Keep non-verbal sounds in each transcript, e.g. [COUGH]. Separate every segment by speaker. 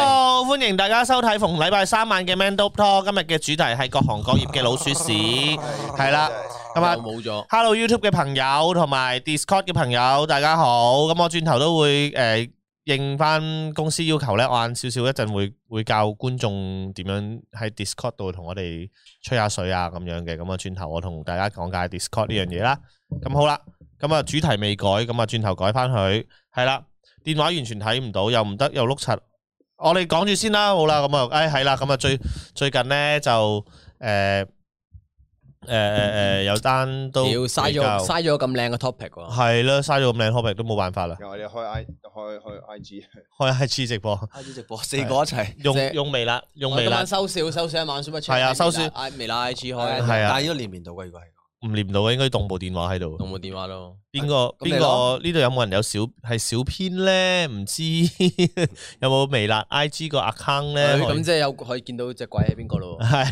Speaker 1: 歡迎大家收睇逢禮拜三晚嘅 Man Talk Talk，今日嘅主題係各行各業嘅老鼠屎，係啦，咁啊
Speaker 2: 又。冇咗，
Speaker 1: Hello YouTube 嘅朋友同埋 Discord 嘅朋友，大家好。咁我轉頭都會诶、呃、应翻公司要求咧，我晏少少一陣會会教觀眾點樣喺 Discord 度同我哋吹下水啊咁樣嘅。咁啊，轉頭我同大家講解 Discord 呢樣嘢啦。咁好啦，咁啊主題未改，咁啊轉頭改翻佢，係啦。電話完全睇唔到，又唔得，又碌柒。我哋講住先啦，好啦，咁啊，诶係啦，咁啊最最近咧就呃诶诶诶诶呃有單
Speaker 2: 屌
Speaker 1: 都
Speaker 2: 嘥
Speaker 1: 比
Speaker 2: 咗
Speaker 1: 較
Speaker 2: 嘥咗咁靚嘅 topic 喎。
Speaker 1: 係啦，嘥咗咁靚 topic 都冇辦法啦，
Speaker 3: 又我哋開 I 開開 I G，
Speaker 1: 開 IG 直播，
Speaker 2: 開始直播，四個一齊
Speaker 1: 用
Speaker 2: 即係
Speaker 1: 用微辣，用
Speaker 2: 我
Speaker 1: 微
Speaker 2: 今
Speaker 1: 辣
Speaker 2: 晚收少收少一晚 super chat，
Speaker 1: 係啊收少
Speaker 2: 微辣微辣 IG 開，
Speaker 1: 係啊
Speaker 4: 但係呢都連唔到嘅，如果係。
Speaker 1: 唔連到嘅，應該動部電話喺度。
Speaker 2: 用部電話咯。
Speaker 1: 邊個
Speaker 2: 咁你
Speaker 1: 邊個呢度有冇人有小係小編咧？唔知 [LAUGHS] 有冇微辣 IG 個 account 咧？
Speaker 2: 咁即係有可以見到只鬼喺邊個咯。
Speaker 1: 係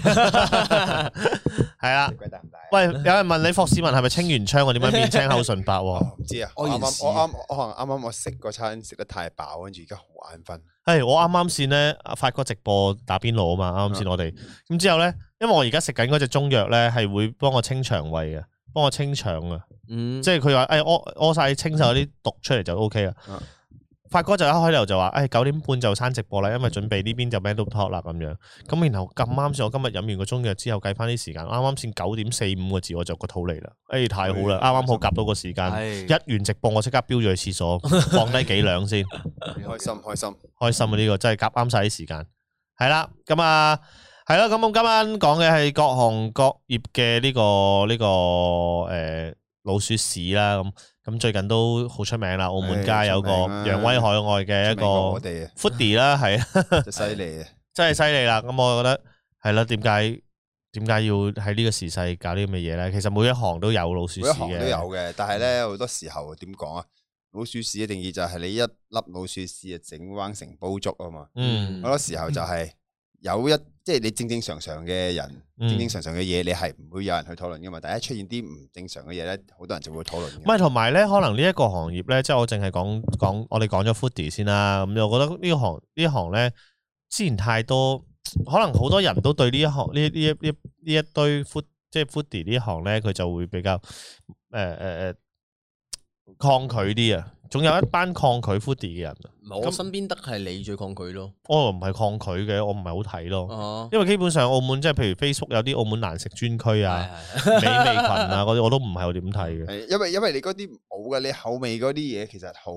Speaker 1: 係啦。
Speaker 3: 鬼大唔大？
Speaker 1: 喂，有人問你霍市民係咪清完槍？我點解面青口唇白喎？
Speaker 3: [LAUGHS] 我唔知啊，我
Speaker 4: 屙
Speaker 3: 啱
Speaker 4: 完
Speaker 3: 啱
Speaker 4: 屎
Speaker 3: 我啱我可能啱啱我食嗰餐食得太飽，跟住而家好眼瞓。
Speaker 1: 係我啱啱先咧，法國直播打邊爐啊嘛，啱啱先我哋咁之後咧，因為我而家食緊嗰隻中藥咧，係會幫我清腸胃嘅，幫我清腸啊。
Speaker 2: 嗯，
Speaker 1: 即係佢話誒哎屙屙曬清晒啲毒出嚟就 O K 啦
Speaker 3: 嗯。
Speaker 1: 發哥就一開頭就話哎誒九點半就閂直播啦，因為準備呢邊就 man 到 talk 啦咁樣。咁然後咁啱先，我今日飲完個中藥之後計翻啲時間，啱啱先九點四五個字我就個肚嚟啦。誒、太好啦，
Speaker 3: 哎
Speaker 1: 啱啱好夾到個時間。
Speaker 4: 係
Speaker 1: 一完直播我即刻飆咗去廁所，放低幾兩先。
Speaker 3: 開心開心，
Speaker 1: 開心啊！呢、個真係夾啱晒啲時間。係啦，咁啊，係啦，咁我今晚講嘅係各行各業嘅呢、個呢、個诶、呃老鼠屎啦，咁咁最近都好出名啦，澳門街
Speaker 3: 唉
Speaker 1: 有個
Speaker 3: 出名啊
Speaker 1: 揚威海外嘅一
Speaker 3: 出名過我
Speaker 1: 個 [LAUGHS]
Speaker 3: 哋啊
Speaker 1: foodie 啦，係啊
Speaker 3: 真係犀利啊！
Speaker 1: 真係犀利啦。咁我覺得係啦，點解點解要喺呢個時勢搞呢咁嘅嘢咧？其實每一行都有老鼠屎
Speaker 3: 每一行都有
Speaker 1: 嘅，嗯
Speaker 3: 嘅，但係咧好多時候點講啊？老鼠屎嘅定義就係你一粒老鼠屎啊，整彎成煲粥啊嘛。
Speaker 1: 嗯
Speaker 3: 好多時候就
Speaker 1: [LAUGHS]
Speaker 3: 係有一即係你正正常常嘅人，
Speaker 1: 嗯
Speaker 3: 正正常常嘅嘢，你係唔會有人去討論噶嘛。但係一出現啲唔正常嘅嘢咧，好多人就會討論㗎
Speaker 1: 唔係，同埋咧，可能呢一個行業咧，即係我淨係講講，我哋講咗 foodie 先啦。咁我覺得呢個行呢一行咧，之前太多，可能好多人都對呢一行呢呢一呢一呢一堆 food 即係 foodie 呢一行咧，佢就會比較誒誒誒抗拒啲啊。總有一班抗拒 foodie 嘅人啊，
Speaker 2: 唔係我身邊得係你最抗拒咯。
Speaker 1: 我又唔係抗拒嘅，我唔係好睇咯。
Speaker 2: 哦，
Speaker 1: 因為基本上澳門即係譬如 Facebook 有啲澳門難食專區啊、
Speaker 2: 係係
Speaker 1: 美味群啊嗰啲，我都唔係好點睇嘅。
Speaker 3: 係因為因為你嗰啲冇嘅，你口味嗰啲嘢其實好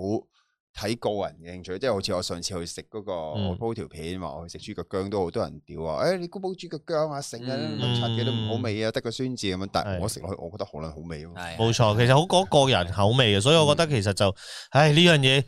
Speaker 3: 睇個人嘅興趣，即係好似我上次去食嗰、個
Speaker 1: 嗯
Speaker 3: 我鋪條片話我去食豬腳薑都好多人屌啊！誒、你估煲豬腳薑啊，成啊
Speaker 2: 嗯
Speaker 3: 咁柒嘅都唔好味啊，得個酸字咁樣，但
Speaker 1: 係
Speaker 3: 係我食落去我覺得好撚好味咯。
Speaker 2: 係
Speaker 1: 冇錯，其實好講個人口味啊嘅，所以我覺得其實就，唉呢樣嘢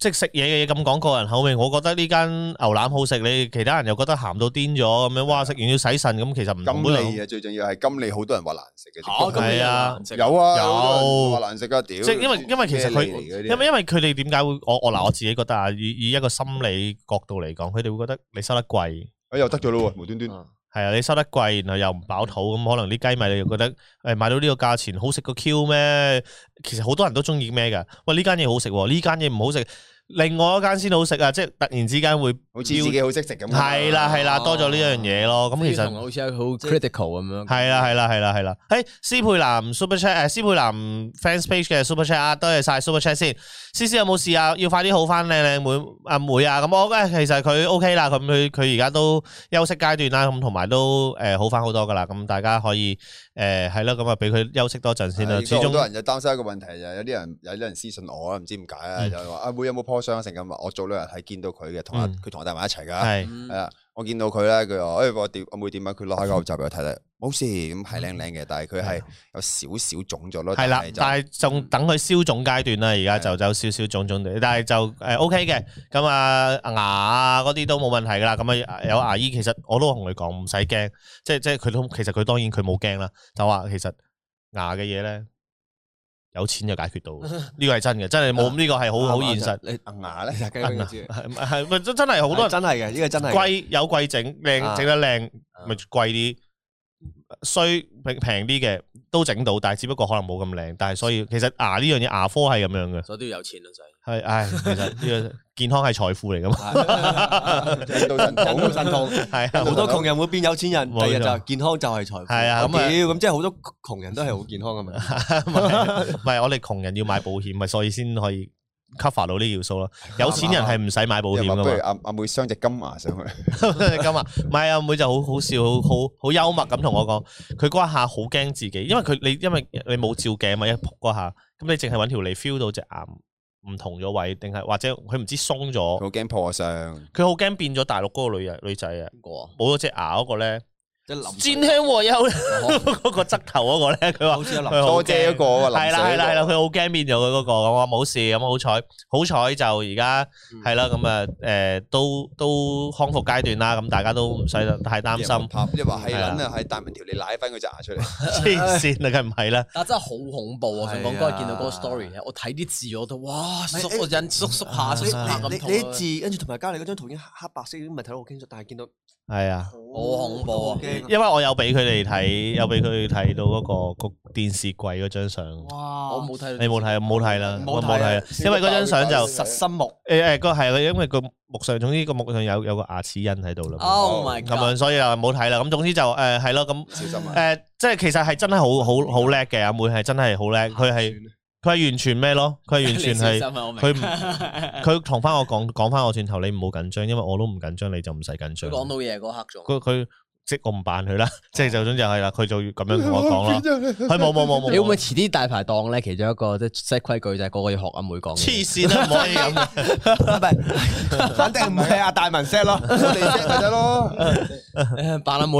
Speaker 1: 即係食嘢嘅嘢咁講個人口味，我覺得呢間牛腩好食，你其他人又覺得鹹到癲咗咁樣，哇食完要洗腎咁，其實唔
Speaker 3: 金
Speaker 1: 同
Speaker 3: 利啊，最重要係金利，好多人話難食嘅。
Speaker 2: 嚇
Speaker 3: 的確
Speaker 2: 咁你
Speaker 1: 係啊
Speaker 2: 又難食
Speaker 3: 有啊，
Speaker 1: 有
Speaker 3: 好多人話難食噶，屌！
Speaker 1: 即係因為因為其實佢
Speaker 3: 咩嚟嗰啲啊
Speaker 1: 因為因為佢哋點解會我我嗱我自己覺得啊，以以一個心理角度嚟講，佢哋會覺得你收得貴。
Speaker 3: 哎又得咗咯喎，無端端
Speaker 2: 啊
Speaker 1: 係啊，你收得貴，然後又唔飽肚，咁可能啲雞米你又覺得，誒買到呢個價錢好食個 Q 咩？其實好多人都中意咩㗎？喂，呢間嘢好食喎，呢間嘢唔好食，另外一間先好食啊！即係突然之間會
Speaker 3: 好似自己好識食咁。啊
Speaker 1: 係啦係啦，
Speaker 2: 哦
Speaker 1: 多咗呢樣嘢咯。咁其
Speaker 2: 呢個同
Speaker 1: 實
Speaker 2: 我好似係好 critical 咁樣。
Speaker 1: 係啦係啦係啦係啦。誒，斯佩南 Super Chat 誒，斯佩南 Fans Page 嘅 Super Chat 啊，多謝晒 Super Chat 先。思思有冇事啊？要快啲好翻靚靚妹阿妹啊！咁我誒其實佢 OK 啦，咁佢佢而家都休息階段啦，咁同埋都誒好翻好多噶啦。咁大家可以誒係咯，咁啊俾佢休息多陣先啦。
Speaker 3: 係
Speaker 1: 始
Speaker 3: 亦都好多
Speaker 1: 終
Speaker 3: 人就擔心一個問題，就係有啲人有啲人私信我啊，唔知點解啊，
Speaker 1: 嗯
Speaker 3: 就係話阿妹有冇破傷成咁啊？我早兩日係見到佢嘅，同阿
Speaker 1: 嗯
Speaker 3: 佢同我帶埋一齊㗎，
Speaker 1: 係
Speaker 2: 嗯
Speaker 3: 係啊，我見到佢咧，佢話誒我點我妹點啊？佢攞開個口罩俾我睇睇，冇事，咁係靚靚嘅，但係佢係有少少腫咗咯。
Speaker 1: 係啦
Speaker 3: 係，就
Speaker 1: 但係仲等佢消腫階段啦，而家就就少少腫腫地，但係就誒 OK 嘅。咁啊牙啊嗰啲都冇問題噶啦。咁啊有牙醫，其實我都同佢講唔使驚，即係即係佢都其實佢當然佢冇驚啦，就話其實牙嘅嘢咧有錢就解決到，呢個係真嘅，真係冇呢個係好好現實。
Speaker 4: 你
Speaker 3: 硬牙咧，
Speaker 4: 其實雞公知，
Speaker 1: 係係咪真真係好多
Speaker 4: 係
Speaker 1: 人
Speaker 4: 真係嘅，呢個真係嘅。
Speaker 1: 貴有貴整靚
Speaker 4: 啊
Speaker 1: 整得靚
Speaker 4: 啊
Speaker 1: 咪貴啲，衰平平啲嘅都整到，但係只不過可能冇咁靚。但係所以其實牙呢樣嘢牙科係咁樣嘅，
Speaker 2: 啊所以都要有錢咯，就係。
Speaker 1: 係唉，其實呢健康係財富嚟噶嘛， [LAUGHS]
Speaker 3: 印度神
Speaker 4: 印度神
Speaker 3: 童，
Speaker 4: 童，
Speaker 1: 係
Speaker 4: [LAUGHS]
Speaker 1: 啊，
Speaker 4: 好多窮人會變有錢人，
Speaker 1: 冇
Speaker 4: 第日就
Speaker 1: 錯
Speaker 4: 健康就係財富。
Speaker 1: 係啊咁啊
Speaker 4: 屌咁即係好多窮人都係好健康噶嘛。
Speaker 1: 唔係我哋窮人要買保險，咪所以先可以 cover 到呢要素咯。有錢人係唔使買保
Speaker 3: 又
Speaker 1: 險
Speaker 3: 話
Speaker 1: 噶
Speaker 3: 不
Speaker 1: 嘛
Speaker 3: 如。阿阿妹镶隻金牙上去，
Speaker 1: 今日唔係啊，妹就好好笑，好好好幽默咁同我講，佢嗰一下好驚自己，因為佢你因為你冇照鏡嘛，一仆嗰下，咁你淨係揾條脷 feel 到隻牙唔同咗位，定係或者佢唔知鬆
Speaker 3: 佢
Speaker 1: 咗，
Speaker 3: 好驚破相。
Speaker 1: 佢好驚變咗大陸嗰個女人女仔啊，
Speaker 2: 邊個啊？
Speaker 1: 冇咗隻牙嗰個咧，
Speaker 4: 即係林
Speaker 1: 煎香和優呢 [LAUGHS] 嗰個側頭嗰個咧，佢話
Speaker 4: 好似有林
Speaker 1: 佢好
Speaker 3: 多
Speaker 1: 驚
Speaker 3: 姐嗰個啊，
Speaker 1: 係
Speaker 3: 林
Speaker 1: 啦係啦係啦，
Speaker 3: 水
Speaker 1: 佢好驚變咗佢嗰個，咁我話冇事，咁好彩，好彩就而家係啦，咁啊誒都都康復階段啦，咁大家都唔使太擔
Speaker 3: [LAUGHS] 嗰個
Speaker 1: 心。
Speaker 3: 拍，一話係
Speaker 1: 係啊
Speaker 3: 撚啊，係大文條你舐翻佢隻牙出嚟，
Speaker 1: 黐線啊，梗唔係啦，
Speaker 2: 啊！真係好恐怖啊！我想
Speaker 4: 係
Speaker 2: 講
Speaker 4: 啊
Speaker 2: 嗰日見到嗰個 story 咧，我睇啲字我都哇
Speaker 4: 係
Speaker 2: 縮個人縮縮下縮下
Speaker 4: 啊你
Speaker 2: 咁
Speaker 4: 你你
Speaker 2: 痛
Speaker 4: 啲
Speaker 2: 啊
Speaker 4: 字跟住同埋加你嗰張圖已經黑白色，已經唔係睇到好清楚，但係見到
Speaker 1: 係啊，
Speaker 4: 好
Speaker 2: 恐怖啊
Speaker 4: 驚
Speaker 1: 因為我有俾佢哋睇，有俾佢哋睇到嗰個個電視櫃嗰張相，
Speaker 4: 哇
Speaker 2: 我冇睇
Speaker 1: 你冇睇啊？冇睇啦，
Speaker 4: 冇
Speaker 1: 我
Speaker 4: 睇
Speaker 1: 冇睇啊，因為嗰張相就
Speaker 3: 笑
Speaker 1: 誒
Speaker 3: 到爆佢
Speaker 4: 實心木，
Speaker 1: 誒個係啦，因為個木上，總之個木上有有個牙齒印喺度啦，
Speaker 2: ，Oh my
Speaker 1: 咁
Speaker 2: god！
Speaker 1: 樣所以啊冇睇啦，咁總之就誒係咯咁。
Speaker 3: 小心
Speaker 1: 誒、
Speaker 3: 啊！
Speaker 1: 呃即係其實係真係好好好叻嘅，阿妹係真係好叻，佢係佢係完全咩咯？佢係完全係佢
Speaker 2: 佢
Speaker 1: 唔 [LAUGHS] 佢同翻我講講翻我轉頭，你唔好緊張，因為我都唔緊張，你就唔使緊
Speaker 2: 佢
Speaker 1: 張。
Speaker 2: 講到嘢嗰刻仲，
Speaker 1: 佢佢即係我唔扮
Speaker 2: [LAUGHS]
Speaker 1: 佢啦，即係就總之係啦，佢就咁樣同我講啦，佢冇冇冇冇
Speaker 2: 你會唔會
Speaker 1: 冇，
Speaker 2: 遲啲大排檔咧？其中一個即係 set 規矩就係個個要學阿妹講嘢。
Speaker 1: 黐線啦，唔可以咁嘅，
Speaker 4: 唔係，反正唔係阿大文 set 咯，
Speaker 3: 我哋識咪得咯，
Speaker 2: 誒 [LAUGHS] 扮阿妹，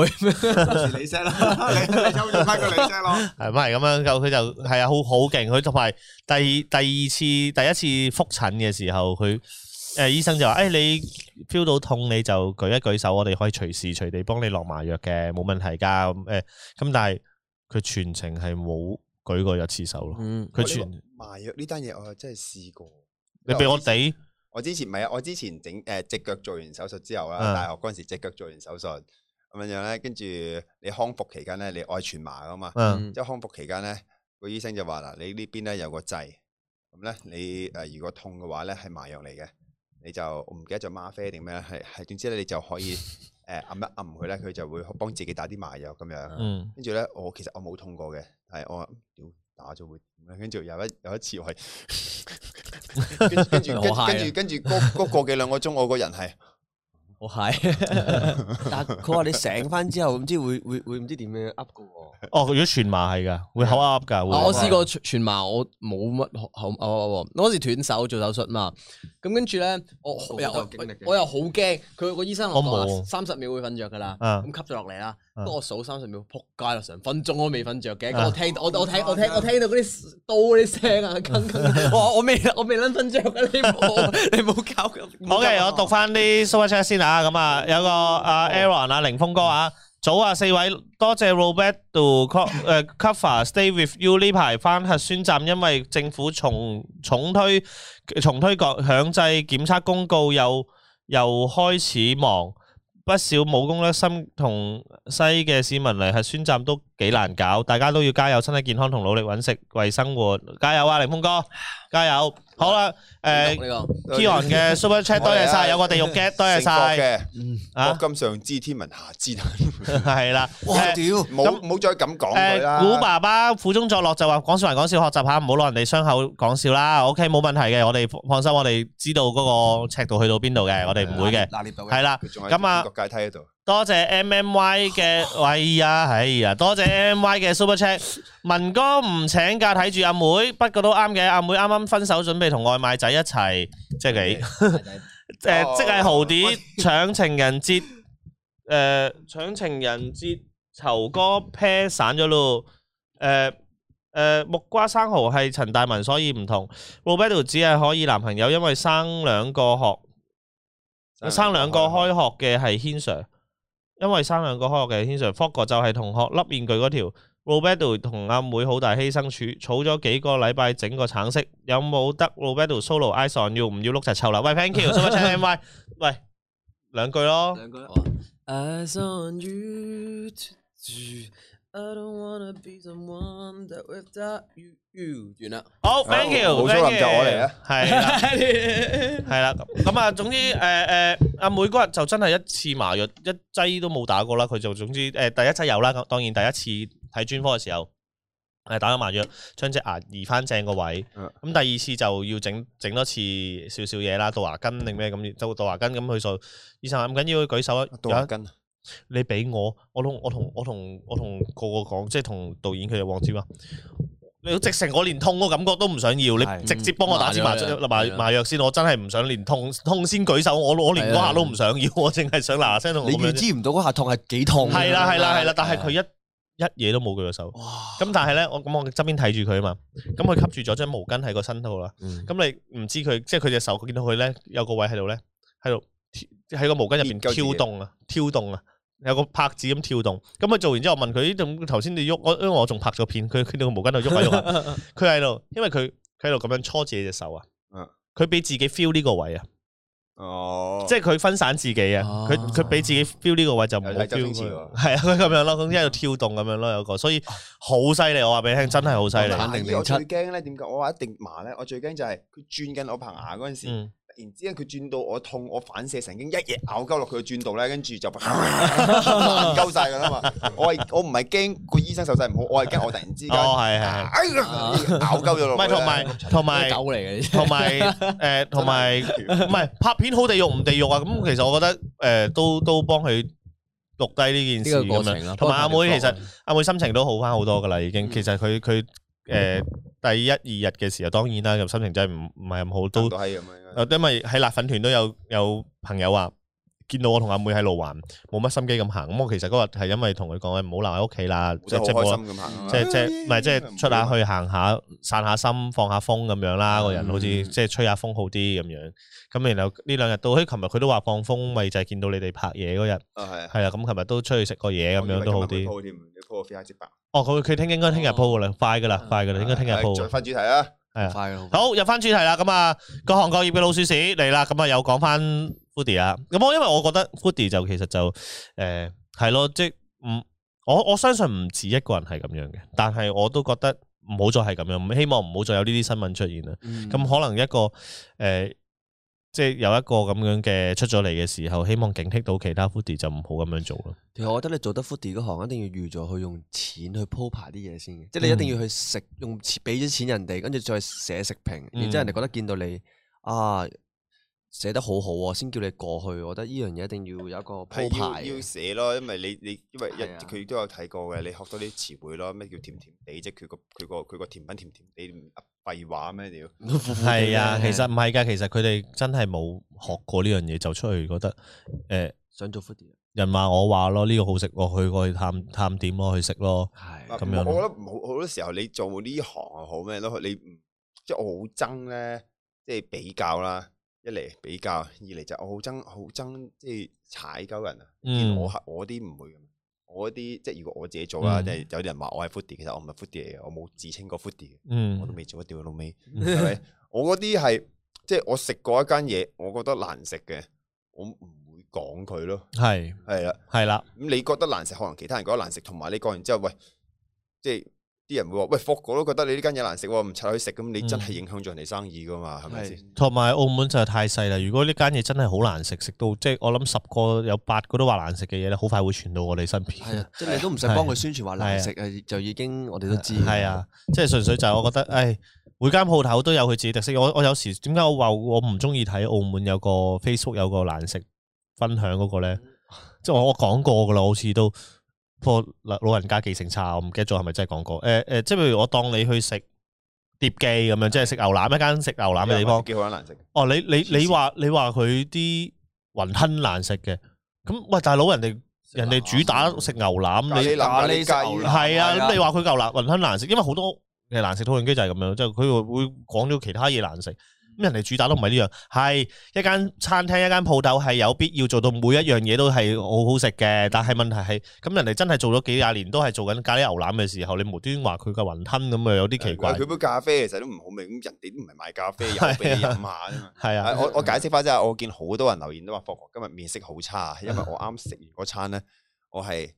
Speaker 4: 你 set 啦， [LAUGHS] 你你抽咗翻個
Speaker 1: [LAUGHS]
Speaker 4: 你 set 咯。
Speaker 1: 係咪咁樣？就佢就係啊，好好勁，佢同埋第第二次第一次復診嘅時候，佢。誒醫生就話：誒、你 feel 到痛你就舉一舉手，我哋可以隨時隨地幫你落麻藥嘅，冇問題㗎。咁、誒，咁但係佢全程係冇舉過一次手咯。
Speaker 2: [LAUGHS] 嗯，
Speaker 3: 哦
Speaker 1: 佢全
Speaker 3: 麻藥呢單嘢我真係試過。
Speaker 1: 你俾我哋
Speaker 3: 我之前唔係啊，我之前整誒只腳做完手術之後啦，
Speaker 1: 嗯
Speaker 3: 大學嗰陣時只腳做完手術咁樣樣咧，跟住你康復期間咧，你愛全麻噶嘛，
Speaker 1: 嗯
Speaker 3: 即係康復期間咧，個醫生就話嗱，你呢邊咧有個掣，咁咧你呃誒如果痛嘅話咧係麻藥嚟嘅，你就我唔記得咗嗎啡定咩啦，係係總之咧你就可以誒按一按佢咧，佢就會幫自己打啲麻藥咁樣。
Speaker 1: 嗯
Speaker 3: 跟住咧，我其實我冇痛過嘅，但係我話屌打咗會點咧？跟住有一有一次我係
Speaker 1: [LAUGHS]
Speaker 3: [LAUGHS] 跟住跟住
Speaker 2: 好嗨啊
Speaker 3: 跟住跟住嗰嗰個幾兩個鐘，我個人係
Speaker 2: 我 [LAUGHS] 係
Speaker 4: 但係佢話你醒翻之後，唔知會會會唔知點樣噏噶喎。
Speaker 1: 哦，如果全麻係㗎，會口噏㗎。會
Speaker 2: 哦我試過全全麻，我冇乜口口我嗰時斷手做手術嘛，咁跟住咧，我
Speaker 4: 個
Speaker 2: 我
Speaker 4: 個
Speaker 2: 又
Speaker 4: 都有經歷嘅
Speaker 2: 我又好驚，佢個醫生同
Speaker 1: 我
Speaker 2: 我
Speaker 1: 冇
Speaker 2: 講三十秒會瞓着噶啦，
Speaker 1: 啊
Speaker 2: 咁吸咗落嚟啦，
Speaker 1: 啊
Speaker 2: 不過我數三十秒，撲街啦，成分鐘我都未瞓着嘅，
Speaker 1: 啊
Speaker 2: 咁我聽我我聽我聽我聽到嗰啲刀嗰啲聲啊，鏗鏗，我話我未我未撚瞓着㗎，你冇你冇搞咁。
Speaker 1: 好嘅，我讀翻啲 super chat 先啊，咁啊有個阿 Aaron 啊，凌峰哥啊，早啊四位，多謝 Robert to co- 誒 cover stay with you 呢排翻核酸站，因為政府重重推重推各強制檢測公告又又開始忙。不少冇公德心同西嘅市民嚟核酸站都幾難搞，大家都要加油，身體健康同努力揾食為生活，加油啊，凌峰哥，加油！好啦，誒、
Speaker 2: 呢個呢
Speaker 1: Kion 嘅 Super Chat 多謝晒，有個地獄 get
Speaker 3: [LAUGHS]
Speaker 1: 多謝晒
Speaker 3: 成國嘅，
Speaker 1: 啊，
Speaker 3: 國金上知天文下知地，
Speaker 1: [LAUGHS] 係啦。誒
Speaker 4: 屌！
Speaker 3: 冇冇再咁講佢啦。
Speaker 1: 誒，古爸爸苦中作樂就話講笑還講笑，學習下唔好攞人哋傷口講笑啦。OK，冇問題嘅，我哋放心，我哋知道嗰個尺度去到邊度嘅，我哋唔會嘅。
Speaker 4: 拿捏到嘅。
Speaker 1: 係啦，
Speaker 3: 佢仲喺
Speaker 1: 咁啊
Speaker 3: 個階梯嗰度，
Speaker 1: 多謝 M M Y 嘅，哎呀，哎呀，多謝 M Y 嘅 Super Chat。文哥唔請假睇住阿妹，不過都啱嘅。阿妹啱啱分手，準備同外賣仔一齊，即係 [LAUGHS] 你。诶，
Speaker 3: 哦
Speaker 1: 即係豪啲搶情人節，诶，抢情人節酬哥 pair 散咗咯。诶诶，木瓜生蚝係陳大文，所以唔同。Roberto 只係可以男朋友，因為生兩個學，生兩個開學嘅係軒 Sir，因為生兩個開學嘅係軒 Sir。f o g 就係同學笠面具嗰條。Roberto 同阿妹好大犧牲，儲儲咗幾個禮拜整個橙色，有冇得 Roberto solo ice on 要唔要碌就臭啦？喂，thank you，super chat MY，喂兩句咯，
Speaker 4: 兩個。
Speaker 2: I saw you I don't wanna be someone that without you you 完啦。
Speaker 1: 好，thank
Speaker 3: 好
Speaker 1: you，
Speaker 3: 蘇林就我嚟啊
Speaker 1: 系啦。系啦，咁啊，總之诶诶，阿妹嗰日就真係一次麻藥一劑都冇打過啦，佢就總之诶、第一劑有啦，咁當然第一次睇專科嘅時候，诶打咗麻藥，將隻牙移翻正個位，咁
Speaker 3: 嗯、
Speaker 1: 第二次就要整整多次少少嘢啦，到牙根定咩咁，到到牙根咁佢就醫生話唔緊要，舉手啊，
Speaker 3: 到
Speaker 1: 有
Speaker 3: 牙
Speaker 1: 一
Speaker 3: 根啊，
Speaker 1: 你俾我，我同我同我同我同個個講，即係同導演佢哋黃子華，你直成我連痛嗰個感覺都唔想要，
Speaker 4: 係
Speaker 1: 你直接幫我打支麻
Speaker 2: 嗯麻藥
Speaker 1: 麻
Speaker 2: 係啊
Speaker 1: 麻藥先，我真係唔想連痛痛先舉手，我我連嗰下都唔想要，我淨係想嗱嗱聲同我
Speaker 4: 你
Speaker 1: 咁
Speaker 4: 預
Speaker 1: 樣。
Speaker 4: 知唔到嗰下痛係幾痛㗎。
Speaker 1: 係啦係啦係啦，但係
Speaker 4: 係啊
Speaker 1: 佢一一嘢都冇舉個手。
Speaker 4: 哇！
Speaker 1: 咁但係咧，我咁我側邊睇住佢啊嘛，咁佢吸住咗張毛巾喺個身度啦。
Speaker 4: 嗯
Speaker 1: 咁你唔知佢，即係佢隻手，見到佢咧有個位喺度咧，喺度喺個毛巾入邊
Speaker 3: 研究自己
Speaker 1: 挑動啊，挑動啊，有個拍子咁跳動。咁佢做完之後問佢：呢度頭先你喐，我因為我仲拍咗片，佢佢到個毛巾度喐下喐下，佢喺度，因為佢佢喺度咁樣搓自己隻手啊
Speaker 3: 嗯。
Speaker 1: 佢俾自己 feel 呢個位啊，
Speaker 3: 哦，
Speaker 1: 即係佢分散自己啊，
Speaker 4: 哦
Speaker 1: 佢佢俾自己 feel 呢個位就唔好
Speaker 3: 有
Speaker 1: feel
Speaker 3: 禮就
Speaker 1: 佢
Speaker 3: 星馳喎
Speaker 1: 係啊，佢咁樣咯，咁喺度跳動咁樣咯，有個，所以好犀利，我話俾你聽，真係好犀利，
Speaker 4: 肯定
Speaker 3: 牙醫我
Speaker 4: 零七
Speaker 3: 最驚咧，點解我話一定麻咧？我最驚就係佢轉緊我棚牙嗰陣時，
Speaker 1: 嗯，
Speaker 3: 突然之間佢轉到我痛，我反射神經一嘢咬鳩落佢嘅轉度咧，跟住
Speaker 1: [LAUGHS]
Speaker 3: 就 [LAUGHS] 鳩晒㗎啦嘛。我係我唔係驚個醫生手勢唔好，我係驚我突然之間
Speaker 1: 哦，係係係。
Speaker 3: [LAUGHS] 哎呀咬鳩咗
Speaker 1: 唔
Speaker 3: 落去
Speaker 1: 係
Speaker 3: 呢。
Speaker 1: 同埋同埋
Speaker 2: 狗嚟嘅，
Speaker 1: 同埋誒同埋唔係拍片好地獄唔地獄啊！咁其實我覺得誒、都都幫佢錄低呢件
Speaker 2: 呢
Speaker 1: 事
Speaker 2: 個
Speaker 1: 咁
Speaker 2: 過程
Speaker 1: 樣，
Speaker 2: 啦。
Speaker 1: 同埋阿妹其實
Speaker 2: 不過
Speaker 1: 阿妹心情都好翻好多噶啦，已經。
Speaker 2: 嗯
Speaker 1: 其實佢佢誒第一二日嘅時候，當然啦，咁心情真係唔唔係咁好，
Speaker 3: 都
Speaker 1: 都
Speaker 3: 都係咁樣。
Speaker 1: 誒因為喺辣粉團都有有朋友話。見到我同阿妹喺路環，冇乜心機咁行。咁我其實嗰日係因為同佢講，唔好留喺屋企啦，即
Speaker 3: 即係
Speaker 1: 即
Speaker 3: 好
Speaker 1: 冇
Speaker 3: 開
Speaker 1: 得
Speaker 3: 心咁行啊，
Speaker 1: 即係即係唔係即係出下去行下散下心放下風咁樣啦，個人
Speaker 4: 嗯
Speaker 1: 好似即係吹下風好啲咁樣。咁然後呢兩日到，嘿，琴日佢都話放風，咪就係見到你哋拍嘢嗰日，
Speaker 3: 啊係啊
Speaker 1: 係啊。咁琴日都出去食個嘢咁樣都好啲。
Speaker 3: 好添，你 po 個 f a c e b o
Speaker 1: 哦，佢佢聽應該聽日 po 噶啦，快噶啦
Speaker 2: 嗯，
Speaker 1: 快噶啦，應該聽日 po
Speaker 3: 再。翻主題啦，
Speaker 1: 係啊。
Speaker 4: 快啦，好
Speaker 1: 好，入翻主題啦。咁啊，各行各業嘅老鼠屎嚟啦。咁啊，又講翻 Foodie 啊。咁我因為我覺得 Foodie 就其實就誒係咯，即係唔我我相信唔止一個人係咁樣嘅，但係我都覺得唔好再係咁樣，唔希望唔好再有呢啲新聞出現啦。啊
Speaker 4: 嗯
Speaker 1: 咁、可能一個誒、呃即係有一個咁樣嘅出咗嚟嘅時候，希望警惕到其他 Foodie 就唔好咁樣做咯。
Speaker 4: 其實我覺得你做得 foodie 嗰行，一定要預咗去用錢去鋪排啲嘢先嘅，即係你
Speaker 1: 嗯
Speaker 4: 一定要去食，用錢俾咗錢人哋，跟住再寫食評，
Speaker 1: 嗯
Speaker 4: 然之後人哋覺得見到你啊寫得好好喎，先叫你過去。我覺得呢樣嘢一定要有一個鋪
Speaker 3: 係要
Speaker 4: 排
Speaker 3: 要
Speaker 4: 嘅。
Speaker 3: 寫咯，因為你你因為一
Speaker 4: 係啊
Speaker 3: 佢都有睇過嘅，你學多啲詞彙咯，咩叫甜甜地啫？佢個佢個佢個甜品甜甜地唔廢話咩？屌，
Speaker 4: [LAUGHS]
Speaker 1: 係啊，其實唔係㗎，其實佢哋真係冇學過呢樣嘢，就出去覺得誒。呃
Speaker 4: 想做啊 foodie
Speaker 1: 人話我話咯，呢、個好食，我去過去探探點咯，去食咯。
Speaker 4: 係
Speaker 3: 啊
Speaker 1: 咁樣咯
Speaker 3: 我覺得唔好好多時候你做呢行又好咩都，你唔即係我好憎咧，即係比較啦。一嚟比較，二嚟就我好憎好憎即係踩鳩人啊！
Speaker 1: 嗯
Speaker 3: 我係我啲唔會嘅，我啲即係如果我自己做啦，
Speaker 1: 嗯
Speaker 3: 即係有啲人話我係 foodie，其實我唔係 foodie 嚟嘅，我冇自稱過 foodie 嘅。我都
Speaker 1: 嗯，
Speaker 3: 未做一屌老味，
Speaker 1: 嗯
Speaker 3: 係
Speaker 1: [LAUGHS]
Speaker 3: 咪？我嗰啲係即係我食過一間嘢，我覺得難食嘅，我唔會講佢咯。
Speaker 1: 係
Speaker 3: 係啊啦，
Speaker 1: 係啦，
Speaker 3: 咁你覺得難食，可能其他人覺得難食，同埋你講完之後，喂，即係啲人會話，喂，霍我都覺得你呢間嘢難食喎，唔拆去食，咁
Speaker 1: 嗯
Speaker 3: 你真係影響咗人哋生意噶嘛？係咪先？
Speaker 1: 同埋澳門就係太細啦。如果呢間嘢真係好難食，食到即係我諗十個有八個都話難食嘅嘢咧，好快會傳到我哋身邊。 [LAUGHS]
Speaker 4: 係啊，即係你都唔使幫佢宣傳話難食啊，就已經我哋都知。
Speaker 1: 係啊，即係純粹就係我覺得，唉，每間鋪頭都有佢自己特色。我我有時點解我話我唔中意睇澳門有個 Facebook 有個難食分享嗰個咧？即係我我講過噶啦，好似都不過老老人家記性差，我唔記得咗係咪真係講過？誒、誒、即係譬如我當你去食碟記咁樣，即係食牛腩一間食牛腩嘅地方。
Speaker 3: 幾好撚 [LAUGHS] 難食？
Speaker 1: 哦，你你
Speaker 3: 黐線
Speaker 1: 你話你話佢啲雲吞難食嘅，咁喂大佬人哋人哋主打
Speaker 4: 啊
Speaker 1: 食牛腩，
Speaker 3: 咖
Speaker 1: 你
Speaker 3: 喱腩
Speaker 4: 咖
Speaker 3: 咖
Speaker 4: 喱
Speaker 3: 喱雞
Speaker 4: 牛腩
Speaker 1: 係啊，
Speaker 4: 係啊
Speaker 1: 咁你話佢嚿難雲吞難食，因為好多嘅難食討論機就係咁樣，即係佢會會講咗其他嘢難食。咁人哋主打都唔係呢樣，係一間餐廳一間鋪頭係有必要做到每一樣嘢都係好好食嘅，但係問題係咁人哋真係做咗幾廿年都係做緊咖喱牛腩嘅時候，你無端端話佢嘅雲吞咁啊，有啲奇怪。
Speaker 3: 佢杯咖啡其實都唔好味，咁人哋都唔係買咖啡有俾你飲下啊嘛。
Speaker 1: 係啊，
Speaker 3: 啊我我解釋翻啫，我見好多人留言都話霍哥今日面色好差，因為我啱食完嗰餐咧，我係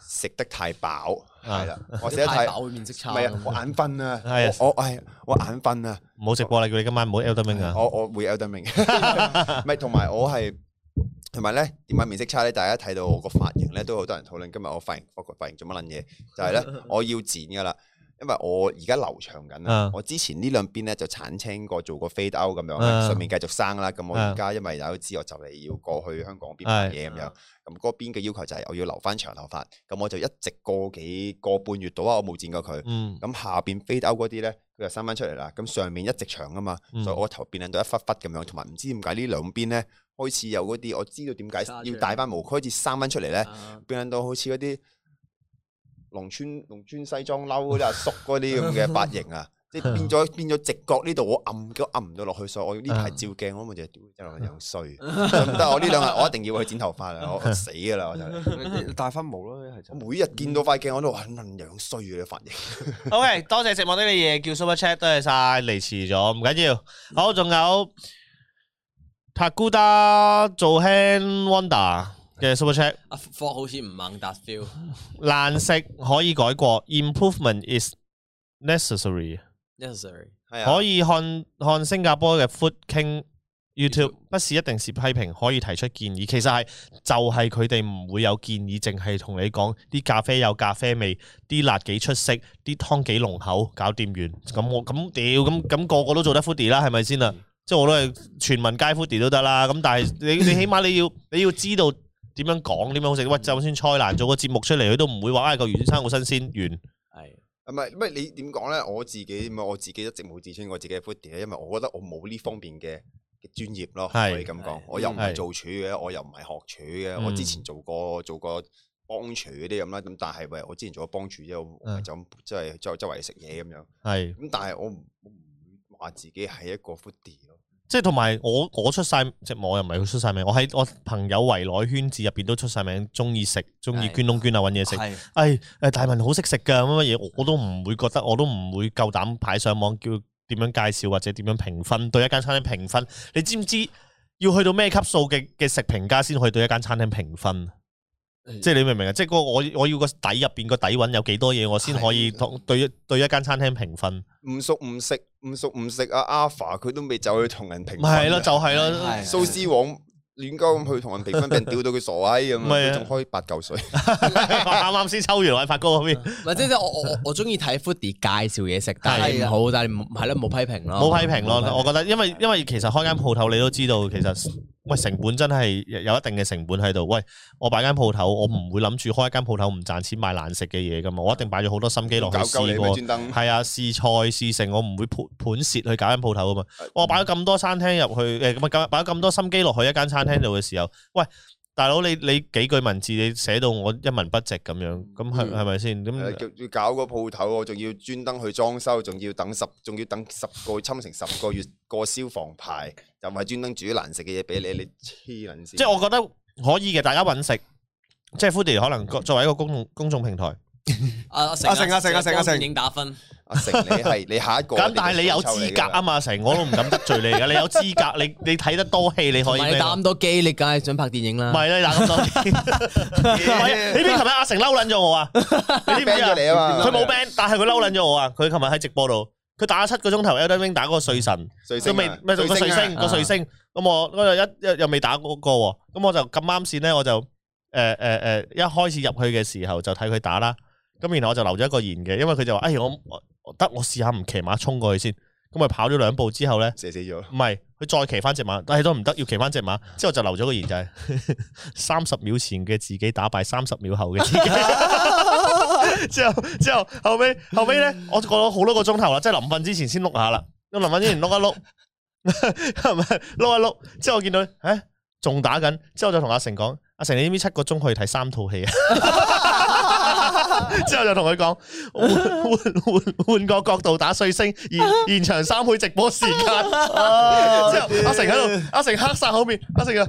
Speaker 3: 食得太飽，
Speaker 1: 啊
Speaker 3: 係啦，我食得太，唔
Speaker 2: 飽會面色差。
Speaker 3: 係啊，我眼瞓啊，
Speaker 1: 係啊
Speaker 3: 我我係我眼瞓啊，
Speaker 1: 唔好直播啦，叫你今晚唔好 L 得明啊。
Speaker 3: 我我會 e l d e n [LAUGHS] 唔係同埋我係同埋咧點解面色差咧？大家睇到我個髮型咧，都好多人討論今日我髮型我個髮型做乜撚嘢？就
Speaker 1: [LAUGHS]
Speaker 3: 係咧我要剪噶啦，因為我而家留長緊
Speaker 1: 啊
Speaker 3: 啊！我之前呢兩邊咧就剷青過，做過 fade out 咁樣，
Speaker 1: 啊
Speaker 3: 上面繼續生啦。咁我
Speaker 1: 啊
Speaker 3: 而家因為大家都知我就嚟要過去香港邊拍嘢咁
Speaker 1: 嗯
Speaker 3: 樣
Speaker 2: 啊，
Speaker 3: 咁嗰邊嘅要求就係我要留翻長頭髮，咁我就一直個幾個半月到啊，我冇剪過佢。
Speaker 1: 嗯
Speaker 3: 咁下邊 fade out 嗰啲咧，佢就生翻出嚟啦。咁上面一直長噶嘛，
Speaker 1: 嗯
Speaker 3: 所以我頭變撚到一忽忽咁樣，同埋唔知點解呢兩邊咧開始有嗰啲，我知道點解
Speaker 2: 沙出嚟
Speaker 3: 要戴翻毛，開始生翻出嚟咧，
Speaker 2: 啊
Speaker 3: 變撚到好似嗰啲農村農村西裝褸嗰啲阿叔嗰啲咁嘅髮型啊，即係變
Speaker 2: [LAUGHS]
Speaker 3: 咗變咗直角呢度我暗都暗唔到落去，所以我呢
Speaker 2: 啊
Speaker 3: 排照鏡我咪就係屌真係
Speaker 2: [LAUGHS]
Speaker 3: 樣衰，唔得我呢兩日我一定要去剪頭髮啦，我我死噶啦我就係。
Speaker 1: 啊
Speaker 4: [LAUGHS] 戴翻毛咯，係
Speaker 3: 我
Speaker 4: 就
Speaker 3: 每日見到塊鏡我都話：，哎撚樣衰嘅髮型，
Speaker 1: ，OK，多謝寂寞的你夜叫 Super Chat，多謝晒，嚟遲咗唔緊要。好，仲有塔古達做 Hand Wonder 嘅 Super Chat。
Speaker 2: 阿科好似唔猛達 feel，
Speaker 1: 難食可以改過，improvement is necessary。
Speaker 2: necessary。
Speaker 3: 係啊
Speaker 1: 可以看看新加坡嘅 Food King YouTube，不是一定是批評，可以提出建議。其實係就係佢哋唔會有建議，淨係同你講啲咖啡有咖啡味，啲辣幾出色，啲湯幾濃厚，搞掂完。咁我咁屌咁咁個個都做得 foodie 啦，係咪先啊？即係我都係全民皆 foodie 都得啦。咁但係你你起碼你要你要知道點樣講點樣好食。喂，就算蔡瀾做個節目出嚟，佢都唔會話啊個魚生好新鮮完。
Speaker 2: 係
Speaker 3: 唔係，唔係你點講咧？我自己咁啊，我自己一直冇自稱我自己係 foodie 啊咧，因為我覺得我冇呢方面嘅嘅專業咯，
Speaker 1: 係
Speaker 3: 可以咁講
Speaker 2: 係。
Speaker 3: 我又唔係
Speaker 1: 係
Speaker 3: 做廚嘅，我又唔係學廚嘅。
Speaker 1: 嗯
Speaker 3: 我之前做過做過幫廚嗰啲咁啦，咁但係喂，我之前做咗幫廚啫，我我咪
Speaker 1: 嗯
Speaker 3: 就咁即係周周圍食嘢咁樣。
Speaker 1: 係。
Speaker 3: 咁但係我唔我唔會話自己係一個 foodie 咯。
Speaker 1: 即係同埋我我出晒即係我又唔係好出晒名，我喺我朋友圍內圈子入邊都出晒名，中意食，中意
Speaker 2: 係
Speaker 1: 捐窿捐啊揾嘢食。 [LAUGHS]
Speaker 2: 係
Speaker 1: 誒誒，大文好識食㗎乜乜嘢，我我都唔會覺得，我都唔會夠膽擺上網叫點樣介紹或者點樣評分，對一間餐廳評分，你知唔知要去到咩級數嘅嘅食評家先可以對一間餐廳評分？
Speaker 2: 嗯
Speaker 1: 即係你明唔明啊？即係嗰個我我要個底入邊個底揾有幾多嘢，我先可以同對對一間餐廳評分。
Speaker 2: 啊
Speaker 3: 唔熟唔食，唔熟唔食啊！Alpha 佢都未走去同人評分啊。
Speaker 1: 咪係咯，就係咯。
Speaker 2: 係
Speaker 3: 蘇絲王亂鳩咁去同人評分，俾人屌到佢傻閪咁啊！
Speaker 1: 咪啊
Speaker 3: 佢仲開八嚿水。
Speaker 1: [LAUGHS] 啱啱先抽完我喺發哥嗰邊。
Speaker 2: 唔係即係我我我中意睇 foodie 介紹嘢食，但係
Speaker 4: 係啊
Speaker 2: 唔好，但係唔係咯，冇批評咯，
Speaker 1: 冇批評咯，我
Speaker 2: 啊冇批
Speaker 1: 覺
Speaker 2: 評
Speaker 1: 得因為因為其實開間鋪頭你都知道，其實喂成本真係有一定嘅成本喺度。喂，我擺間鋪頭，我唔會諗住開一間鋪頭唔賺錢賣難食嘅嘢噶嘛，我一定擺咗好多心機落去
Speaker 3: 搞鳩
Speaker 1: 試
Speaker 3: 你咪
Speaker 1: 過。
Speaker 3: 專登。
Speaker 1: 係啊，試菜試成，我唔會盤盤蝕去搞間鋪頭噶嘛。我擺咗咁多餐廳入去，誒咁啊，擺咗咁多心機落去一間餐廳度嘅時候，喂，大佬你你幾句文字你寫到我一文不值咁樣，咁係
Speaker 2: 嗯
Speaker 1: 係咪先？咁
Speaker 3: 誒要要搞個鋪頭，我仲要專登去裝修，仲要等十，仲要等十個侵成十個月過消防牌，又唔係專登煮啲難食嘅嘢俾你，你黐撚線。
Speaker 1: 即係我覺得可以嘅，大家揾食。即係 Foodie 可能作作為一個公眾公眾平台，
Speaker 2: 阿阿成
Speaker 4: 阿成阿成阿成阿成
Speaker 2: 電影打分，
Speaker 3: 阿成，你係你下一個。
Speaker 1: 咁但係你有資格啊嘛，阿成我都唔敢得罪
Speaker 3: [LAUGHS]
Speaker 1: 你噶，你有資格，你你睇得多戲，你可
Speaker 2: 同
Speaker 1: 以
Speaker 2: 埋
Speaker 1: 咩
Speaker 2: 你打
Speaker 1: 喎？
Speaker 2: 咁多機，你梗係想拍電影
Speaker 1: 唔
Speaker 2: 啦。
Speaker 1: 係你打咁多戲，唔
Speaker 3: [LAUGHS]
Speaker 1: 係啊你知唔知琴日阿成嬲撚咗我啊？你知唔知
Speaker 3: ，ban
Speaker 1: 啊
Speaker 3: 咗？你啊嘛，
Speaker 1: 佢冇 ban，但係佢嬲撚咗我啊！佢琴日喺直播度，佢打咗七個鐘頭 Elden Ring 打嗰個碎神，
Speaker 3: 瑞
Speaker 1: 都
Speaker 3: 星
Speaker 1: 未
Speaker 3: 啊
Speaker 1: 咩個碎星
Speaker 2: 啊
Speaker 1: 個碎星，咁我我又一又又未打過個喎，咁我就咁啱線咧，我就誒誒誒一開始入去嘅時候就睇佢打啦，咁然後我就留咗一個言嘅，因為佢就話：，哎我我我得我試下唔騎馬衝過去先，咁咪跑咗兩步之後咧。
Speaker 3: 射死咗。
Speaker 1: 唔係，佢再騎翻只馬，但係都唔得，要騎翻只馬。之後就留咗個言就係 [LAUGHS] 三十秒前嘅自己打敗三十秒後嘅自己。之後之後後尾後尾咧，我過咗好多個鐘頭啦，即係臨瞓之前先碌下啦。咁臨瞓之前碌一碌，係咪碌一碌？之後我見到，誒仲打緊。之後就同阿成講：阿成，你知唔知七個鐘可以睇三套戲啊？之後就同佢講換換換換個角度打碎星，延延長三倍直播時間。之後阿成喺度，阿成黑晒口面，阿成就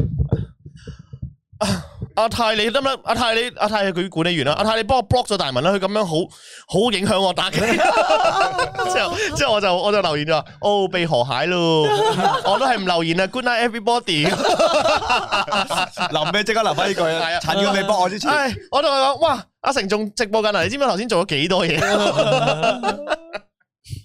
Speaker 1: 啊阿泰你得唔得？阿泰你阿泰係佢管理員啦，阿泰你幫我 block 咗大文啦，佢咁樣好好影響我打機。 [LAUGHS] 之後之後我就我就留言咗，哦被河蟹咯， [LAUGHS] 我都係唔留言啦，good night everybody。
Speaker 5: 臨尾即刻留翻呢句
Speaker 1: 係啊
Speaker 5: 啊！趁佢未幫我之前，
Speaker 1: 唉，我同佢講，哇，阿成仲直播緊啊，你知唔知頭先做咗幾多嘢？
Speaker 5: [LAUGHS]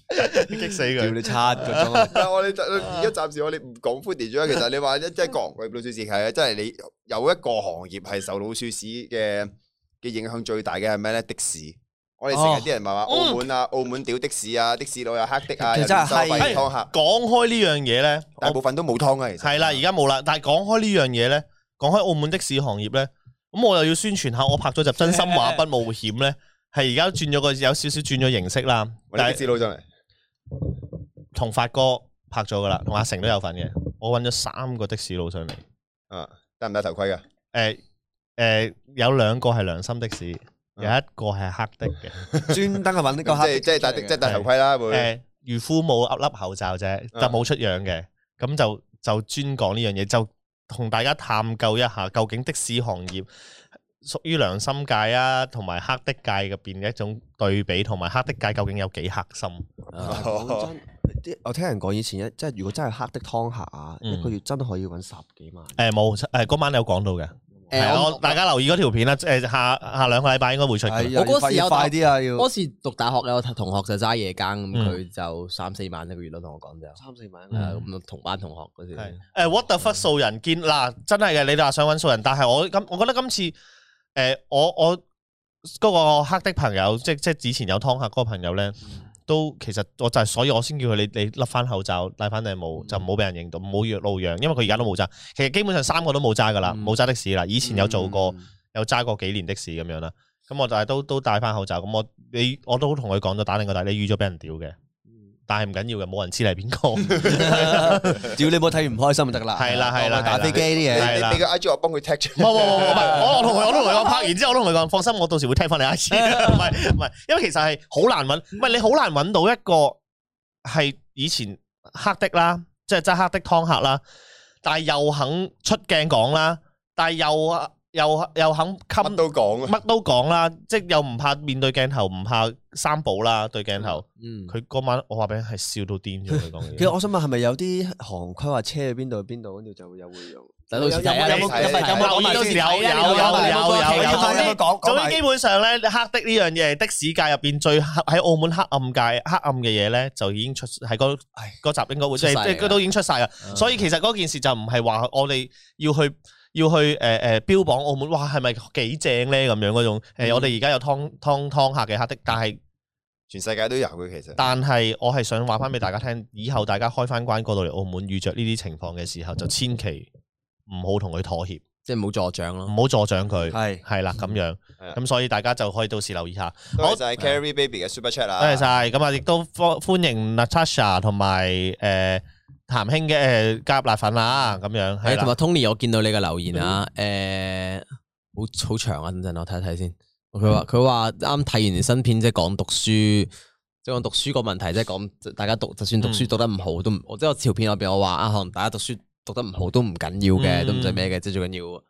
Speaker 1: [LAUGHS] 激死
Speaker 5: 屌
Speaker 1: 佢！
Speaker 5: 你差個鐘，
Speaker 3: 但係我哋
Speaker 1: 啊
Speaker 3: 而家暫時我哋唔講 footage 啦。其實你話一即係講老鼠屎係啊，即係你有一個行業係受老鼠屎嘅嘅影響最大嘅係咩咧？的士。我哋成日啲人咪
Speaker 1: 哦
Speaker 3: 話澳門啊，澳門屌的士啊，的士佬又黑的啊，
Speaker 5: 其
Speaker 3: 又
Speaker 5: 實真係
Speaker 3: 收費
Speaker 1: 嗯係
Speaker 3: 劏客，
Speaker 1: 講開呢樣嘢咧，
Speaker 3: 大
Speaker 1: 我
Speaker 3: 部分都冇劏啊。其實
Speaker 1: 係啦，而家冇啦。但係講開呢樣嘢咧，講開澳門的士行業咧，咁我又要宣傳下，我拍咗集《真心話不冒險》咧，係而家轉咗個有少少轉咗形式啦，
Speaker 3: 我哋
Speaker 1: 但
Speaker 3: 的
Speaker 1: 係
Speaker 3: 士佬真係
Speaker 1: 同發哥拍咗噶啦，同阿成都有份嘅。我揾咗三個的士佬上嚟，
Speaker 3: 啊，戴唔戴頭盔㗎？
Speaker 1: 誒誒，有兩個係良心的士，有一個係黑的嘅。
Speaker 5: 專
Speaker 1: 啊
Speaker 5: 登去揾呢個
Speaker 3: 即係
Speaker 5: 黑
Speaker 3: 即係戴即係戴頭盔啦，會
Speaker 1: 诶，渔夫冇笠笠口罩啫，就
Speaker 3: 啊
Speaker 1: 冇出樣嘅，咁就就專講呢樣嘢，就同大家探究一下究竟的士行業屬於良心界啊，同埋黑的界入边嘅一種對比，同埋黑的界究竟有幾黑心？
Speaker 4: 啊
Speaker 1: 哦
Speaker 4: 講真，啲我聽人講以前一即係如果真係黑的湯下啊，
Speaker 1: 嗯
Speaker 4: 一個月真係可以揾十幾萬。
Speaker 1: 诶，冇诶，嗰晚有講到嘅，
Speaker 2: 誒
Speaker 1: 係啊
Speaker 2: 我
Speaker 1: 我大家留意嗰條片啦，诶，下下两个礼拜應該會出
Speaker 5: 係
Speaker 1: 嘅，
Speaker 5: 又
Speaker 2: 我嗰
Speaker 5: 要
Speaker 2: 時有
Speaker 5: 要快啲啊！要
Speaker 2: 嗰時讀大學有同學就揸夜更，咁
Speaker 1: 嗯
Speaker 2: 佢就三四萬一個月咯，同我講就，係
Speaker 4: 三四萬
Speaker 1: 嗯
Speaker 2: 啊咁同班同學嗰時，
Speaker 1: 係诶，what the fuck 素人見嗱，真係嘅，你哋話想揾素人，但係我咁，我覺得今次诶，我我嗰個黑的朋友，即即以前有湯客嗰個朋友咧。都其實我就係，所以我先叫佢你你笠翻口罩，戴翻頂帽，就唔好俾人認到，唔好越路樣，因為佢而家都冇揸。其實基本上三個都冇揸噶啦，
Speaker 2: 嗯
Speaker 1: 冇揸的士啦。以前有做過，
Speaker 4: 嗯 [LAUGHS]
Speaker 1: 有揸過幾年的士咁樣啦。咁我但係都都戴翻口罩。咁我你我都同佢講咗打定個底，你預咗俾人屌嘅，但係唔緊要嘅，冇人知你係邊個。
Speaker 5: 屌你冇睇唔開心就得啦。
Speaker 1: 係啦係啦
Speaker 5: 當佢打
Speaker 1: 係啦
Speaker 5: 飛機啲嘢。
Speaker 1: 係啦
Speaker 3: 你你個 I G 我幫佢踢出，
Speaker 1: 冇冇冇冇，唔係我我同佢我都同佢講拍完之後，我都同佢講放心，我到時會聽翻你 I
Speaker 3: [LAUGHS]
Speaker 1: G。唔係唔係，因為其實係好難揾，唔係你好難揾到一個係以前黑的啦，即係揸黑的湯客啦，但係又肯出鏡講啦，但係又又又肯
Speaker 3: 乜
Speaker 1: 襟
Speaker 3: 都講啊，
Speaker 1: 乜都講啦，即係又唔怕面對鏡頭，唔怕三寶啦對鏡頭。
Speaker 2: 嗯，
Speaker 1: 佢嗰晚我話俾你係笑到癲咗，佢講嘢。
Speaker 4: 其實我想問係咪有啲行規話車去邊度邊度，跟住就會有會用？
Speaker 2: 等到時睇下
Speaker 5: 有冇
Speaker 2: 你
Speaker 5: 有冇
Speaker 2: 睇下
Speaker 5: 有冇
Speaker 2: 你
Speaker 5: 有冇
Speaker 2: 到時
Speaker 1: 有
Speaker 2: 睇下你
Speaker 1: 有有
Speaker 2: 睇下你
Speaker 1: 有有有
Speaker 2: 睇下你
Speaker 1: 有有
Speaker 5: 講
Speaker 1: 總
Speaker 5: 講
Speaker 1: 之基本上咧，黑的呢樣嘢，的士界入边最黑喺澳門黑暗界黑暗嘅嘢咧，就已經出喺嗰嗰集應該會即
Speaker 2: 出晒嗯嚟
Speaker 1: 係
Speaker 2: 啦
Speaker 1: 即係都已經出晒啦。所以其實嗰件事就唔係話我哋要去。要去誒誒、呃、標榜澳門，哇係咪幾正咧咁樣嗰種、呃我哋而家有湯湯湯客嘅黑的，但係
Speaker 3: 全世界都有嘅其實。
Speaker 1: 但係我係想話翻俾大家聽，以後大家開翻關過到嚟澳門遇着呢啲情況嘅時候，就千祈唔好同佢妥協，
Speaker 2: 即係冇助長
Speaker 1: 唔
Speaker 2: 咯，
Speaker 1: 好助長佢。
Speaker 5: 係
Speaker 1: 系啦，咁樣，
Speaker 3: 係啊
Speaker 1: 咁所以大家就可以到時留意下。
Speaker 3: 多謝晒 Carrie Baby 嘅 Super Chat 啊！
Speaker 1: 多謝晒，咁啊，亦都歡歡迎 Natasha 同埋诶譚兄嘅诶加入辣粉啦，咁樣係
Speaker 2: 係
Speaker 1: 啦嗯
Speaker 2: 同埋，Tony，我見到你嘅留言啊，誒，好好長啊，等陣我睇一睇先。佢話佢話啱睇完新片，即係講讀書，即係講讀書個問題，即係講大家讀，就
Speaker 1: 嗯
Speaker 2: 算讀書讀得唔好都唔，我即係我條片入邊我話啊，可能大家讀書讀得唔好都唔緊要嘅，
Speaker 1: 嗯
Speaker 2: 都唔使咩嘅，即係最緊要誒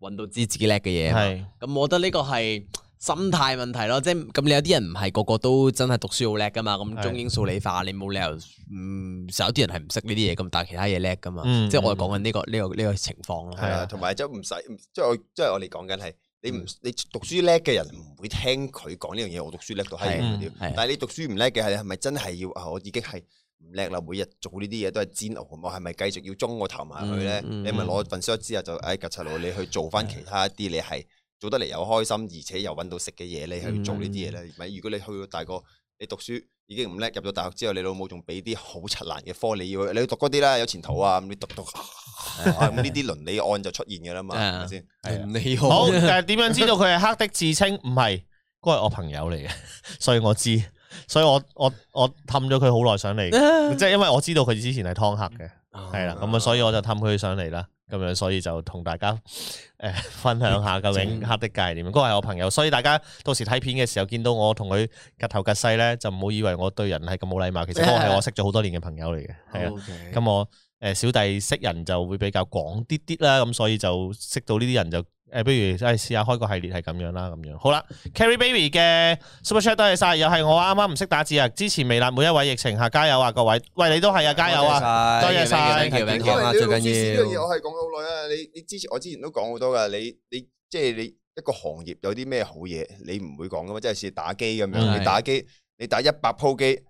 Speaker 2: 揾到知自己叻嘅嘢啊嘛。
Speaker 1: 係
Speaker 2: 咁我覺得呢個係心態問題咯，即係咁你有啲人唔係個個都真係讀書好叻噶嘛，
Speaker 1: 係
Speaker 2: 咁中英數理化你冇理由，嗯，有啲人係唔識呢啲嘢咁，但係其他嘢叻噶嘛，
Speaker 1: 嗯
Speaker 2: 即係我係講緊呢個呢、個呢、個情況
Speaker 3: 係
Speaker 1: 係
Speaker 2: 咯。
Speaker 1: 啊
Speaker 3: 啊，同埋即係唔使，即係我即係我哋講緊係你唔你讀書叻嘅人唔會聽佢講呢樣嘢，我讀書叻到閪咁
Speaker 1: 係
Speaker 3: 屌
Speaker 2: 嗯。係
Speaker 3: 但係你讀書唔叻嘅係係咪真係要啊？我已經係唔叻啦，每日做呢啲嘢都係煎熬，我係咪繼續要中我頭埋去咧？
Speaker 2: 嗯嗯
Speaker 3: 你咪攞份 shot 之後啊就唉，曱甴佬，你去做翻其他一啲你係做得嚟又開心，而且又揾到食嘅嘢，你去做呢啲嘢咧。咪如果你去到大個，你讀書。已經唔叻，入咗大學之後，你老母仲俾啲好柒難嘅科，你要你要讀嗰啲啦，有前途啊！咁你讀讀，啊咁呢啲倫理案就出現嘅啦嘛，係咪先？
Speaker 2: 你
Speaker 1: 好。但係點樣知道佢係黑的自稱？唔係，嗰係我朋友嚟嘅， [LAUGHS] 所以我知，所以我我我氹咗佢好耐
Speaker 2: [LAUGHS]
Speaker 1: 上嚟，即係因為我知道佢之前係湯客嘅。
Speaker 4: 哦
Speaker 1: 係啦，咁啊，所以我就氹佢上嚟啦，咁樣，所以就同大家 [LAUGHS] 诶、呃分享下究竟黑的界係點。嗰個係我朋友，所以大家到時睇片嘅時候見到我同佢夾頭夾西咧，就唔好以為我對人係咁冇禮貌。其實嗰個係我識咗好多年嘅朋友嚟嘅，係啊。
Speaker 4: OK
Speaker 1: 咁我诶、呃小弟識人就會比較廣啲啲啦，咁所以就識到呢啲人就诶，不如诶試下開個系列係咁樣啦，咁樣好啦。Carry Baby 嘅 Super Chat 多謝晒，又係我啱啱唔識打字啊！支持微辣每一位疫情下加油啊，各位！喂，你都係啊，加油啊！
Speaker 5: 啊
Speaker 1: 多謝晒
Speaker 2: 多謝
Speaker 5: 健
Speaker 2: 晒
Speaker 5: 康啊，
Speaker 3: 因
Speaker 5: 最
Speaker 3: 為你
Speaker 5: 緊
Speaker 3: 呢樣嘢
Speaker 5: 要。
Speaker 3: 我係講咗好耐啦。你你之前我之前都講好多噶，你你即係你一個行業有啲咩好嘢，你唔會講噶嘛。即係似打機咁
Speaker 1: 嗯
Speaker 3: 樣，你打機你打一百鋪機，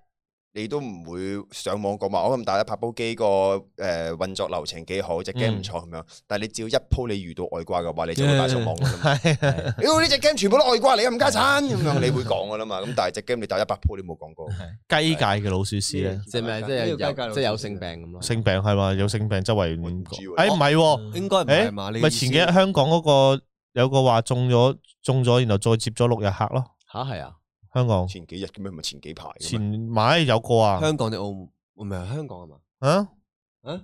Speaker 3: 你都唔會上網講話我咁打一百鋪機個誒運作流程幾好，只 game 唔錯咁樣。但係你只要一鋪你遇到外掛嘅話，你就會打上網噶啦嘛。屌呢只 game 全部都外掛嚟，冚家產咁樣，你會講噶啦嘛。咁但係只 game 你打一百鋪你冇講過。
Speaker 1: 雞界嘅老鼠屎咧，
Speaker 2: 即係咩？即係
Speaker 4: 啊呢個
Speaker 2: 有
Speaker 4: 雞架
Speaker 2: 有
Speaker 4: 路
Speaker 2: 即係有性病咁咯。
Speaker 1: 性病係嘛？有性病周圍
Speaker 3: 我
Speaker 1: 亂
Speaker 3: 唔
Speaker 1: 講
Speaker 3: 知喎
Speaker 1: 誒唔係
Speaker 2: 嗯
Speaker 1: 喎。
Speaker 4: 哦應該唔係嘛？你
Speaker 1: 嗯咪前幾日香港嗰個有個話中咗中咗，然後再接咗六日客咯。
Speaker 2: 吓係啊，
Speaker 1: 香港
Speaker 3: 前幾日咁樣唔係前幾排嘅咩。
Speaker 1: 前買有個啊，
Speaker 4: 香港定澳門唔係香港啊嘛？
Speaker 1: 啊
Speaker 4: 啊，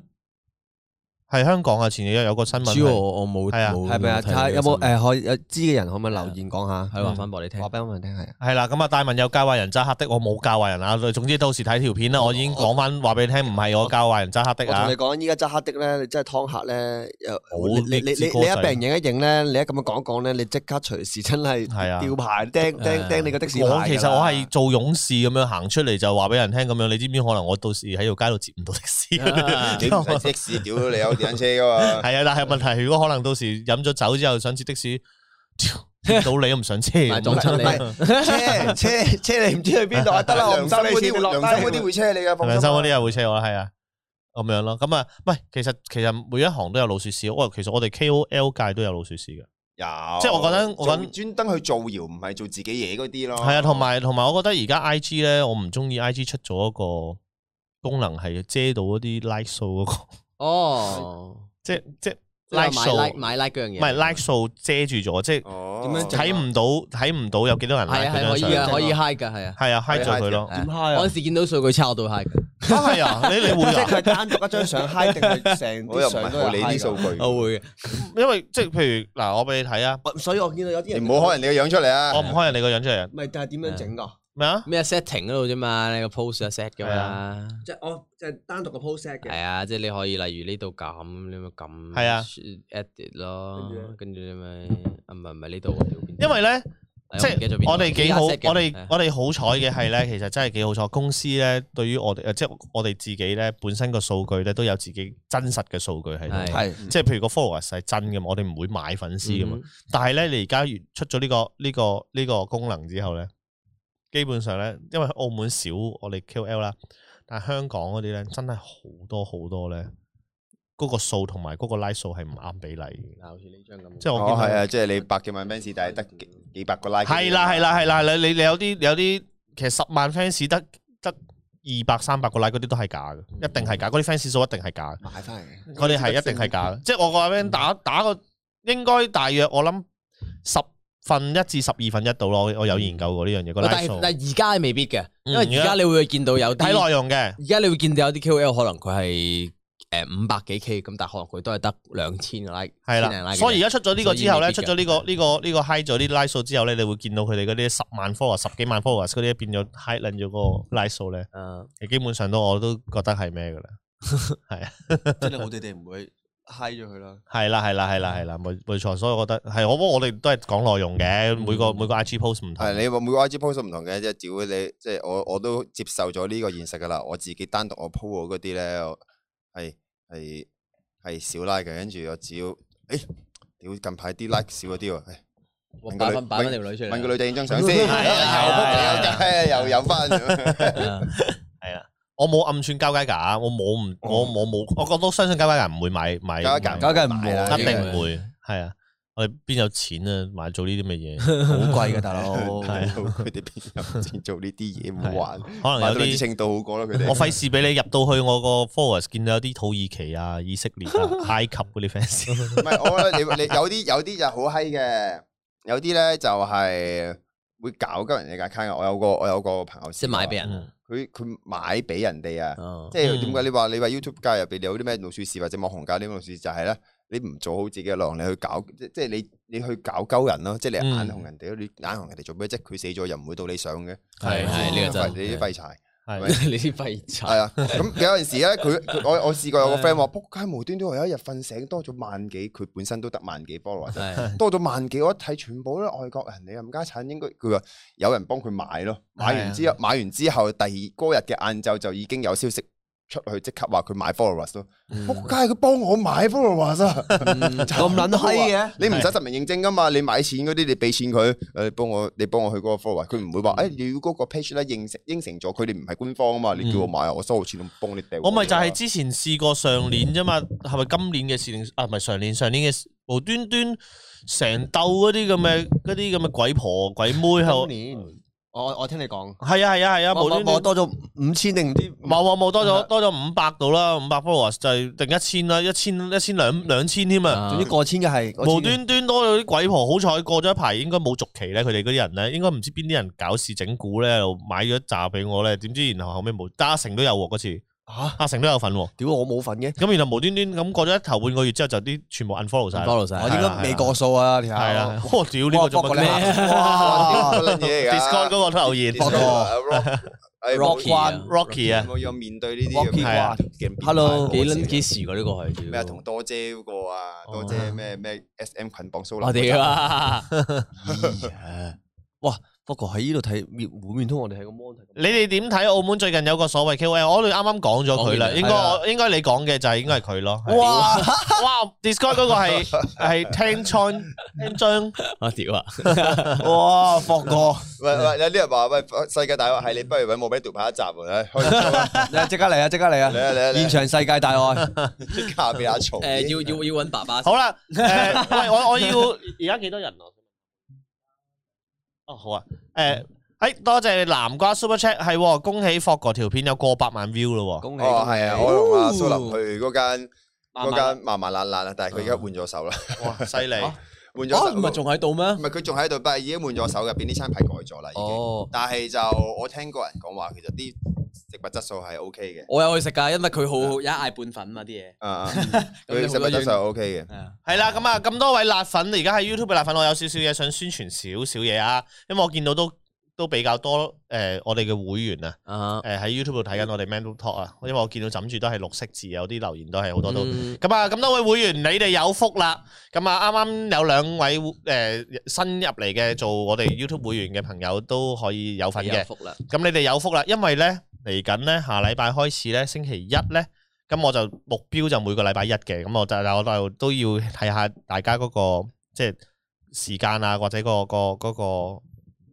Speaker 1: 係香港啊，前幾日有個新聞
Speaker 2: 主要
Speaker 1: 係，
Speaker 2: 我我冇
Speaker 1: 係啊
Speaker 2: 冇
Speaker 4: 係咪啊？
Speaker 2: 冇睇
Speaker 4: 睇
Speaker 2: 到
Speaker 4: 下有冇
Speaker 2: 呢
Speaker 4: 誒可以有知嘅人可唔可以留言講下？
Speaker 2: 個
Speaker 1: 嗯
Speaker 2: 新聞係話翻俾你聽
Speaker 4: 話。俾我哋聽係啊。
Speaker 1: 係啦。咁啊，戴文有教壞人揸黑的，我冇教壞人啊。總之到時睇條片啦，我已經講翻話俾你聽，唔係我教壞人揸黑
Speaker 4: 我
Speaker 1: 的啊
Speaker 4: 同你。講，依家揸黑的咧，你真係劏客咧，又
Speaker 1: 好
Speaker 4: 你你你
Speaker 1: 益智
Speaker 4: 你
Speaker 1: 歌
Speaker 4: 你
Speaker 1: 仔
Speaker 4: 一病影一影咧，你一咁樣講一講咧，你即刻隨時真係
Speaker 1: 係啊
Speaker 4: 吊牌釘釘釘你個的士牌㗎啦
Speaker 1: 我其實我係做勇士咁樣行出嚟就話俾人聽咁樣，你知唔知可能我到時喺條街度接唔到的
Speaker 2: 啊
Speaker 1: 士？
Speaker 3: 你唔使的士，屌你有電單車噶
Speaker 1: [LAUGHS]
Speaker 3: 嘛？
Speaker 1: 係啊，但係問題係如果可能到時飲咗酒之後想接的士， [LAUGHS] 接到你都唔想
Speaker 2: [LAUGHS]
Speaker 1: 車，
Speaker 2: 但係撞親你
Speaker 1: 真係 [LAUGHS]
Speaker 4: 車車車你唔知去邊度啊？ [LAUGHS] 得啦，我唔收你錢，你落
Speaker 3: 良心嗰
Speaker 4: 低
Speaker 3: 啲。會車你噶，
Speaker 1: 梁生嗰啲又會車我啦，係啊，咁樣咯。咁啊，唔係，其實其實每一行都有老鼠屎。我其實我哋 KOL 界都有老鼠屎嘅，
Speaker 3: 有，
Speaker 1: 即係我覺得我覺得
Speaker 3: 做專登去造謠，唔係做自己嘢嗰啲咯。
Speaker 2: 哦
Speaker 1: 係啊。同埋同埋，我覺得而家 IG 咧，我唔中意 IG 出咗一個功能係遮到嗰啲 like 數嗰個，
Speaker 2: [LAUGHS]
Speaker 1: [LAUGHS]
Speaker 2: 哦，
Speaker 1: 即即
Speaker 2: 即係
Speaker 1: like
Speaker 2: 買
Speaker 1: 數
Speaker 2: like 買 like 嗰樣嘢，
Speaker 1: 唔係 like 數遮住咗，即係
Speaker 3: 哦，
Speaker 5: 點樣整
Speaker 1: 睇唔到睇唔到有幾多人
Speaker 2: 係
Speaker 1: like
Speaker 2: 啊
Speaker 1: 嗰
Speaker 2: 係可
Speaker 1: 張
Speaker 2: 以啊
Speaker 1: 相。
Speaker 2: 可以 high 噶係啊，
Speaker 1: 係啊，high 咗佢咯。
Speaker 2: 點
Speaker 5: high 啊
Speaker 2: 我嗰時見到數據差我都 high 㗎
Speaker 1: 啊係啊，你你會
Speaker 5: 即係
Speaker 1: 啊？
Speaker 5: 佢單獨一張相 high 定係成
Speaker 3: 我又
Speaker 5: 啲
Speaker 3: 唔係
Speaker 5: 相都
Speaker 3: 好
Speaker 5: 係
Speaker 3: 理
Speaker 5: high
Speaker 3: 啲
Speaker 5: 㗎
Speaker 3: 數據，
Speaker 2: 我會嘅。
Speaker 1: 因為即係譬如嗱，我俾你睇啊，
Speaker 4: 我所以我見到有啲
Speaker 3: 你
Speaker 4: 人
Speaker 3: 唔好開人哋個樣出嚟啊！
Speaker 1: 我唔開人哋個樣出嚟啊
Speaker 4: 唔係，但係點樣整㗎？
Speaker 1: 咩啊？
Speaker 2: 咩 setting 嗰度啫嘛，你個 post 有 set 噶
Speaker 1: 係啊
Speaker 2: 嘛，
Speaker 4: 即係我即係單獨個 post set
Speaker 2: 係
Speaker 4: 嘅，
Speaker 2: 啊，即係你可以例如呢度咁，你咪咁，
Speaker 1: 係啊
Speaker 2: ，edit 咯
Speaker 4: 跟住呢，
Speaker 2: 跟住你咪啊唔係唔係呢度喎，屌邊度
Speaker 1: 因為咧。
Speaker 2: 哎
Speaker 1: 即
Speaker 2: 我唔記
Speaker 1: 係
Speaker 2: 得咗邊度
Speaker 1: 我哋幾好，我
Speaker 2: 依家 set 嘅
Speaker 1: 哋
Speaker 2: 係啊
Speaker 1: 我哋好彩嘅係咧，其實真係幾好彩。公司咧對於我哋，呃即係我哋自己咧本身個數據咧都有自己真實嘅數據喺
Speaker 2: 係
Speaker 1: 度，
Speaker 5: 係
Speaker 1: 即係譬如個 followers 係真嘅嘛，我哋唔會買粉絲嘅
Speaker 2: 嗯
Speaker 1: 嘛。但係咧，你而家越出咗呢個呢個呢個功能之後咧，基本上咧，因為澳門少我哋 QL 啦，但係香港嗰啲咧真係好多好多咧，嗰個數同埋嗰個 like 數係唔啱比例嘅。
Speaker 2: 嗱，好似呢張咁，
Speaker 1: 即係我
Speaker 3: 哦
Speaker 1: 見，到
Speaker 3: 係啊，即係你百幾萬 fans，但係得幾幾百個 like。
Speaker 1: 系啦系。啦系啦，你你你有啲你有啲，其實十萬 fans 得得二百三百個 like 嗰啲都係假
Speaker 2: 嗯
Speaker 1: 嘅，一定係假，嗰啲 fans 數一定係假，
Speaker 4: 買翻嚟嘅。
Speaker 1: 嗰啲係一定係假嘅。即係我個
Speaker 2: 嗯
Speaker 1: friend 打打個應該大約我諗十分一至十二分一到咯，我我有研究過呢樣嘢個
Speaker 2: 嗯但
Speaker 1: like
Speaker 2: 係
Speaker 1: 數，
Speaker 2: 但係而家係未必嘅，因為
Speaker 1: 嗯
Speaker 2: 而家你會見到有
Speaker 1: 睇
Speaker 2: 啲
Speaker 1: 內容嘅，
Speaker 2: 而家你會見到有啲 KOL 可能佢係诶五百幾 K 咁，但可能佢都係得兩千個 like，
Speaker 1: 係
Speaker 2: 千零
Speaker 1: 啦。
Speaker 2: like 嘅啫
Speaker 1: 所以而家出咗呢個之後咧，出
Speaker 2: 所以
Speaker 1: 咗
Speaker 2: 未
Speaker 1: 呢
Speaker 2: 必嘅嗯
Speaker 1: 個呢個呢個 high 咗啲 like 數之後咧，你會見到佢哋嗰啲十萬 followers、十幾萬 followers 嗰啲變咗 high 撚咗個 like 數咧，
Speaker 2: 嗯
Speaker 1: 其實基本上都我都覺得係咩噶啦。
Speaker 5: 真係好地地唔會 high 咗佢啦。
Speaker 1: 系啦，系啦，系
Speaker 3: 嗯
Speaker 1: 啦，系啦，冇冇错，所以我覺得係我我哋都係講內容嘅，每個每個 IG post 唔同。
Speaker 3: 嗯係你話每個 IG post 都唔同嘅，即係屌你，即係我我都接受咗呢個現實噶啦。我自己單獨我 po 我嗰啲咧，我係係係少 like 嘅，跟住我只要誒屌近排啲 like 少咗啲喎，唉
Speaker 2: 哇
Speaker 3: 問個
Speaker 2: 擺
Speaker 3: 女
Speaker 2: 翻擺翻條女出嚟，
Speaker 3: 問個女仔影張相先， [LAUGHS] 又
Speaker 1: 係啊係啊
Speaker 3: 撲街又有翻。
Speaker 2: 啊
Speaker 1: 我冇暗串交街架，我冇唔我我冇，我我都相信交街架唔會買買，
Speaker 3: 交街架
Speaker 5: 啊梗係唔會啦，
Speaker 1: 一定唔會。係啊，我哋邊有錢啊買做呢啲嘅
Speaker 3: [LAUGHS]
Speaker 1: 嘢？
Speaker 5: 好貴嘅大佬。
Speaker 3: 佢哋邊有錢做呢啲嘢唔玩，
Speaker 1: 可能
Speaker 3: 買到
Speaker 1: 有
Speaker 3: 啲
Speaker 1: 啲
Speaker 3: 程度好過啦，佢
Speaker 1: 我
Speaker 3: 哋。
Speaker 1: 費事俾你入到去我個 forest 見到有啲土耳其啊、以色列
Speaker 3: [LAUGHS]
Speaker 1: 啊、埃及嗰啲 fans， [LAUGHS]
Speaker 3: 唔係，我覺得你你有啲有啲就好閪嘅，有啲咧就係會搞鳩人哋嘅 account 嘅。我有個我有個朋友
Speaker 2: [LAUGHS] 即係買俾，人
Speaker 1: 嗯
Speaker 2: 啊，
Speaker 3: 佢佢買俾人哋啊，
Speaker 2: 哦
Speaker 3: 即係點解你話你話 YouTube 界入邊有啲咩老鼠屎或者網紅界啲咩老鼠屎就係咧，你唔做好自己嘅內容，你去搞即即係你你去搞鳩人咯，即係你眼紅人哋，你眼紅人哋做咩啫？佢死咗又唔會到你上嘅，
Speaker 2: 係係呢個真
Speaker 3: 你啲廢柴。
Speaker 1: 係
Speaker 3: 係咪
Speaker 2: 你先肺
Speaker 3: 系
Speaker 2: 塵，
Speaker 3: 啊，咁有阵时咧，佢佢我我试过有個 friend 話：，仆街無端端我有一日瞓醒多咗萬幾，佢本身都得萬幾 follower，啫
Speaker 2: 係
Speaker 3: 多咗萬幾，我一睇全部都係外國人，你冚家產應該佢話有人幫佢買咯，買完之後買完之後，第二嗰日嘅晏晝就已經有消息出去，即刻話佢買 followers 咯，仆街佢幫我買 followers 啊！
Speaker 4: 咁撚閪嘅，
Speaker 3: 你唔使實名認證噶嘛？你買錢嗰啲，你俾錢佢，誒幫我，你幫我去嗰個 follower，佢唔會話誒、你要嗰個 page 咧應承應承咗，佢哋唔係官方啊嘛，你叫我買啊，我收咗錢，我幫你掉。啊
Speaker 1: 我咪就係之前試過上年啫嘛，係咪今年嘅事定啊？唔係上年，上年嘅事無端端成竇嗰啲咁嘅嗰啲咁嘅鬼婆鬼妹喺
Speaker 4: 今
Speaker 1: 度，
Speaker 4: 年我我聽你講，
Speaker 1: 係啊係啊係啊，無
Speaker 4: 我
Speaker 1: 端
Speaker 4: 我
Speaker 1: 端
Speaker 4: 多咗五千定唔知
Speaker 1: 冇冇冇多咗多咗五百度啦，五百 followers 就係定一千啦，一千一千兩兩千添啊！
Speaker 4: 總之過千嘅係過千嘅
Speaker 1: 無端端多咗啲鬼婆，好彩過咗一排，應該冇續期咧。佢哋嗰啲人咧，應該唔知邊啲人搞事整蠱咧，又買咗一扎俾我咧。點知然後後尾冇，但阿成都有喎嗰次，
Speaker 4: 嚇
Speaker 1: 阿成都有份喎。
Speaker 4: 屌我冇份嘅，
Speaker 1: 咁然後無端端咁過咗一頭半個月之後，就啲全部 unfollow 晒啦。
Speaker 2: follow 晒
Speaker 4: 我應該未過數啊，條
Speaker 1: 係啊，我屌呢
Speaker 4: 哇
Speaker 1: 個做乜
Speaker 4: 搏過你
Speaker 1: 咩
Speaker 3: 哇
Speaker 4: 哇
Speaker 3: 屌乜撚嘢啊哎嚟㗎
Speaker 1: Discord 嗰個都留
Speaker 3: [LAUGHS]
Speaker 1: 言
Speaker 4: 搏過
Speaker 3: ，Rock
Speaker 2: ，Rocky 啊
Speaker 1: Rocky 啊，
Speaker 3: 我要面對呢啲
Speaker 4: Rocky
Speaker 3: 嘅
Speaker 1: 係啊
Speaker 4: 哇
Speaker 3: 嘅變態
Speaker 4: Hello，
Speaker 2: 幾撚幾時㗎呢個係
Speaker 3: 咩啊？同多姐嗰個啊，多姐咩咩 SM 捆綁蘇
Speaker 2: 我屌 [LAUGHS] 啊！
Speaker 4: 哇！不過喺呢度睇面滿面通，我哋喺個 mon 睇
Speaker 1: 你哋點睇澳門最近有個所謂 KOL？我哋啱啱講咗佢啦，
Speaker 2: 講完啦
Speaker 1: 應該我應該你講嘅就係應該係佢咯。係
Speaker 4: 哇！
Speaker 1: 哇！Discord 嗰個係係聽窗聽張
Speaker 2: 我
Speaker 1: [LAUGHS]
Speaker 2: 屌啊！
Speaker 4: 哇！霍哥，
Speaker 3: 喂喂，有啲人話喂世界大鑊係你，不如揾冇俾度拍一集喎，唉開咗啦
Speaker 4: 你即刻嚟啊！即刻嚟
Speaker 3: [LAUGHS] 嚟啊嚟啊
Speaker 4: 啊！
Speaker 3: 嚟啊
Speaker 4: 現場世界大愛，
Speaker 3: 即刻下俾阿曹。
Speaker 2: [LAUGHS] 誒，要要要揾爸爸。
Speaker 1: 好啦，誒，喂，我我要而家幾多人啊？哦，好啊，誒，誒，多謝南瓜 Super Chat，係喎，恭喜霍哥條片有過百萬 view 咯喎，
Speaker 4: 恭喜！
Speaker 3: 哦，係啊，我同阿蘇林
Speaker 4: 去。
Speaker 3: 去嗰間
Speaker 2: 慢慢
Speaker 3: 嗰間麻麻辣辣啊，但係佢而家換咗手啦， [LAUGHS]
Speaker 1: 哇， [LAUGHS] 犀利！
Speaker 3: 換咗
Speaker 2: 啊，
Speaker 3: 手。
Speaker 2: 唔係仲喺度咩？
Speaker 3: 唔係佢仲喺度，但係已經換咗手入邊啲餐牌改咗啦，已經。
Speaker 2: 哦
Speaker 3: 但係就我聽過人講話，其實啲食物質素係 O K 嘅。
Speaker 2: 我有去食㗎，因為佢好
Speaker 1: 啊
Speaker 2: 有一嗌半粉嘛啲嘢。
Speaker 3: 啊，啊佢食物質素係 O K 嘅。
Speaker 2: 係啊
Speaker 1: 係啦，咁啊，咁多位辣粉，而家喺 YouTube 嘅辣粉，我有少少嘢想宣傳少少嘢啊，因為我見到都都比較多誒，我哋嘅會員啊，
Speaker 2: 啊，
Speaker 1: 誒喺 YouTube 度睇緊我哋 Mental Talk 啊，因為我見到枕住都係綠色字，有啲留言都係好多都。
Speaker 2: 嗯
Speaker 1: 咁啊，咁多位會員，你哋有福啦！咁啊，啱啱有兩位誒、呃新入嚟嘅做我哋 YouTube 會員嘅朋友都可以有份嘅。
Speaker 2: 福啦。
Speaker 1: 咁你哋有福啦，因為咧嚟緊咧下禮拜開始咧星期一咧，咁我就目標就每個禮拜一嘅，咁我就我就都要睇下大家嗰、個即係時間啊，或者、個個嗰、個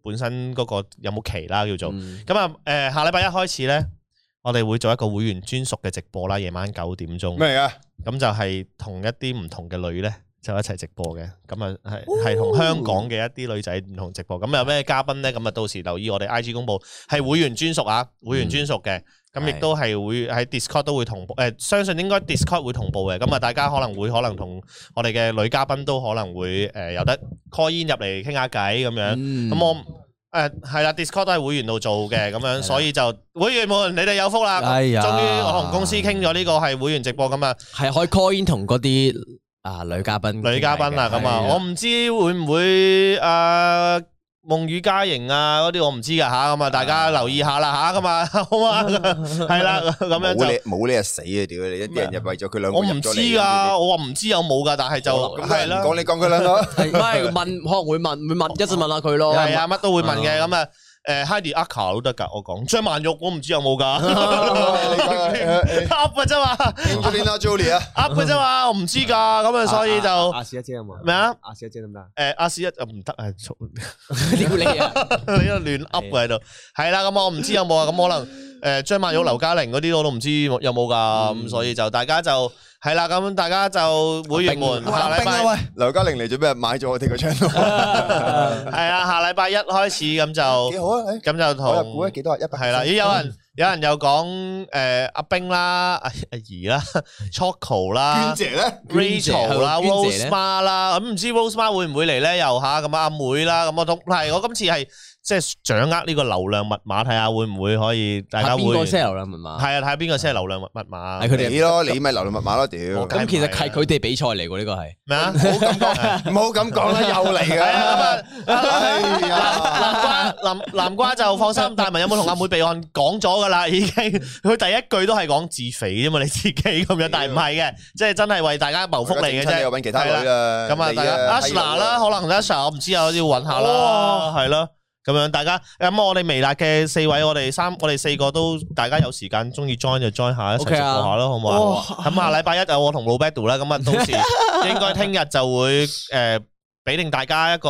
Speaker 1: 本身嗰個有冇期啦叫做。
Speaker 4: Ừ.
Speaker 2: 嗯
Speaker 1: 咁啊誒下禮拜一開始咧，我哋會做一個會員專屬嘅直播啦，夜晚九點鐘。
Speaker 3: 咩嚟㗎？
Speaker 1: 咁就係同一啲唔同嘅女咧，就一齊直播嘅。咁啊，係
Speaker 2: 哦
Speaker 1: 係同香港嘅一啲女仔唔同直播。咁有咩嘉賓咧？咁啊，到時留意我哋 I G 公佈，係會員專屬啊，會員專屬嘅。
Speaker 2: 嗯
Speaker 1: 咁亦都係會喺 Discord 都會同步，誒、相信應該 Discord 會同步嘅。咁啊，大家可能會可能同我哋嘅女嘉賓都可能會誒、有得 call in 入嚟傾下偈咁樣。
Speaker 2: 嗯
Speaker 1: 咁我誒係啦，Discord 都係會員度做嘅，咁樣，所以就會員們你哋有福啦！
Speaker 2: 嗯哎呀
Speaker 1: 啊終於我同公司傾咗呢個係會員直播咁啊，
Speaker 2: 係可以 call in 同嗰啲啊女嘉賓傾偈嘅。
Speaker 1: 女嘉賓啦，咁啊，
Speaker 2: 係
Speaker 1: 我唔知會唔會誒夢與家營啊嗰啲，我唔知噶吓，咁啊，大家留意下啦吓，咁啊， [LAUGHS] 好嘛，係啦，咁樣
Speaker 3: 冇
Speaker 1: 就
Speaker 3: 你冇你啊死啊！屌你一啲人入為咗佢兩個
Speaker 1: 我
Speaker 3: 入
Speaker 1: 唔
Speaker 3: 咗嚟
Speaker 1: 知噶，我話唔知有冇噶，但係就
Speaker 3: 哦咁
Speaker 1: 係
Speaker 3: 係
Speaker 1: 啦
Speaker 3: 啦，唔。講你講佢兩個。 [LAUGHS]
Speaker 2: 唔係問， [LAUGHS] 可能會問，會問一陣問下佢咯。
Speaker 1: 系
Speaker 2: [LAUGHS]
Speaker 1: 啊，乜都會問嘅，咁啊，诶，Heidi Aka 都得㗎，我講張曼玉我唔知有冇㗎
Speaker 3: [LAUGHS]
Speaker 1: [LAUGHS] ，up 嘅啫嘛
Speaker 3: Angelina Jolie 啊，
Speaker 1: ，up 嘅啫嘛，我唔知㗎，咁啊，所以就
Speaker 4: 阿史一姐有冇？
Speaker 1: 咩啊？
Speaker 4: 阿史一姐得唔得？
Speaker 1: 诶，阿史一啊唔得啊，嘈
Speaker 2: 屌你啊！
Speaker 1: 你喺度亂 up 喺度，係啦，咁我唔知有冇啊，咁可能
Speaker 3: [LAUGHS]
Speaker 1: 诶張曼玉、劉嘉玲嗰啲我都唔知有冇㗎，
Speaker 3: 嗯
Speaker 1: 咁所以就大家就係啦，咁大家就會員們下禮啊
Speaker 3: 啊
Speaker 1: 拜。
Speaker 4: 啊喂，
Speaker 3: 劉嘉玲嚟做咩？買咗我哋個
Speaker 1: [LAUGHS]
Speaker 3: channel，
Speaker 1: 係啊，下禮拜一開始咁
Speaker 3: 幾 [LAUGHS]
Speaker 1: 就
Speaker 3: 好啊！誒
Speaker 1: 咁就
Speaker 3: 我又
Speaker 1: 同
Speaker 3: 估咗幾多啊？一百
Speaker 1: 系啦，咦有人有人又講诶阿冰啦、阿阿怡
Speaker 3: [LAUGHS]
Speaker 1: 啦、Choco 啦
Speaker 3: 娟、姐咧，
Speaker 1: Rachel 啦、
Speaker 2: 娟姐係
Speaker 1: Rose
Speaker 2: 咪娟姐呢
Speaker 1: Ma 啦，咁唔知 Rose Ma 會唔會嚟咧？又吓咁阿妹啦，咁我都係我今次係即系掌握呢个流量密码，睇下会唔会可以大家
Speaker 2: 睇
Speaker 1: 会
Speaker 2: 邊個
Speaker 1: 系
Speaker 2: sell 啦，係嘛？
Speaker 1: 啊，睇下边个先系流量密密码
Speaker 2: 係佢哋
Speaker 3: 你咯，你咪流量密碼咯，屌！
Speaker 2: 哦
Speaker 1: 梗係
Speaker 2: 咁
Speaker 1: 唔
Speaker 2: 其實
Speaker 1: 係
Speaker 2: 係
Speaker 1: 啦
Speaker 2: 佢哋比賽嚟喎，呢個係。
Speaker 1: 咩啊？
Speaker 3: 唔好咁
Speaker 1: [LAUGHS]
Speaker 3: 講，唔好咁講啦，又嚟㗎啦！哎呀，
Speaker 1: 南瓜南南瓜就放心，大文有冇同阿妹備案講咗噶啦？已經佢第一句都係講自肥啫嘛，你自己咁樣，但係唔係嘅，即係真係為大家謀福利嘅
Speaker 3: 我而家整親
Speaker 1: 啫
Speaker 3: 你又。揾其他女
Speaker 1: 係啦
Speaker 3: 啦，
Speaker 1: 咁啊，
Speaker 3: 你
Speaker 1: 大家
Speaker 3: 啊
Speaker 1: Asla 啦，可能 Asla 我唔知啊，我都要揾下啦
Speaker 3: 哦，
Speaker 1: 係咯。咁樣大家咁我哋微辣嘅四位，我哋三我哋四個都大家有時間中意 join 就 join 下，一齊
Speaker 2: OK 啊
Speaker 1: support 下啦，好唔好啊？咁下禮拜一就我同老 b e d 啦，咁啊到
Speaker 2: [LAUGHS]
Speaker 1: 時應該聽日就會诶俾定大家一個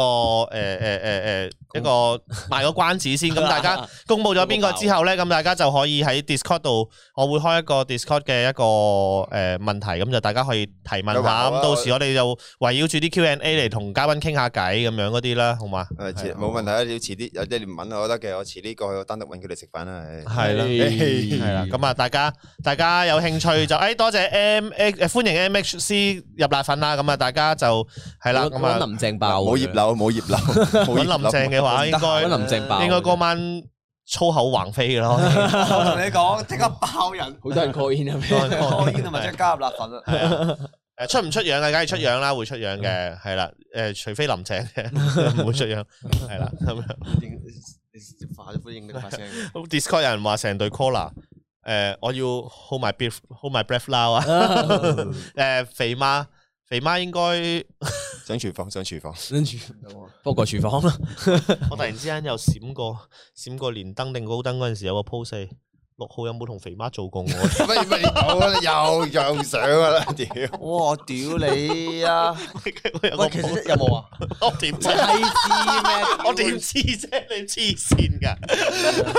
Speaker 1: 诶诶诶诶一個賣個關子先，咁大家
Speaker 3: [LAUGHS]
Speaker 1: 公佈咗邊個之後咧，咁大家就可以喺 Discord 度，我會開一個 Discord 嘅一個诶問題，咁就大家可以提問
Speaker 3: 有話
Speaker 1: 下，
Speaker 3: 好啊
Speaker 1: 咁到時我哋就圍繞住啲 Q&A 嚟同嘉賓傾下偈咁樣嗰啲啦，好嘛？
Speaker 3: 誒遲冇問題啊，要遲啲有啲你唔揾我覺得嘅，我遲啲過去我單獨揾佢哋食飯啦。唉
Speaker 1: 係啦。
Speaker 2: 係
Speaker 1: 系啦，咁啊，大家大家有興趣
Speaker 3: [LAUGHS]
Speaker 1: 就诶，多謝 M H，欢迎 M H C 入奶粉啦，咁啊，大家就係啦，咁啊
Speaker 2: 揾，林鄭爆喎，
Speaker 3: 冇葉柳，冇葉柳，
Speaker 1: 揾
Speaker 3: 冇葉
Speaker 1: 林
Speaker 3: 柳
Speaker 1: 鄭嘅話，應
Speaker 2: 揾
Speaker 1: 該
Speaker 2: 林鄭爆，
Speaker 1: 應該嗰晚粗口橫飛嘅咯，
Speaker 5: 我同你講，即刻爆
Speaker 4: [LAUGHS]
Speaker 5: 人，
Speaker 2: 好多人
Speaker 1: [LAUGHS]
Speaker 2: call in 啊咩？
Speaker 5: 我見到咪即刻加入辣粉啦。
Speaker 1: 诶，出唔出樣啊？梗係出樣啦，會出樣嘅，係啦，诶，除非林鄭嘅，唔會出樣，係啦，咁樣。
Speaker 5: 認你化咗灰認得把聲。
Speaker 1: 咁 Discord 有人話成隊 Cola，诶、我要 hold my breath，hold my breath now 啊！诶、肥媽，肥媽應該。
Speaker 3: 上廚房，上廚房。
Speaker 2: 跟住不過
Speaker 1: [LAUGHS]
Speaker 2: 廚房啦，
Speaker 1: 我突然之間又閃過閃過連登定高登嗰陣時有個 post 係六號有冇同肥媽做過我？
Speaker 3: 乜乜你有啊？又又上啊啦！屌，
Speaker 5: 哇！屌你啊！
Speaker 1: 我有個
Speaker 5: 喂，其
Speaker 1: post，
Speaker 5: 實有冇啊？
Speaker 1: 我點知？
Speaker 5: 係知咩？
Speaker 1: 我點知啫？你黐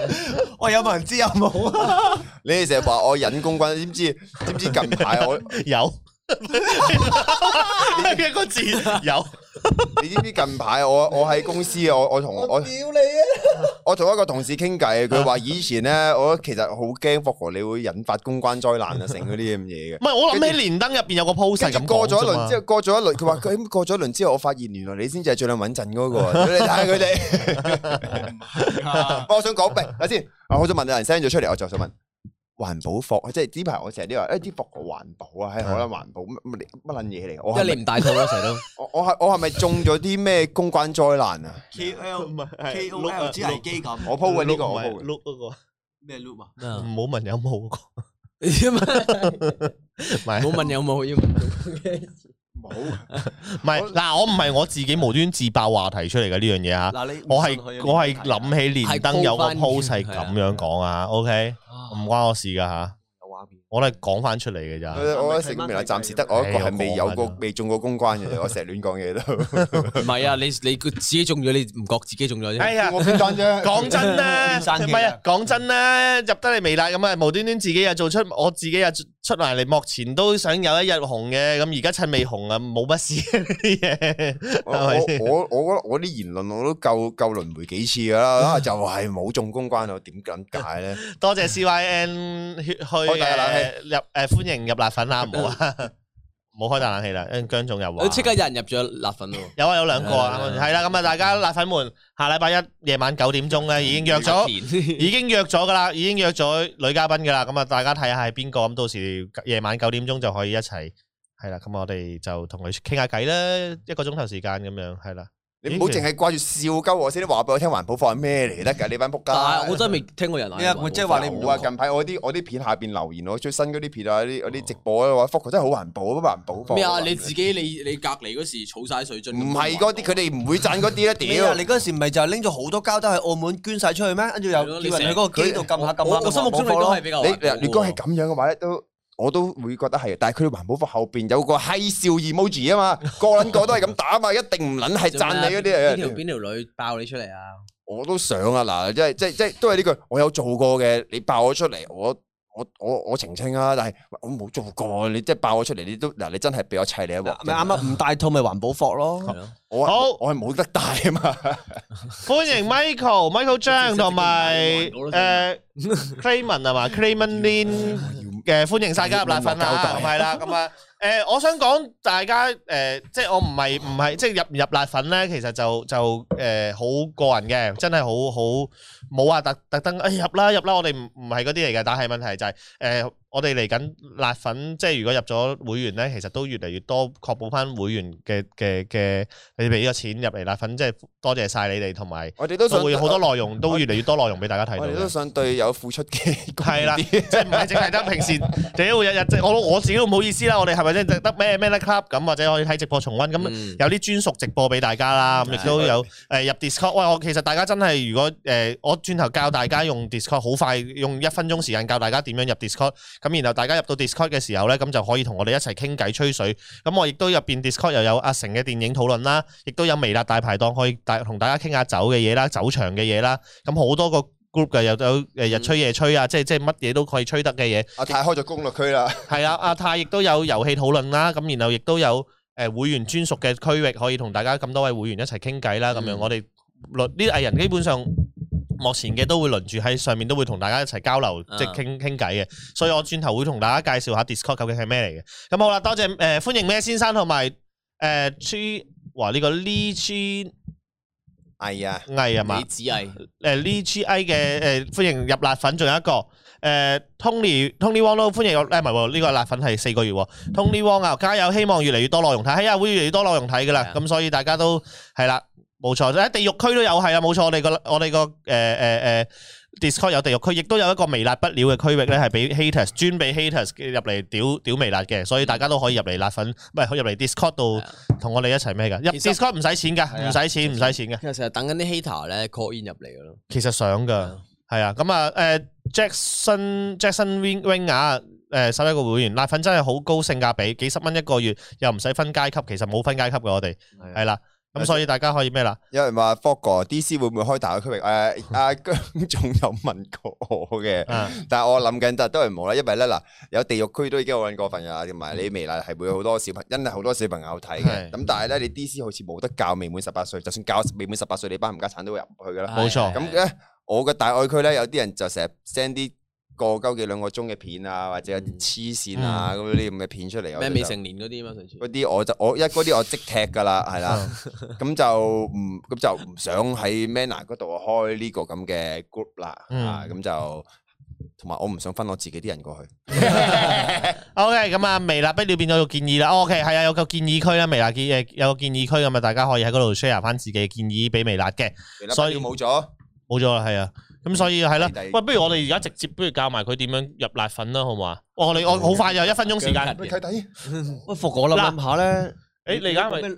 Speaker 1: 線㗎！
Speaker 5: 喂，有冇人知有冇啊？
Speaker 3: 你哋成日話我引公關，知唔知？知唔知近排我？
Speaker 1: 有。 [LAUGHS] 一個字有，
Speaker 3: 你知唔知近排我我喺公司啊我我同我
Speaker 5: 屌你啊！
Speaker 3: [LAUGHS] 我同一個同事傾偈，佢話以前咧，我其實好驚霍哥你會引發公關災難啊，成嗰啲咁
Speaker 1: [LAUGHS]
Speaker 3: 嘢嘅
Speaker 1: 唔。係我諗起連登入邊有個 post 係
Speaker 3: 跟
Speaker 1: 咁
Speaker 3: 住
Speaker 1: 過
Speaker 3: 過
Speaker 1: 咗
Speaker 3: 咗一
Speaker 1: 一
Speaker 3: 輪之後，過咗一輪，佢話佢咁過咗一輪之後，我發現原來你先至係最撚穩陣嗰個。你睇下佢哋， [LAUGHS] 我想講，喂，睇先，我想問有人 send 咗出嚟，我就想問環保貨，即係呢排我成日都話，哎誒啲貨環保啊，係可能環保乜乜乜撚嘢嚟㗎？我
Speaker 2: 因
Speaker 3: 係
Speaker 2: 為
Speaker 3: 咪
Speaker 2: 你唔戴套啦，成日都。
Speaker 3: 我我係我係咪中咗啲咩公關災難啊？
Speaker 5: K L
Speaker 1: 唔係係
Speaker 5: K O
Speaker 1: 碌啊
Speaker 5: L 之危機感，
Speaker 3: 我鋪嘅呢個，
Speaker 1: 唔
Speaker 3: 我
Speaker 1: 係
Speaker 3: 鋪嘅。
Speaker 1: 碌嗰個，
Speaker 5: 咩 loop 啊？
Speaker 1: 唔好問有冇嗰個，唔係
Speaker 2: 冇問有冇要 [LAUGHS]
Speaker 3: 冇，
Speaker 1: 唔係嗱，我唔係我自己無端自爆話題出嚟嘅呢樣嘢嚇。
Speaker 5: 嗱你
Speaker 1: 我係我係諗起連登有個 post 係咁樣講啊，OK，唔關我事噶吓，
Speaker 5: 有畫面，
Speaker 1: 我都係講翻出嚟嘅咋。
Speaker 3: 我我成未來暫時得我一個係未
Speaker 2: 啊
Speaker 3: 有
Speaker 1: 唉
Speaker 3: 過未中過公關
Speaker 2: [LAUGHS]
Speaker 3: 嘅，我成日亂講嘢都。
Speaker 2: 唔係啊，你你自己中咗，你唔覺自己中咗
Speaker 1: 哎
Speaker 2: 啫。
Speaker 1: 呀，
Speaker 3: [LAUGHS] 我偏單啫。
Speaker 1: 講真咧，
Speaker 5: 天生嘅
Speaker 1: 唔係啊，講真咧，入得嚟微辣咁啊，無端端自己又做出，我自己又出埋嚟，幕前都想有一日紅嘅，咁而家趁未紅啊，冇乜事呢啲嘢。 [LAUGHS]
Speaker 2: [LAUGHS]
Speaker 3: 我我我我覺得我啲言論我都夠夠輪迴幾次
Speaker 2: [LAUGHS]
Speaker 3: 噶啦，啊就係冇中公關我點咁解咧？
Speaker 1: 多謝 CYN 血去
Speaker 3: 開大冷氣
Speaker 1: 誒入誒歡迎入辣粉啊，唔好啊，冇開大冷氣啦，因為姜總又話
Speaker 2: 你。即刻有人入咗辣粉喎，
Speaker 1: 有啊，有兩個啊，
Speaker 2: 係
Speaker 1: 係啦，咁啊，大家辣粉們下禮拜一夜晚九點鐘咧已經約咗，
Speaker 2: 咗
Speaker 1: 已經約咗噶啦，已經約咗女嘉賓噶啦，咁啊，大家睇下係邊個，咁到時夜晚九點鐘就可以一齊，係啦，咁我哋就同佢傾下偈啦，一個鐘頭時間咁樣，係啦，
Speaker 3: 你唔好淨係掛住笑鳩我先，話俾我聽環保法係咩嚟得㗎？你班仆
Speaker 2: [LAUGHS] 但係我
Speaker 3: 街！
Speaker 2: 真係未聽過人
Speaker 5: 你啊咪即係話你唔
Speaker 3: 冇啊！近排我啲我啲片下邊留言，我最新嗰啲片啊，啲我啲直播咧，話福哥真係好環保啊，環保。
Speaker 2: 哦咩啊？你自己你你隔離嗰時儲晒水樽，
Speaker 3: 唔係嗰啲，佢哋唔會賺嗰啲
Speaker 2: [LAUGHS]
Speaker 3: 咧，
Speaker 5: 咩
Speaker 4: à,
Speaker 5: 啊？
Speaker 3: 屌！
Speaker 5: 你嗰時唔係就係拎咗好多膠都喺澳門捐晒出去咩？跟住又叫
Speaker 2: 係咯
Speaker 5: 人
Speaker 2: 你
Speaker 5: 去
Speaker 2: 成
Speaker 5: 嗰個機度撳下撳下，
Speaker 2: 我我心目中你都係比較
Speaker 3: 你
Speaker 2: 環保喎
Speaker 3: 你如果係咁樣嘅話咧，都我都會覺得係，但係佢哋環保法後邊有個閪笑 emoji 啊嘛， [LAUGHS] 個撚個都係咁打啊嘛，一定唔撚係讚你嗰
Speaker 2: 邊
Speaker 3: 啲
Speaker 2: 條
Speaker 3: 啊！
Speaker 2: 邊條女爆你出
Speaker 1: [LAUGHS]
Speaker 2: 嚟啊？
Speaker 3: 我都想啊，嗱，即係即係即係都係呢句，我有做過嘅，你爆我出嚟，我我我我澄清啊，但係喂我冇做過，你即係爆我出嚟，你都嗱，你真係俾我砌你一鑊。
Speaker 4: à,
Speaker 5: 咪啱啱唔帶套咪環保服
Speaker 2: 係
Speaker 5: 咯。
Speaker 2: 咯，
Speaker 3: 我
Speaker 1: 好
Speaker 3: 我係冇得帶啊嘛，
Speaker 1: [LAUGHS] 歡迎 Michael、Michael 張同埋誒
Speaker 3: 嗯 [LAUGHS]
Speaker 1: Clayman 係嘛，Clayman Lin 嘅歡迎晒加入辣粉啦，係啦，咁啊，诶、我想講大家诶、誒即係我唔係唔係，即係入唔入辣粉咧，其實就就诶好、個人嘅，真係好好冇話特特登哎诶入啦入啦，我哋唔唔係嗰啲嚟嘅，但係問題就係誒我哋嚟緊辣粉，即係如果入咗會員咧，其實都越嚟越多，確保翻會員嘅嘅嘅，你俾咗錢入嚟辣粉，即係多謝晒你哋，同埋
Speaker 3: 我哋都想呃
Speaker 1: 都會好多內容，都越嚟越多內容俾大家睇到
Speaker 3: 我哋都
Speaker 1: 嘅。
Speaker 3: 想對有付出嘅
Speaker 1: 係啦，即係唔係淨係得平時，屌日日即係我我自己都唔好意思啦，我哋係咪真係得咩咩 club 咁，或者可以睇直播重温咁？
Speaker 2: 咁
Speaker 1: 有啲專屬直播俾大家啦，咁亦都有誒入 Discord。喂，我其實大家真係如果誒，我轉頭教大家用 Discord，好快用一分鐘時間教大家點樣入 Discord。咁然後大家入到 Discord 嘅時候呢，咁就可以同我哋一齊傾偈吹水。咁我亦都入邊 Discord 又有阿成嘅電影討論啦，亦都有微辣大排檔可以大同大家傾下酒嘅嘢啦、酒場嘅嘢啦。咁好多個 group 嘅，又有誒日吹夜吹啊，即係即係乜嘢都可以吹得嘅嘢。
Speaker 3: 阿太開咗攻略區啦，
Speaker 1: 係啦，阿泰亦都有遊戲討論啦，咁然後亦都有誒會員專屬嘅區域，可以同大家咁多位會員一齊傾偈啦。咁樣
Speaker 2: 嗯
Speaker 1: 我哋輪呢啲藝人基本上幕前嘅都會輪住喺上面，都會同大家一齊交流，
Speaker 2: 啊
Speaker 1: 即係傾傾偈嘅。所以我轉頭會同大家介紹下 Discord 究竟係咩嚟嘅。咁好啦，多謝誒、呃、歡迎咩先生同埋誒 G 哇呢、個 Lee G
Speaker 3: 哎啊，
Speaker 1: 藝係嘛
Speaker 2: 李？子毅
Speaker 1: 誒呃呢 G I 嘅誒歡迎入辣粉，仲有一個誒、Tony Tony Wong 都歡迎入，呃誒唔係喎，呢、個辣粉係四個月喎。Tony Wong 啊，加油！希望越嚟越多內容睇，係啊，會越嚟越多內容睇噶啦
Speaker 2: 係啊。
Speaker 1: 咁所以大家都係啦，冇錯。喺地獄區都有係啊，冇錯。我哋個我哋個誒誒誒 Discord 有地獄區，亦都有一個微辣不了嘅區域咧，係俾 haters 專俾 haters 入嚟屌屌微辣嘅，所以大家都可以入嚟辣粉，唔係入嚟 Discord 度
Speaker 2: 係啊
Speaker 1: 同我哋一齊咩㗎？入
Speaker 2: 其實
Speaker 1: Discord 唔使錢
Speaker 2: 係
Speaker 1: 㗎，
Speaker 2: 啊
Speaker 1: 唔使錢唔使錢嘅。
Speaker 2: 其實成日等緊啲 hater 咧 call in 入嚟噶咯，
Speaker 1: 其實想噶，係啊，咁啊，诶，Jackson Jackson Wing Wing 啊，诶，十一個會員，奶粉真係好高性價比，幾十蚊一個月，又唔使分階級，其實冇分階級嘅我哋，
Speaker 4: 係啊
Speaker 1: 係啦，咁所以大家可以咩啦？
Speaker 3: 有人話 f o g d DC 會唔會開大嘅區域？
Speaker 2: [LAUGHS]
Speaker 3: 誒，阿姜總有問過我嘅。
Speaker 1: 啊，
Speaker 3: 但系我諗緊，但都係冇啦，因為咧嗱，有地獄區都已經好撚過分噶啦，同埋你微辣係會有好多小朋，真係好多小朋友睇
Speaker 1: 係
Speaker 3: 嘅。咁但係咧，你 D.C. 好似冇得教未滿十八歲，就算教未滿十八歲，你班冚家產都會入去噶啦。
Speaker 1: 冇錯
Speaker 3: 咁咧，我嘅大愛區咧，有啲人就成日 send 啲過鳩幾兩個鐘嘅片啊，或者有啲黐線啊咁啲咁嘅片出嚟。我
Speaker 2: 嗯咩
Speaker 3: 就
Speaker 2: 未成年嗰啲嘛，上次
Speaker 3: 嗰啲我就我一嗰啲我即踢噶啦，係啦，咁就唔咁就唔想喺 Manner 嗰度開呢個咁嘅 group 啦，
Speaker 1: 嗯
Speaker 3: 啊咁就同埋我唔想分我自己啲人過去，
Speaker 1: OK，咁啊，微辣不了變咗個建議啦。哦 OK，係啊，有個建議區啦，微辣建誒有個建議區咁啊，大家可以喺嗰度 share 翻自己嘅建議俾微辣嘅，所
Speaker 3: 所
Speaker 1: 以
Speaker 3: 以冇咗，
Speaker 1: 冇咗啦，係啊。咁所以係啦，
Speaker 3: 第二
Speaker 1: 喂，不如我哋而家直接不如教埋佢點樣入辣粉啦，好唔好啊？我哋我好快就一分鐘時間，
Speaker 2: 姜
Speaker 3: 睇睇
Speaker 4: 喂，服我諗諗下咧，
Speaker 1: 誒，你而家咪
Speaker 4: 咩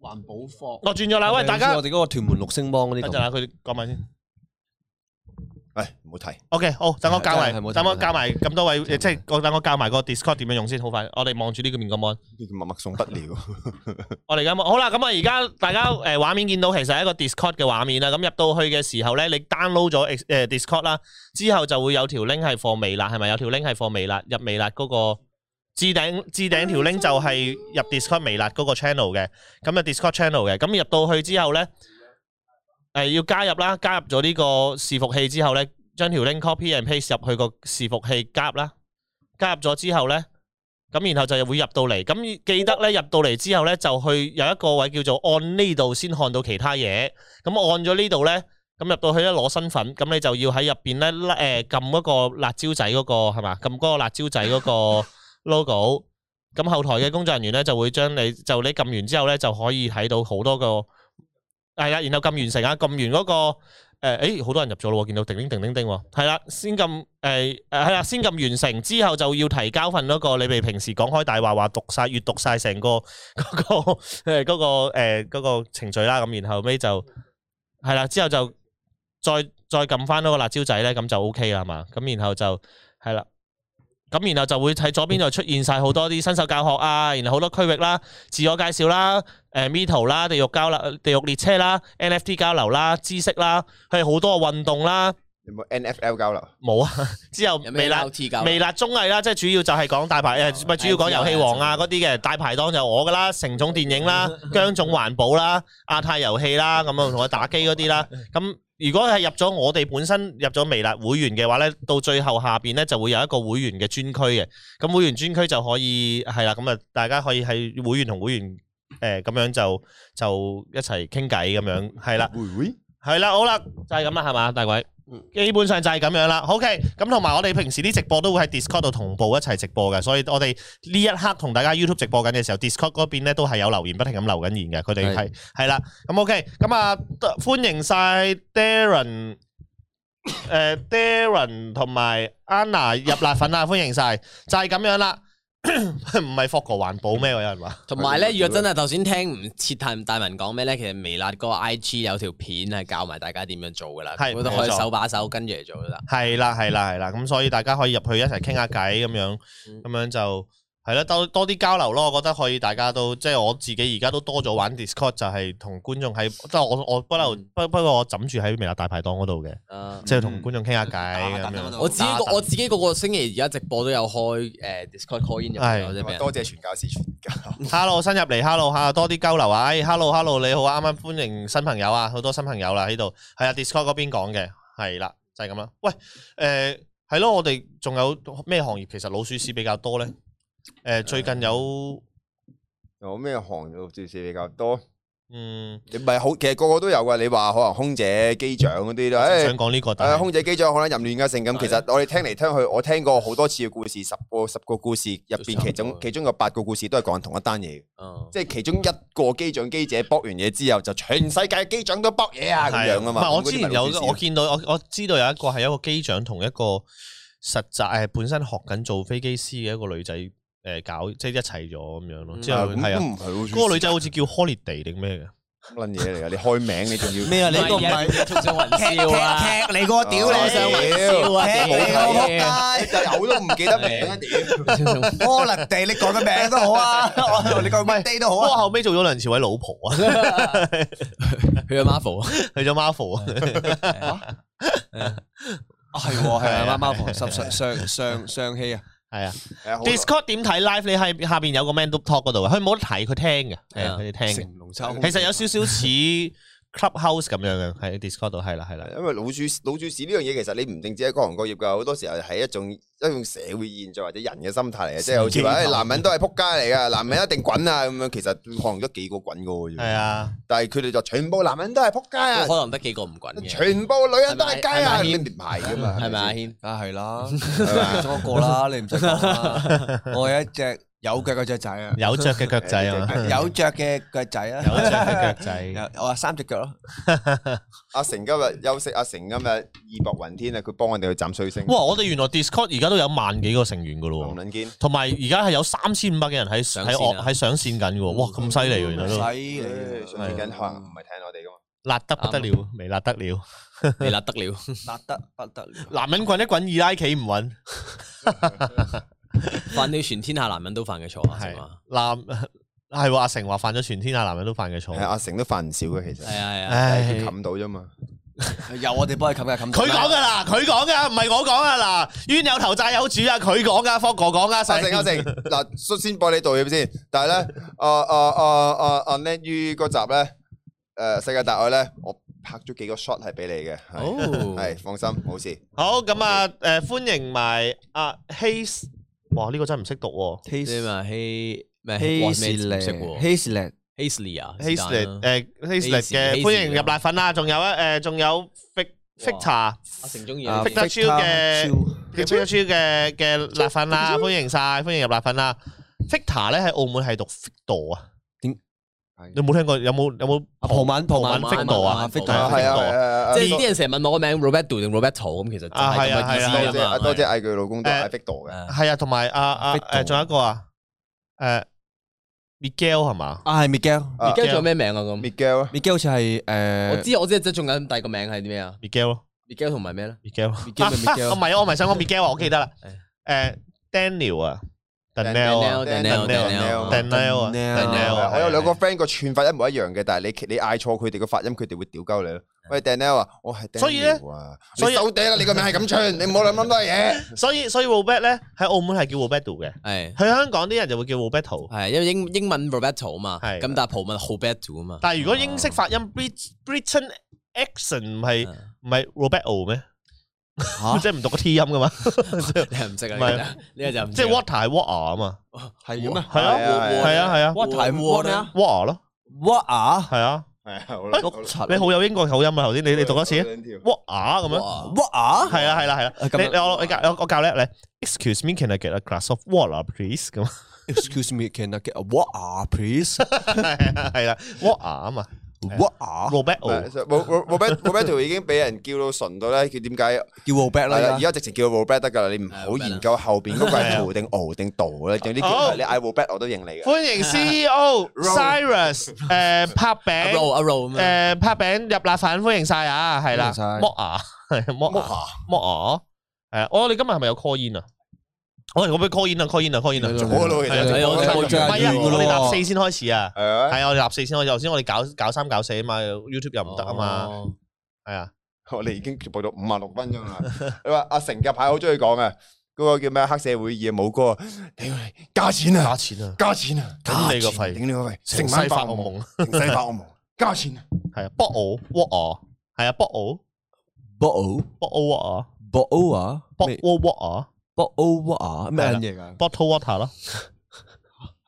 Speaker 4: 環保課？
Speaker 1: 我轉咗啦，喂，大
Speaker 4: 好
Speaker 1: 家
Speaker 4: 似。我哋嗰個屯門六星幫嗰啲
Speaker 1: 等
Speaker 4: 咁
Speaker 1: 陣。啊啦，佢講埋先。
Speaker 3: 喂唔好睇，
Speaker 1: OK，好，等我教埋
Speaker 4: 係係冇，錯
Speaker 1: 等我教埋咁多位，即係我等我教埋個 Discord 點樣用先，好快。我哋望住呢個面個 mon，
Speaker 3: 呢個默默送不了，
Speaker 1: 我哋而家望好啦。咁啊，而家大家誒畫面見到其實係一個 Discord 嘅畫面啦。咁入到去嘅時候咧，你 download 咗誒 Discord 啦，之後就會有條 link 係放微辣，係咪有條 link 係放微辣入微辣嗰個置頂置頂條 link 就係入 Discord 微辣嗰個 channel 嘅，咁啊 Discord channel 嘅。咁入到去之後咧。诶、要加入啦，加入咗呢個伺服器之後咧，將條 link copy and paste 入去個伺服器加入啦，加入咗之後咧，咁然後就會入到嚟，咁記得咧入到嚟之後咧，就去有一個位叫做按呢度先看到其他嘢，咁按咗呢度咧，咁入到去咧攞身份，咁你就要喺入边咧拉诶揿嗰個辣椒仔嗰、個个係嘛，撳嗰個辣椒仔嗰個 logo。咁後台嘅工作人員咧就會將你就你撳完之後咧就可以睇到好多個係啦，然後撳完成啊，撳完嗰、個誒，誒好多人入咗咯喎，見到叮叮叮叮叮喎，係啦，先撳誒誒係啦，先撳完成之後就要提交份嗰、個你哋平時講開大話話讀晒閱讀晒成個 [LAUGHS] 嗰、個誒嗰、個誒嗰、個程序啦，咁然後尾就係啦，之後就再再撳翻嗰個辣椒仔咧，咁就 O K 啦係嘛，咁然後就係啦。咁然後就會喺左邊就出現晒好多啲新手教學啊，然後好多區域啦、自我介紹啦、誒 m e t o 啦、地獄交流、地獄列車啦、NFT 交流啦、知識啦，佢好多運動啦，
Speaker 3: 有冇 NFL 交流？
Speaker 1: 冇啊，之後
Speaker 2: 有
Speaker 1: 微
Speaker 2: 咩
Speaker 1: 辣
Speaker 2: LT 教
Speaker 1: 微辣綜藝啦，即係主要就係講大排誒，唔係主要講遊戲王啊嗰啲嘅大排檔就我噶啦，成總電影啦、姜總環保啦、亞太遊戲啦，咁啊同我打機嗰啲啦，咁如果係入咗我哋本身入咗微辣會員嘅話咧，到最後下邊咧就會有一個會員嘅專區嘅。咁會員專區就可以係啦，咁啊大家可以係會員同會員誒咁、樣就就一齊傾偈咁樣，係啦。
Speaker 3: 會會
Speaker 1: 系啦，好啦，就係咁啦，係嘛，大鬼，基本上就係咁樣啦。OK，咁同埋我哋平時啲直播都會喺 Discord 度同步一齊直播嘅，所以我哋呢一刻同大家 YouTube 直播緊嘅時候，Discord 嗰邊咧都係有留言不停咁留緊言嘅，佢哋係係啦。咁 OK，咁啊得歡迎晒 [COUGHS] Darren。诶、d a r r e n 同埋 Anna 入辣粉啊，歡迎晒，就係咁樣啦， [COUGHS] 唔係 f o 環保咩？有人話。
Speaker 2: 同埋咧，如果真
Speaker 1: 啊
Speaker 2: 係頭先聽唔切大大文講咩咧，其實微辣嗰個 I G 有條片係教埋大家點樣做噶啦，
Speaker 1: 係
Speaker 2: 我都可以
Speaker 1: 冇錯
Speaker 2: 手把手跟住嚟做噶啦。
Speaker 1: 系啦，系啦，系啦，咁所以大家可以入去一齊傾下偈咁樣，咁樣就係啦，多多啲交流咯。我覺得可以，大家都即係我自己而家都多咗玩 Discord，就係同觀眾喺，即係我我不嬲不不過我枕住喺微辣大排檔嗰度嘅，
Speaker 2: 啊
Speaker 1: 即係
Speaker 3: 嗯
Speaker 1: 同觀眾傾下偈咁
Speaker 5: 打打
Speaker 1: 樣。
Speaker 5: 打
Speaker 2: 我自己
Speaker 1: 打
Speaker 2: 個
Speaker 1: 哦打
Speaker 2: 我自己個個星期而家直播都有開誒 Discord call in 入
Speaker 1: 係
Speaker 2: 嚟咯，即係俾人
Speaker 3: 多謝傳教士傳教。
Speaker 1: Hello 新入嚟，Hello 吓，多啲交流啊！哎，Hello Hello 你好啊，啱啱歡迎新朋友啊，好多新朋友啦喺度，係啊 Discord 嗰邊講嘅，係啦，就係咁啦。喂，诶、係咯，我哋仲有咩行業其實老鼠屎比較多咧？诶、最近有
Speaker 3: 有咩行業做事比較多？
Speaker 1: 嗯，
Speaker 3: 你唔係好，其實個個都有噶。你話可能空姐、機長嗰啲都，
Speaker 1: 我
Speaker 3: 誒
Speaker 1: 想講呢、個，
Speaker 3: 誒
Speaker 1: 但係
Speaker 3: 空姐、機長可能淫亂嘅性咁。其實我哋聽嚟聽去，我聽過好多次嘅故事，十個十個故事入邊，其中其中有八個故事都係講同一單嘢嘅，
Speaker 2: 嗯
Speaker 3: 即係其中一個機長、機姐搏完嘢之後，就全世界機長都搏嘢啊咁樣啊
Speaker 1: 係
Speaker 3: 嘛。
Speaker 1: 唔係我之前有
Speaker 3: 咁嗰啲咪老鼠屎
Speaker 1: 我見到我我知道有一個係一個機長同一個實習诶、本身學緊做飛機師嘅一個女仔诶、誒搞即係一齊咗咁樣咯，之後
Speaker 3: 啊咁
Speaker 1: 係啊，
Speaker 3: 唔係老鼠屎
Speaker 1: 嗰個女仔好似叫 Holiday 定咩嘅？
Speaker 3: 乜撚嘢嚟噶？你開名你仲要
Speaker 4: 咩
Speaker 3: [LAUGHS]
Speaker 4: 啊？你個
Speaker 2: 唔係促上雲霄啦，
Speaker 4: 踢你個
Speaker 3: 屌你
Speaker 2: 上雲霄啊，
Speaker 4: 踢你個
Speaker 2: 屌
Speaker 4: 仆
Speaker 2: 你啊
Speaker 4: 街！
Speaker 3: 有都唔記得名啊！
Speaker 1: [LAUGHS]
Speaker 3: 屌，
Speaker 4: 柯立地，你改個名都好啊， [LAUGHS] 我你改個 d 都好
Speaker 1: 不過
Speaker 4: 啊。
Speaker 1: 後尾做咗梁朝偉老婆 [LAUGHS] 啊，
Speaker 2: [LAUGHS] 去咗 Marvel
Speaker 1: 去咗 Marvel 啊，
Speaker 4: 系喎，系
Speaker 1: 係啊
Speaker 4: 啊，媽媽婆十上上上上氣啊，
Speaker 1: 係啊。
Speaker 3: 係啊好
Speaker 1: Discord 點睇 live？你喺下邊有個 Man Up Talk 嗰度嘅，佢冇得睇，佢聽嘅，係啊，佢哋聽嘅。
Speaker 4: 成龍抽。
Speaker 1: 其實有少少似 Clubhouse 咁樣嘅，喺 Discord 度係啦，係啊啦。
Speaker 3: 因為老鼠老鼠屎呢樣嘢，其實你唔淨止係各行各業㗎，好多時候係一種一種社會現象或者人嘅心態嚟嘅，即係好似話，誒男人都係撲街嚟㗎，男人一定滾啊咁樣。其實可能都幾個滾㗎喎，
Speaker 1: 係啊，
Speaker 3: 但係佢哋就全部男人都係撲街啊，
Speaker 2: 可能得幾個唔滾嘅，
Speaker 3: 全部女人都係雞啊，
Speaker 2: 係咪
Speaker 3: 你唔係㗎
Speaker 2: [LAUGHS]
Speaker 1: 啊
Speaker 3: 嘛，
Speaker 2: 係咪啊阿
Speaker 3: 先？
Speaker 2: 軒？
Speaker 4: 梗係啦，其中一個啦，你唔使講啦。我有一隻有腳嘅雀仔啊，
Speaker 1: 有着嘅腳仔啊 [LAUGHS]
Speaker 3: [LAUGHS]
Speaker 1: 嘛，
Speaker 4: 有腳嘅腳仔啊，
Speaker 1: [LAUGHS] 有着嘅腳仔。
Speaker 4: 有我話三隻腳咯。
Speaker 3: 阿成今日休息，阿成今日義薄雲天啊，佢幫我哋去斬水星，
Speaker 1: 哇！我哋原來 Discord 而家都有萬幾個成員噶
Speaker 3: 黃
Speaker 1: 咯喎，
Speaker 3: 撚堅。
Speaker 1: 同埋而家係有三千五百嘅人喺
Speaker 2: 上
Speaker 1: 喺
Speaker 2: 線
Speaker 1: 我
Speaker 2: 啊
Speaker 1: 喺上線緊嘅喎，哇！咁犀利喎，原來都
Speaker 4: 犀利啊，
Speaker 3: 上次緊可能唔係聽我哋㗎嘛，
Speaker 1: 辣得不得了，微辣得了。
Speaker 2: 你辣得了，
Speaker 4: 辣得不得了。
Speaker 1: 男人滾一滾，二奶企唔穩。
Speaker 2: 犯了全天下男人都犯嘅錯啊，係
Speaker 1: 系
Speaker 2: 嘛？
Speaker 1: 男系阿成話犯咗全天下男人都犯嘅錯。
Speaker 3: 係阿成都犯唔少嘅其實
Speaker 2: 係，啊係啊，
Speaker 3: 但係
Speaker 1: 唉
Speaker 3: 佢，冚到啫嘛。
Speaker 4: 有我哋幫佢冚嘅冚。
Speaker 1: 佢講噶啦，佢講噶，唔係我講噶嗱，冤有頭債有主啊，佢講噶，方哥講噶，
Speaker 3: 阿成阿成，嗱，率先幫你道歉先。但係咧，啊啊啊啊啊叻於嗰集咧，誒世界大愛咧，我拍咗幾個 shot 係俾你嘅，係
Speaker 2: 哦，
Speaker 3: 係放心冇事。
Speaker 1: 好咁啊，诶，欢迎埋阿希，哇，呢個真係唔識讀喎。
Speaker 4: 希
Speaker 2: 你咪希咩
Speaker 4: 希
Speaker 2: 希
Speaker 4: 士
Speaker 2: 士
Speaker 4: 利，
Speaker 2: 喎
Speaker 4: 希士利，
Speaker 2: ，Hasley 啊
Speaker 1: h a s l e t 诶 h a s l e t 嘅
Speaker 2: Hazel，
Speaker 1: 歡迎入奶粉啊，仲有啊，诶，仲有 Fic Ficta
Speaker 2: 阿成中意
Speaker 4: 啊
Speaker 2: 呢啲
Speaker 1: ，Ficta Chiu 嘅
Speaker 4: Victor Chiu
Speaker 1: Ficta Chiu 嘅嘅奶粉啦，歡迎晒，歡迎入奶粉啦。Ficta 咧喺澳門係讀 Ficta 啊，
Speaker 4: 點
Speaker 1: 你有冇聽過？有冇有冇
Speaker 4: 啊葡文葡
Speaker 1: 文
Speaker 4: 文
Speaker 1: Victor 啊
Speaker 2: ，Victor
Speaker 1: 係啊
Speaker 3: 啊，係啊，係啊，
Speaker 2: 即係啲人成日問我個名 Roberto 定 Roberto 咁，其實就係
Speaker 1: 啊係
Speaker 2: 咁
Speaker 1: 啊
Speaker 2: 嘅
Speaker 1: 係
Speaker 2: 意思
Speaker 3: 多謝
Speaker 2: 啊嘛。
Speaker 3: 啊多謝嗌佢老公都
Speaker 1: 誒
Speaker 3: 嗌 Victor 嘅，
Speaker 2: 係咪。
Speaker 1: 系啊，同埋啊啊
Speaker 4: Victor
Speaker 1: 诶，仲有一個啊，诶，Miguel 係嘛？
Speaker 4: 啊係 Miguel，Miguel
Speaker 2: 而家仲有咩名啊？咁
Speaker 3: Miguel 啊
Speaker 4: 好似係
Speaker 2: 我
Speaker 4: 誒
Speaker 2: 知我知，即係仲有第二個名係啲咩啊
Speaker 1: Miguel 咯
Speaker 2: Miguel 同埋咩咧？
Speaker 1: [LAUGHS] ，Miguel 啊
Speaker 4: ，Miguel 咪 Miguel
Speaker 1: 我唔係啊，我唔係想講 Miguel 啊，我記得啦
Speaker 2: 係。
Speaker 1: 诶，Daniel 啊，Daniel 啊
Speaker 3: Daniel，
Speaker 2: Daniel Daniel
Speaker 1: ，Daniel 啊
Speaker 4: Daniel
Speaker 1: ，Daniel 啊，
Speaker 3: 我有兩個
Speaker 1: 係啊
Speaker 3: friend 個串法一模一樣嘅，但係你你嗌錯佢哋個發音，佢哋會屌鳩你咯。喂，Daniel 啊，我係 Daniel
Speaker 1: 所以呢
Speaker 3: 啊，
Speaker 1: 所以
Speaker 3: 你手嗲啦，你個名係咁串，你唔好諗咁多嘢。
Speaker 1: 所以所以 Robert 咧喺澳門係叫 Roberto 嘅，
Speaker 2: 係
Speaker 1: 去香港啲人就會叫 Roberto。
Speaker 2: 係，因為英英文 Roberto 啊嘛，
Speaker 1: 係
Speaker 2: 咁但係葡文 Roberto 啊嘛。
Speaker 1: 但係如果英式發音 Brit Britain Action 唔係
Speaker 2: 啊
Speaker 1: 唔係 Roberto 咩？
Speaker 2: 吓
Speaker 1: 即係唔讀個 T 音噶嘛？
Speaker 2: 你係唔識啊？
Speaker 1: 唔係
Speaker 2: 呢個就呢個就唔
Speaker 1: 即係 water 係 water 啊嘛，
Speaker 4: 系咩？
Speaker 1: 係啊係啊係啊
Speaker 4: 哇，題目咩啊？
Speaker 1: ，water 咯，
Speaker 5: what 啊
Speaker 1: 係啊，
Speaker 3: 系啊，好啦，
Speaker 4: 碌柒，
Speaker 1: 你好有英國口音啊！頭先你你讀多次啊
Speaker 3: 次
Speaker 1: ，water 咁樣。
Speaker 2: 樣。
Speaker 5: what 啊
Speaker 1: 系啦系啦系啦，
Speaker 4: 咁
Speaker 1: 你你我我教我我教叻你，Excuse me，can I get a glass of water please？咁 [LAUGHS]
Speaker 4: Excuse me，can I get a water please？
Speaker 1: 系啦，water 啊嘛
Speaker 4: What are？
Speaker 1: ，Roberto，
Speaker 3: Robert Roberto 已經俾人叫到純到咧，佢點解？
Speaker 4: 叫 Robert
Speaker 3: 係啦，
Speaker 4: 啦
Speaker 3: 而，家直情叫 Robert 得㗎啦，你唔好研究後邊嗰個
Speaker 1: [LAUGHS]
Speaker 3: 係圖定敖定道咧，總之叫
Speaker 1: 好
Speaker 3: 你嗌 Robert 我都認你嘅。
Speaker 1: 欢
Speaker 4: [LAUGHS]
Speaker 1: 迎 CEO Cyrus，诶拍餅
Speaker 2: A roll a roll 咁樣。
Speaker 1: 诶拍餅入辣粉，歡迎晒啊，係啦
Speaker 4: 歡迎晒
Speaker 1: ，Moa 係 Moa Moa，诶，我哋今日係咪有 call in 啊？我哋可唔可以 call in 啊？call in 啊？call in 啊？
Speaker 3: 早㗎咯，其實
Speaker 2: 係啊我哋冇
Speaker 1: 唔
Speaker 2: 追
Speaker 1: 係啊，
Speaker 4: 完㗎咯
Speaker 1: 我哋
Speaker 4: 喎
Speaker 1: 搭四先開始啊，
Speaker 3: 係啊，
Speaker 1: 係啊，我哋搭四先開始，頭先我哋搞搞三搞四啊嘛，YouTube 又唔得啊嘛，
Speaker 2: 哦。
Speaker 1: 係啊。
Speaker 3: 我哋已經播到五啊六分鐘啦。 [LAUGHS] 你話阿成嘅牌好中意講啊，嗰個叫咩黑社會二嘅武哥，屌你加錢啊，
Speaker 1: 打錢啊！
Speaker 3: 加錢啊，
Speaker 1: 頂你個肺
Speaker 3: 頂你個肺，
Speaker 1: 成
Speaker 3: 成
Speaker 1: 世
Speaker 3: 晚
Speaker 1: 發
Speaker 3: 發
Speaker 1: 惡
Speaker 3: 惡夢，
Speaker 1: 夢，
Speaker 3: 成世發惡夢，加錢啊，
Speaker 1: 係啊，博澳 what 啊，係啊，博澳
Speaker 4: Bottle
Speaker 1: 博澳 what 啊，
Speaker 4: Bottle 啊
Speaker 1: 博
Speaker 4: 咩
Speaker 1: what what 啊
Speaker 4: Bottle what 啊咩
Speaker 1: 係啦
Speaker 4: 嘢噶？
Speaker 1: ，bottle water 咯，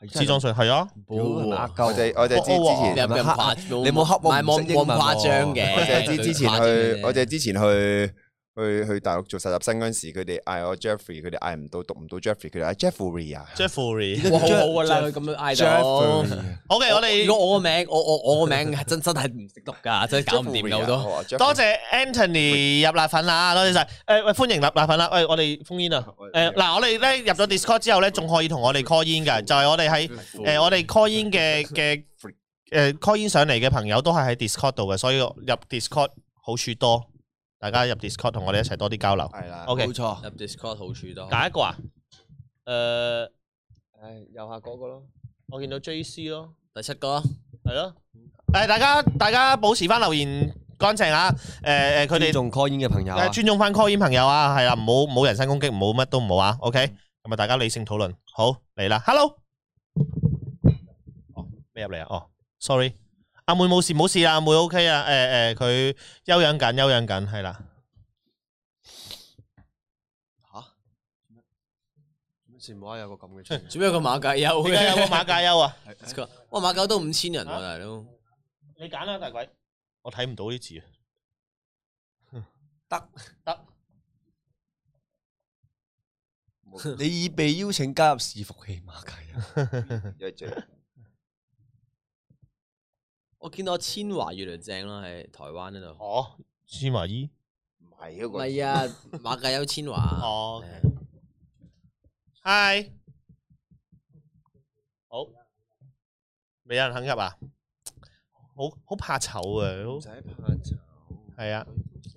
Speaker 1: 自裝水係啊，
Speaker 4: 呃
Speaker 2: 冇
Speaker 3: 我哋我哋之
Speaker 1: 哦哦
Speaker 3: 之
Speaker 2: 你
Speaker 3: 前。
Speaker 2: 有冇咁誇張？
Speaker 4: 你冇黑我唔
Speaker 2: 冇
Speaker 4: 識英
Speaker 2: 冇
Speaker 4: 文
Speaker 2: 咁誇張嘅。
Speaker 3: 我就係知之前
Speaker 2: 佢誇張
Speaker 3: 去，
Speaker 2: 嘅啫
Speaker 3: 我就係之前去去去大陸做實習生嗰陣時，佢哋嗌我 Jeffrey，佢哋嗌唔到讀唔到 Jeffrey，佢哋嗌 Jeffrey 啊。
Speaker 1: Jeffrey。
Speaker 2: 哇好好㗎啦，佢咁樣嗌到。
Speaker 4: Jeffrey
Speaker 1: OK，我哋
Speaker 2: 如果我個名，我我我個名係真真係唔識讀㗎，真
Speaker 4: 啊
Speaker 2: 係搞唔掂㗎好多。
Speaker 3: 多
Speaker 1: 多謝 Anthony 入奶粉啦，多謝晒。誒喂，歡迎入奶粉啦。喂，我哋封煙啊。誒嗱，我哋咧入咗 Discord 之後咧，仲可以同我哋 call in 嘅，就係我哋喺誒我哋 call in 嘅嘅誒 call in 上嚟嘅朋友都係喺 Discord 度嘅，所以入 Discord 好處多，大家入 Discord 同我哋一齊多啲交流。
Speaker 3: 係啦。
Speaker 1: OK，
Speaker 4: 冇錯，
Speaker 2: 入 Discord 好處多。
Speaker 1: 下一個啊？誒，
Speaker 4: 誒右下嗰個咯，
Speaker 1: 我見到 J C 咯，
Speaker 2: 第七個啊，
Speaker 1: 係咯。誒，大家大家保持翻留言乾淨啊！誒誒，佢
Speaker 4: 佢哋
Speaker 1: 哋
Speaker 4: 仲 call in 嘅朋友啊
Speaker 1: 誒尊重翻 call in 朋友啊，係啦，唔好唔好人身攻擊，唔好乜都唔好啊。OK，咁啊，大家理性討論。好嚟啦，Hello，哦咩入嚟啊？哦，sorry，阿妹冇事冇事啊，阿妹 OK 啊，誒誒，佢休養緊休養緊，係啦。
Speaker 4: 全部都有個咁嘅出現。
Speaker 2: 做咩有個馬介休
Speaker 1: 點解有個
Speaker 2: 嘅？
Speaker 1: 馬介休啊？
Speaker 2: Discord [LAUGHS] 哇，馬介都五千人喎，大佬。
Speaker 1: [LAUGHS] 你揀啦，大鬼，我睇唔到啲字啊。
Speaker 4: 你已被邀請加入伺服器馬介休，
Speaker 3: 因為最
Speaker 2: 我見到千華越嚟越正啦，喺台灣嗰度。
Speaker 1: 哦，司馬懿。
Speaker 3: 唔係嗰
Speaker 2: 唔
Speaker 3: 個。
Speaker 2: 係啊，馬介休千華。
Speaker 1: 哦，Hi，好，未有人肯入啊？好好怕醜啊，
Speaker 4: 使怕醜。
Speaker 1: 係啊。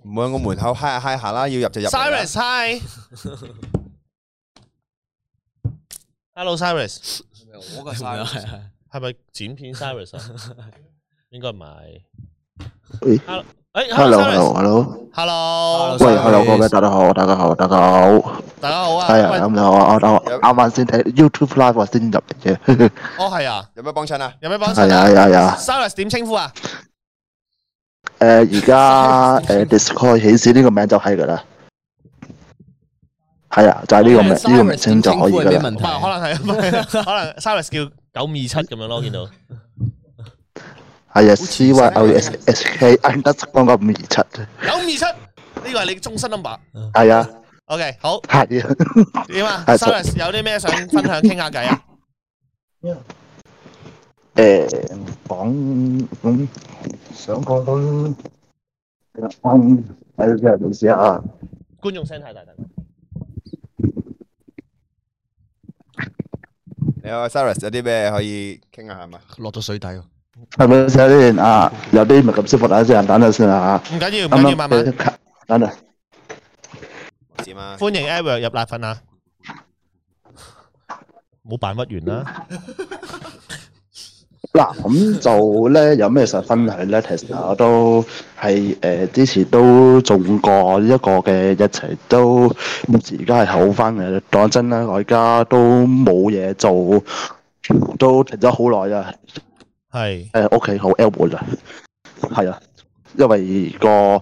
Speaker 3: 唔會我門口嗨下嗨下啦，要入就入嚟啦。
Speaker 1: Cyrus，Hi。Hello，Cyrus，
Speaker 4: 我個
Speaker 2: 係啊 [LAUGHS]
Speaker 4: size
Speaker 2: 係啊
Speaker 1: 係咪剪片 Cyrus 啊？應該唔係。
Speaker 6: 诶
Speaker 1: Hello，诶
Speaker 6: hello hello
Speaker 1: ，Hello，Cyrus。Hello，
Speaker 6: hello，喂，hello 各位大家好，大家好，大家好，系
Speaker 1: 大家好啊。
Speaker 6: 啊，
Speaker 1: 喂，
Speaker 6: 咁就我我我啱啱先睇 YouTube live 我先入嚟啫，
Speaker 1: 哦係啊，
Speaker 3: 有咩幫襯啊？
Speaker 1: 有咩幫手
Speaker 6: [LAUGHS] 系啊系啊系啊，
Speaker 1: ？Cyrus 點稱呼啊？
Speaker 6: 诶而家诶 Discord 顯示呢個名就係噶啦，係啊，就係呢個名呢個名稱就可以
Speaker 2: 點稱呼
Speaker 6: 噶
Speaker 2: 係咩
Speaker 6: 啦，
Speaker 2: 問
Speaker 1: 唔
Speaker 2: 題
Speaker 1: 係，
Speaker 2: 啊？
Speaker 1: 可能係，可能 Cyrus 叫九五二七咁樣咯，見到。
Speaker 6: 係啊，C Y O S S K underscore 五二七，
Speaker 1: 九五二七，呢個係你終身 number。
Speaker 6: 係啊，
Speaker 1: OK，好，
Speaker 6: 係啊， [LAUGHS]
Speaker 1: 點啊
Speaker 6: 係
Speaker 1: ？Cyrus 有啲咩想分享傾下偈啊？
Speaker 6: 诶呃講咁想講咁，嗯，係嘅，老師啊。
Speaker 1: 觀眾聲太大，大家
Speaker 3: 你有 Cyrus 有啲咩可以傾下係嘛？
Speaker 4: 落咗水底喎。
Speaker 6: 係咪先啊？有啲唔係咁舒服，等陣等陣先啊！
Speaker 1: 唔緊要，唔
Speaker 6: 啱
Speaker 1: 緊
Speaker 6: 啱
Speaker 1: 要，慢慢。
Speaker 6: 等等，
Speaker 3: 點啊？
Speaker 1: 歡迎 Eric 入奶粉啊！冇扮屈完啦，
Speaker 6: 嗱咁就咧有咩想分享咧？其實我都係誒、呃之前都做過一個嘅一齊，都目前而家係好翻嘅。講真啦，我而家都冇嘢做，都停咗好耐啦。
Speaker 1: 係
Speaker 6: 誒屋企好 L 悶啊，係啊。因為個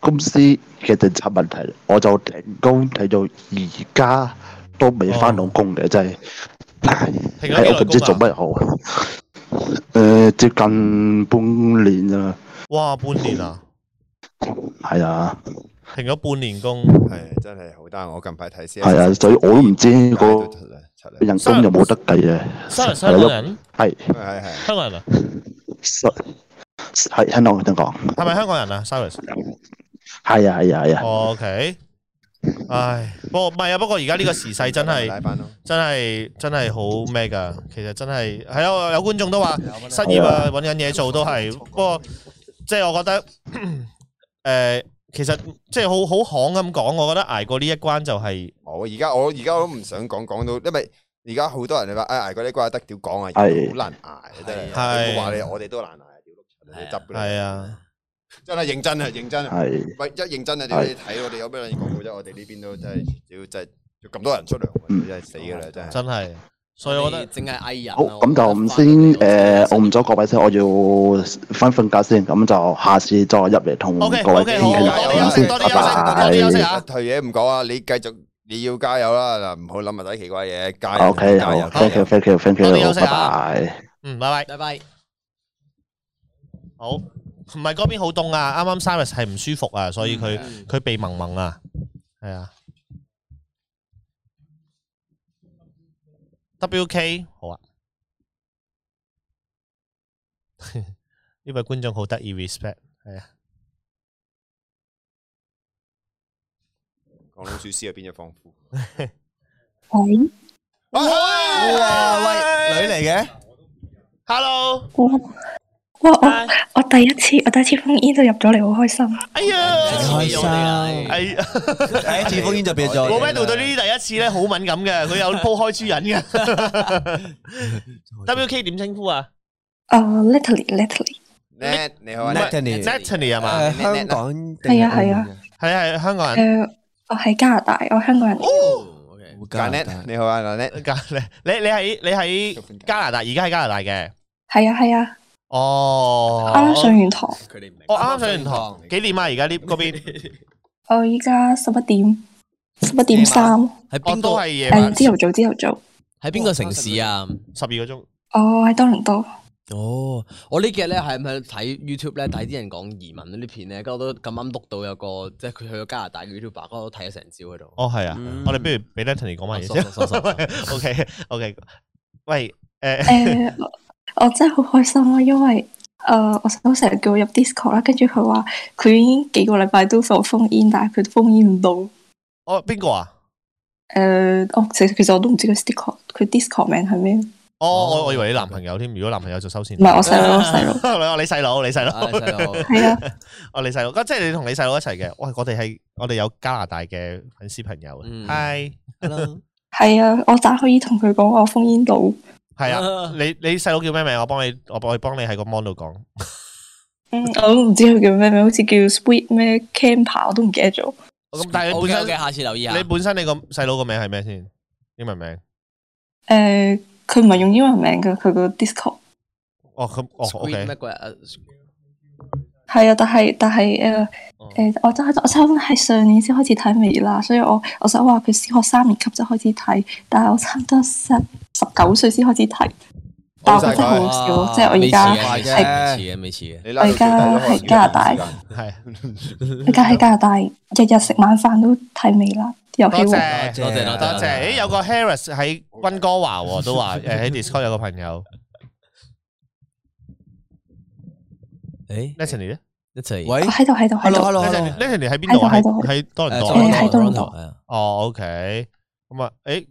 Speaker 6: 公司嘅政策問題，我就停工睇到而家都未翻到工嘅，真係
Speaker 1: 停咗幾耐
Speaker 6: 係我唔知
Speaker 1: 工啊
Speaker 6: 做乜好。誒、接近半年啊，
Speaker 1: 哇，半年啊，
Speaker 6: 係啊，
Speaker 1: 停咗半年工，
Speaker 3: 系真係好單。我近排睇 C
Speaker 6: 係啊，所以我都唔知個人工有冇得計嘅。
Speaker 1: 香港香港人，
Speaker 6: 係
Speaker 3: 係係
Speaker 1: 香港人啊，
Speaker 6: 係聽到我想講，
Speaker 1: 係咪香港人啊？Cyrus，
Speaker 6: 係啊係啊係啊，
Speaker 1: o k 唉，不過唔係啊，不過而家呢個時勢真係啊
Speaker 3: 拉翻咯。
Speaker 1: 真係真係好咩㗎？其實真係係啊，有觀眾都話失業啊，揾緊嘢做都係。不過即係我覺得誒、其實即係好好行咁講，我覺得捱過呢一關就係、
Speaker 3: 我而家我而家我都唔想講講到，因為而家好多人你話啊捱過呢關得屌講啊，
Speaker 6: 係
Speaker 3: 好難捱啊真係。
Speaker 1: 係
Speaker 3: 你冇話你我哋都難捱啊，屌
Speaker 2: 係
Speaker 3: 碌
Speaker 2: 啊
Speaker 3: 柒你執㗎
Speaker 1: 係
Speaker 3: 啦，
Speaker 1: 啊，
Speaker 3: 真係認真啊認真啊。
Speaker 6: 係
Speaker 3: 喂，一認真啊！屌
Speaker 6: 係
Speaker 3: 你睇我哋有咩撚講嘅啫？我哋呢邊都真係，屌真係咁多人出糧
Speaker 6: 嗯
Speaker 3: 喎，真係死㗎啦！真係。
Speaker 1: 真係。所以我覺得
Speaker 2: 净系艺人啊。
Speaker 6: 好，咁就唔先誒，我唔阻各位先，我要翻瞓覺先，咁就下次再入嚟同各
Speaker 1: OK
Speaker 6: 位
Speaker 1: OK，好，
Speaker 6: 傾
Speaker 1: 我
Speaker 6: 傾
Speaker 1: 哋
Speaker 6: 偈
Speaker 1: 休息，
Speaker 6: 先，
Speaker 1: 多
Speaker 6: 拜
Speaker 1: 啲休息，多啲休息
Speaker 6: 拜。
Speaker 1: 啊！
Speaker 3: 退嘢唔講啊，你繼續你要加油啦！嗱，唔好諗埋啲奇怪嘢，加油
Speaker 6: OK，
Speaker 3: 加油
Speaker 6: 好，thank you，thank you，thank
Speaker 1: 多啲休
Speaker 6: you，
Speaker 1: 息
Speaker 6: 拜
Speaker 1: 啊
Speaker 6: 拜。
Speaker 1: 嗯，拜拜。
Speaker 2: 拜拜。
Speaker 1: 好，唔係嗰邊好凍啊，啱啱 Cyrus 係唔舒服啊，所以佢佢鼻蒙蒙啊，係啊。WK 好啊， [LAUGHS] 呢位觀眾好得意，respect 係啊，
Speaker 3: 講老鼠屎入邊一放苦。
Speaker 7: 喂
Speaker 5: 哇喂，女嚟嘅，
Speaker 1: ，Hello，
Speaker 7: 我哇！我我第一次我第一次封煙就入咗嚟，好開心。
Speaker 1: 哎呀，
Speaker 5: 開心
Speaker 1: 哎呀，
Speaker 5: 第一次封煙就變咗。
Speaker 1: 我 m a d 對呢啲第一次咧好敏感嘅，佢有鋪開豬
Speaker 5: [LAUGHS]
Speaker 1: 引嘅。WK 點稱呼啊
Speaker 7: 誒 l i t e r a l l y l i t e r a l l y
Speaker 3: 叻，你好啊，叻
Speaker 5: Natalie，
Speaker 1: ？Natalie 係
Speaker 7: Uh，
Speaker 4: Ờ,
Speaker 1: 嘛？
Speaker 5: 誒香港定
Speaker 7: 係啊係啊
Speaker 1: 係係香港人。
Speaker 7: 誒，呃我係加拿大，我香港人。
Speaker 2: 哦，OK，
Speaker 5: 加拿
Speaker 3: Janet，
Speaker 5: 大
Speaker 3: 你好啊，Janet，
Speaker 7: 呃
Speaker 1: 加 [LAUGHS] 你你喺你喺加拿大，而家喺加拿大嘅。
Speaker 7: 係啊係啊，
Speaker 1: 哦，
Speaker 7: 啱啱上完堂，
Speaker 2: 佢哋唔明
Speaker 1: 我啱啱上完堂，幾點啊？而家呢嗰 [LAUGHS] 邊，
Speaker 7: 我依家十一點十一點三，
Speaker 2: 喺
Speaker 1: 我
Speaker 2: 邊
Speaker 1: 哦都
Speaker 2: 個？
Speaker 1: 係夜晚
Speaker 7: 誒朝頭早朝頭早，
Speaker 2: 喺邊個城市啊？
Speaker 1: 十二個鐘。
Speaker 7: 我喺多倫多。
Speaker 2: 哦，我呢幾日咧係咪睇 YouTube 咧睇啲人講移民嗰啲片咧，跟住我都咁啱碌到有個即係佢去咗加拿大嘅 YouTuber，嗰我睇咗成朝喺度。
Speaker 1: 哦，係啊，
Speaker 2: 嗯
Speaker 1: 我哋不如俾 Anthony 講埋嘢
Speaker 2: 哦，sorry，sorry，
Speaker 1: 先。OK [LAUGHS] OK，喂，誒
Speaker 7: 誒，呃我我真係好開心啊，因為誒、呃我細佬成日叫我入 Discord 啦，跟住佢話佢已經幾個禮拜都想封煙，但係佢封煙唔到。誒、
Speaker 1: 哦邊個啊？
Speaker 7: 我其實其實我都唔知佢 Discord 佢 Discord 名係咩，唔
Speaker 1: 哦，我我以為你男朋友添，如果男朋友就收線。
Speaker 7: 係我細佬，我細佬。
Speaker 1: [LAUGHS] 我你細佬，你細佬，
Speaker 2: 啊細佬
Speaker 7: 係啊，
Speaker 1: 我你細佬，咁即係你同你細佬一齊嘅。喂，我哋係我哋有加拿大嘅粉絲朋友
Speaker 2: 嗯
Speaker 1: 啊。Hi，
Speaker 7: 係啊，我咋可以同佢講我封煙到？
Speaker 1: 係啊。你你細佬叫咩名？我幫你，我我幫你喺個 mon 度講。
Speaker 7: 嗯，我都唔知佢叫咩名，好似叫 Sweet 咩 Camper，我都唔記得咗。
Speaker 1: 咁但係你
Speaker 2: O
Speaker 1: 本
Speaker 2: K
Speaker 1: 身
Speaker 2: O K，下次留意下。
Speaker 1: 你本身你個細佬個名係咩先？英文名？
Speaker 7: 誒、佢唔係用英文名嘅，佢個 Discord
Speaker 1: 哦，咁哦
Speaker 2: Squid
Speaker 1: ，OK，
Speaker 2: 乜鬼啊？
Speaker 7: 係啊，但係但係誒誒，我真係我真係上年先開始睇微辣，所以我我想話佢小學三年級就開始睇，但係我差唔多十十九歲先開始睇，但我覺得好少，即係我而家
Speaker 2: 未啊似嘅，
Speaker 7: 係
Speaker 2: 未似嘅，未似嘅。
Speaker 3: 你拉到最低都可能要一段
Speaker 7: 加拿大
Speaker 3: 時間
Speaker 1: 係
Speaker 7: 而家喺加拿大，日日食晚飯都睇微辣，遊
Speaker 1: 多
Speaker 7: 戲王
Speaker 1: 謝
Speaker 5: 多謝
Speaker 1: 多
Speaker 2: 多
Speaker 1: 謝。
Speaker 2: 謝
Speaker 1: 誒，有個 Harris 喺温哥華喎，都話誒 [LAUGHS] 喺 Discord 有個朋友
Speaker 2: 誒，
Speaker 1: ，Natalie 咧
Speaker 2: 一齊
Speaker 5: 喂
Speaker 7: 我哦喺度喺度喺度，
Speaker 5: ，hello hello，
Speaker 1: ，Natalie 喺邊度啊？喺
Speaker 7: 喺度喺度
Speaker 1: 喺多倫多
Speaker 7: 誒
Speaker 1: 啊。
Speaker 7: 喺多倫多
Speaker 1: 哦，OK，咁啊，誒，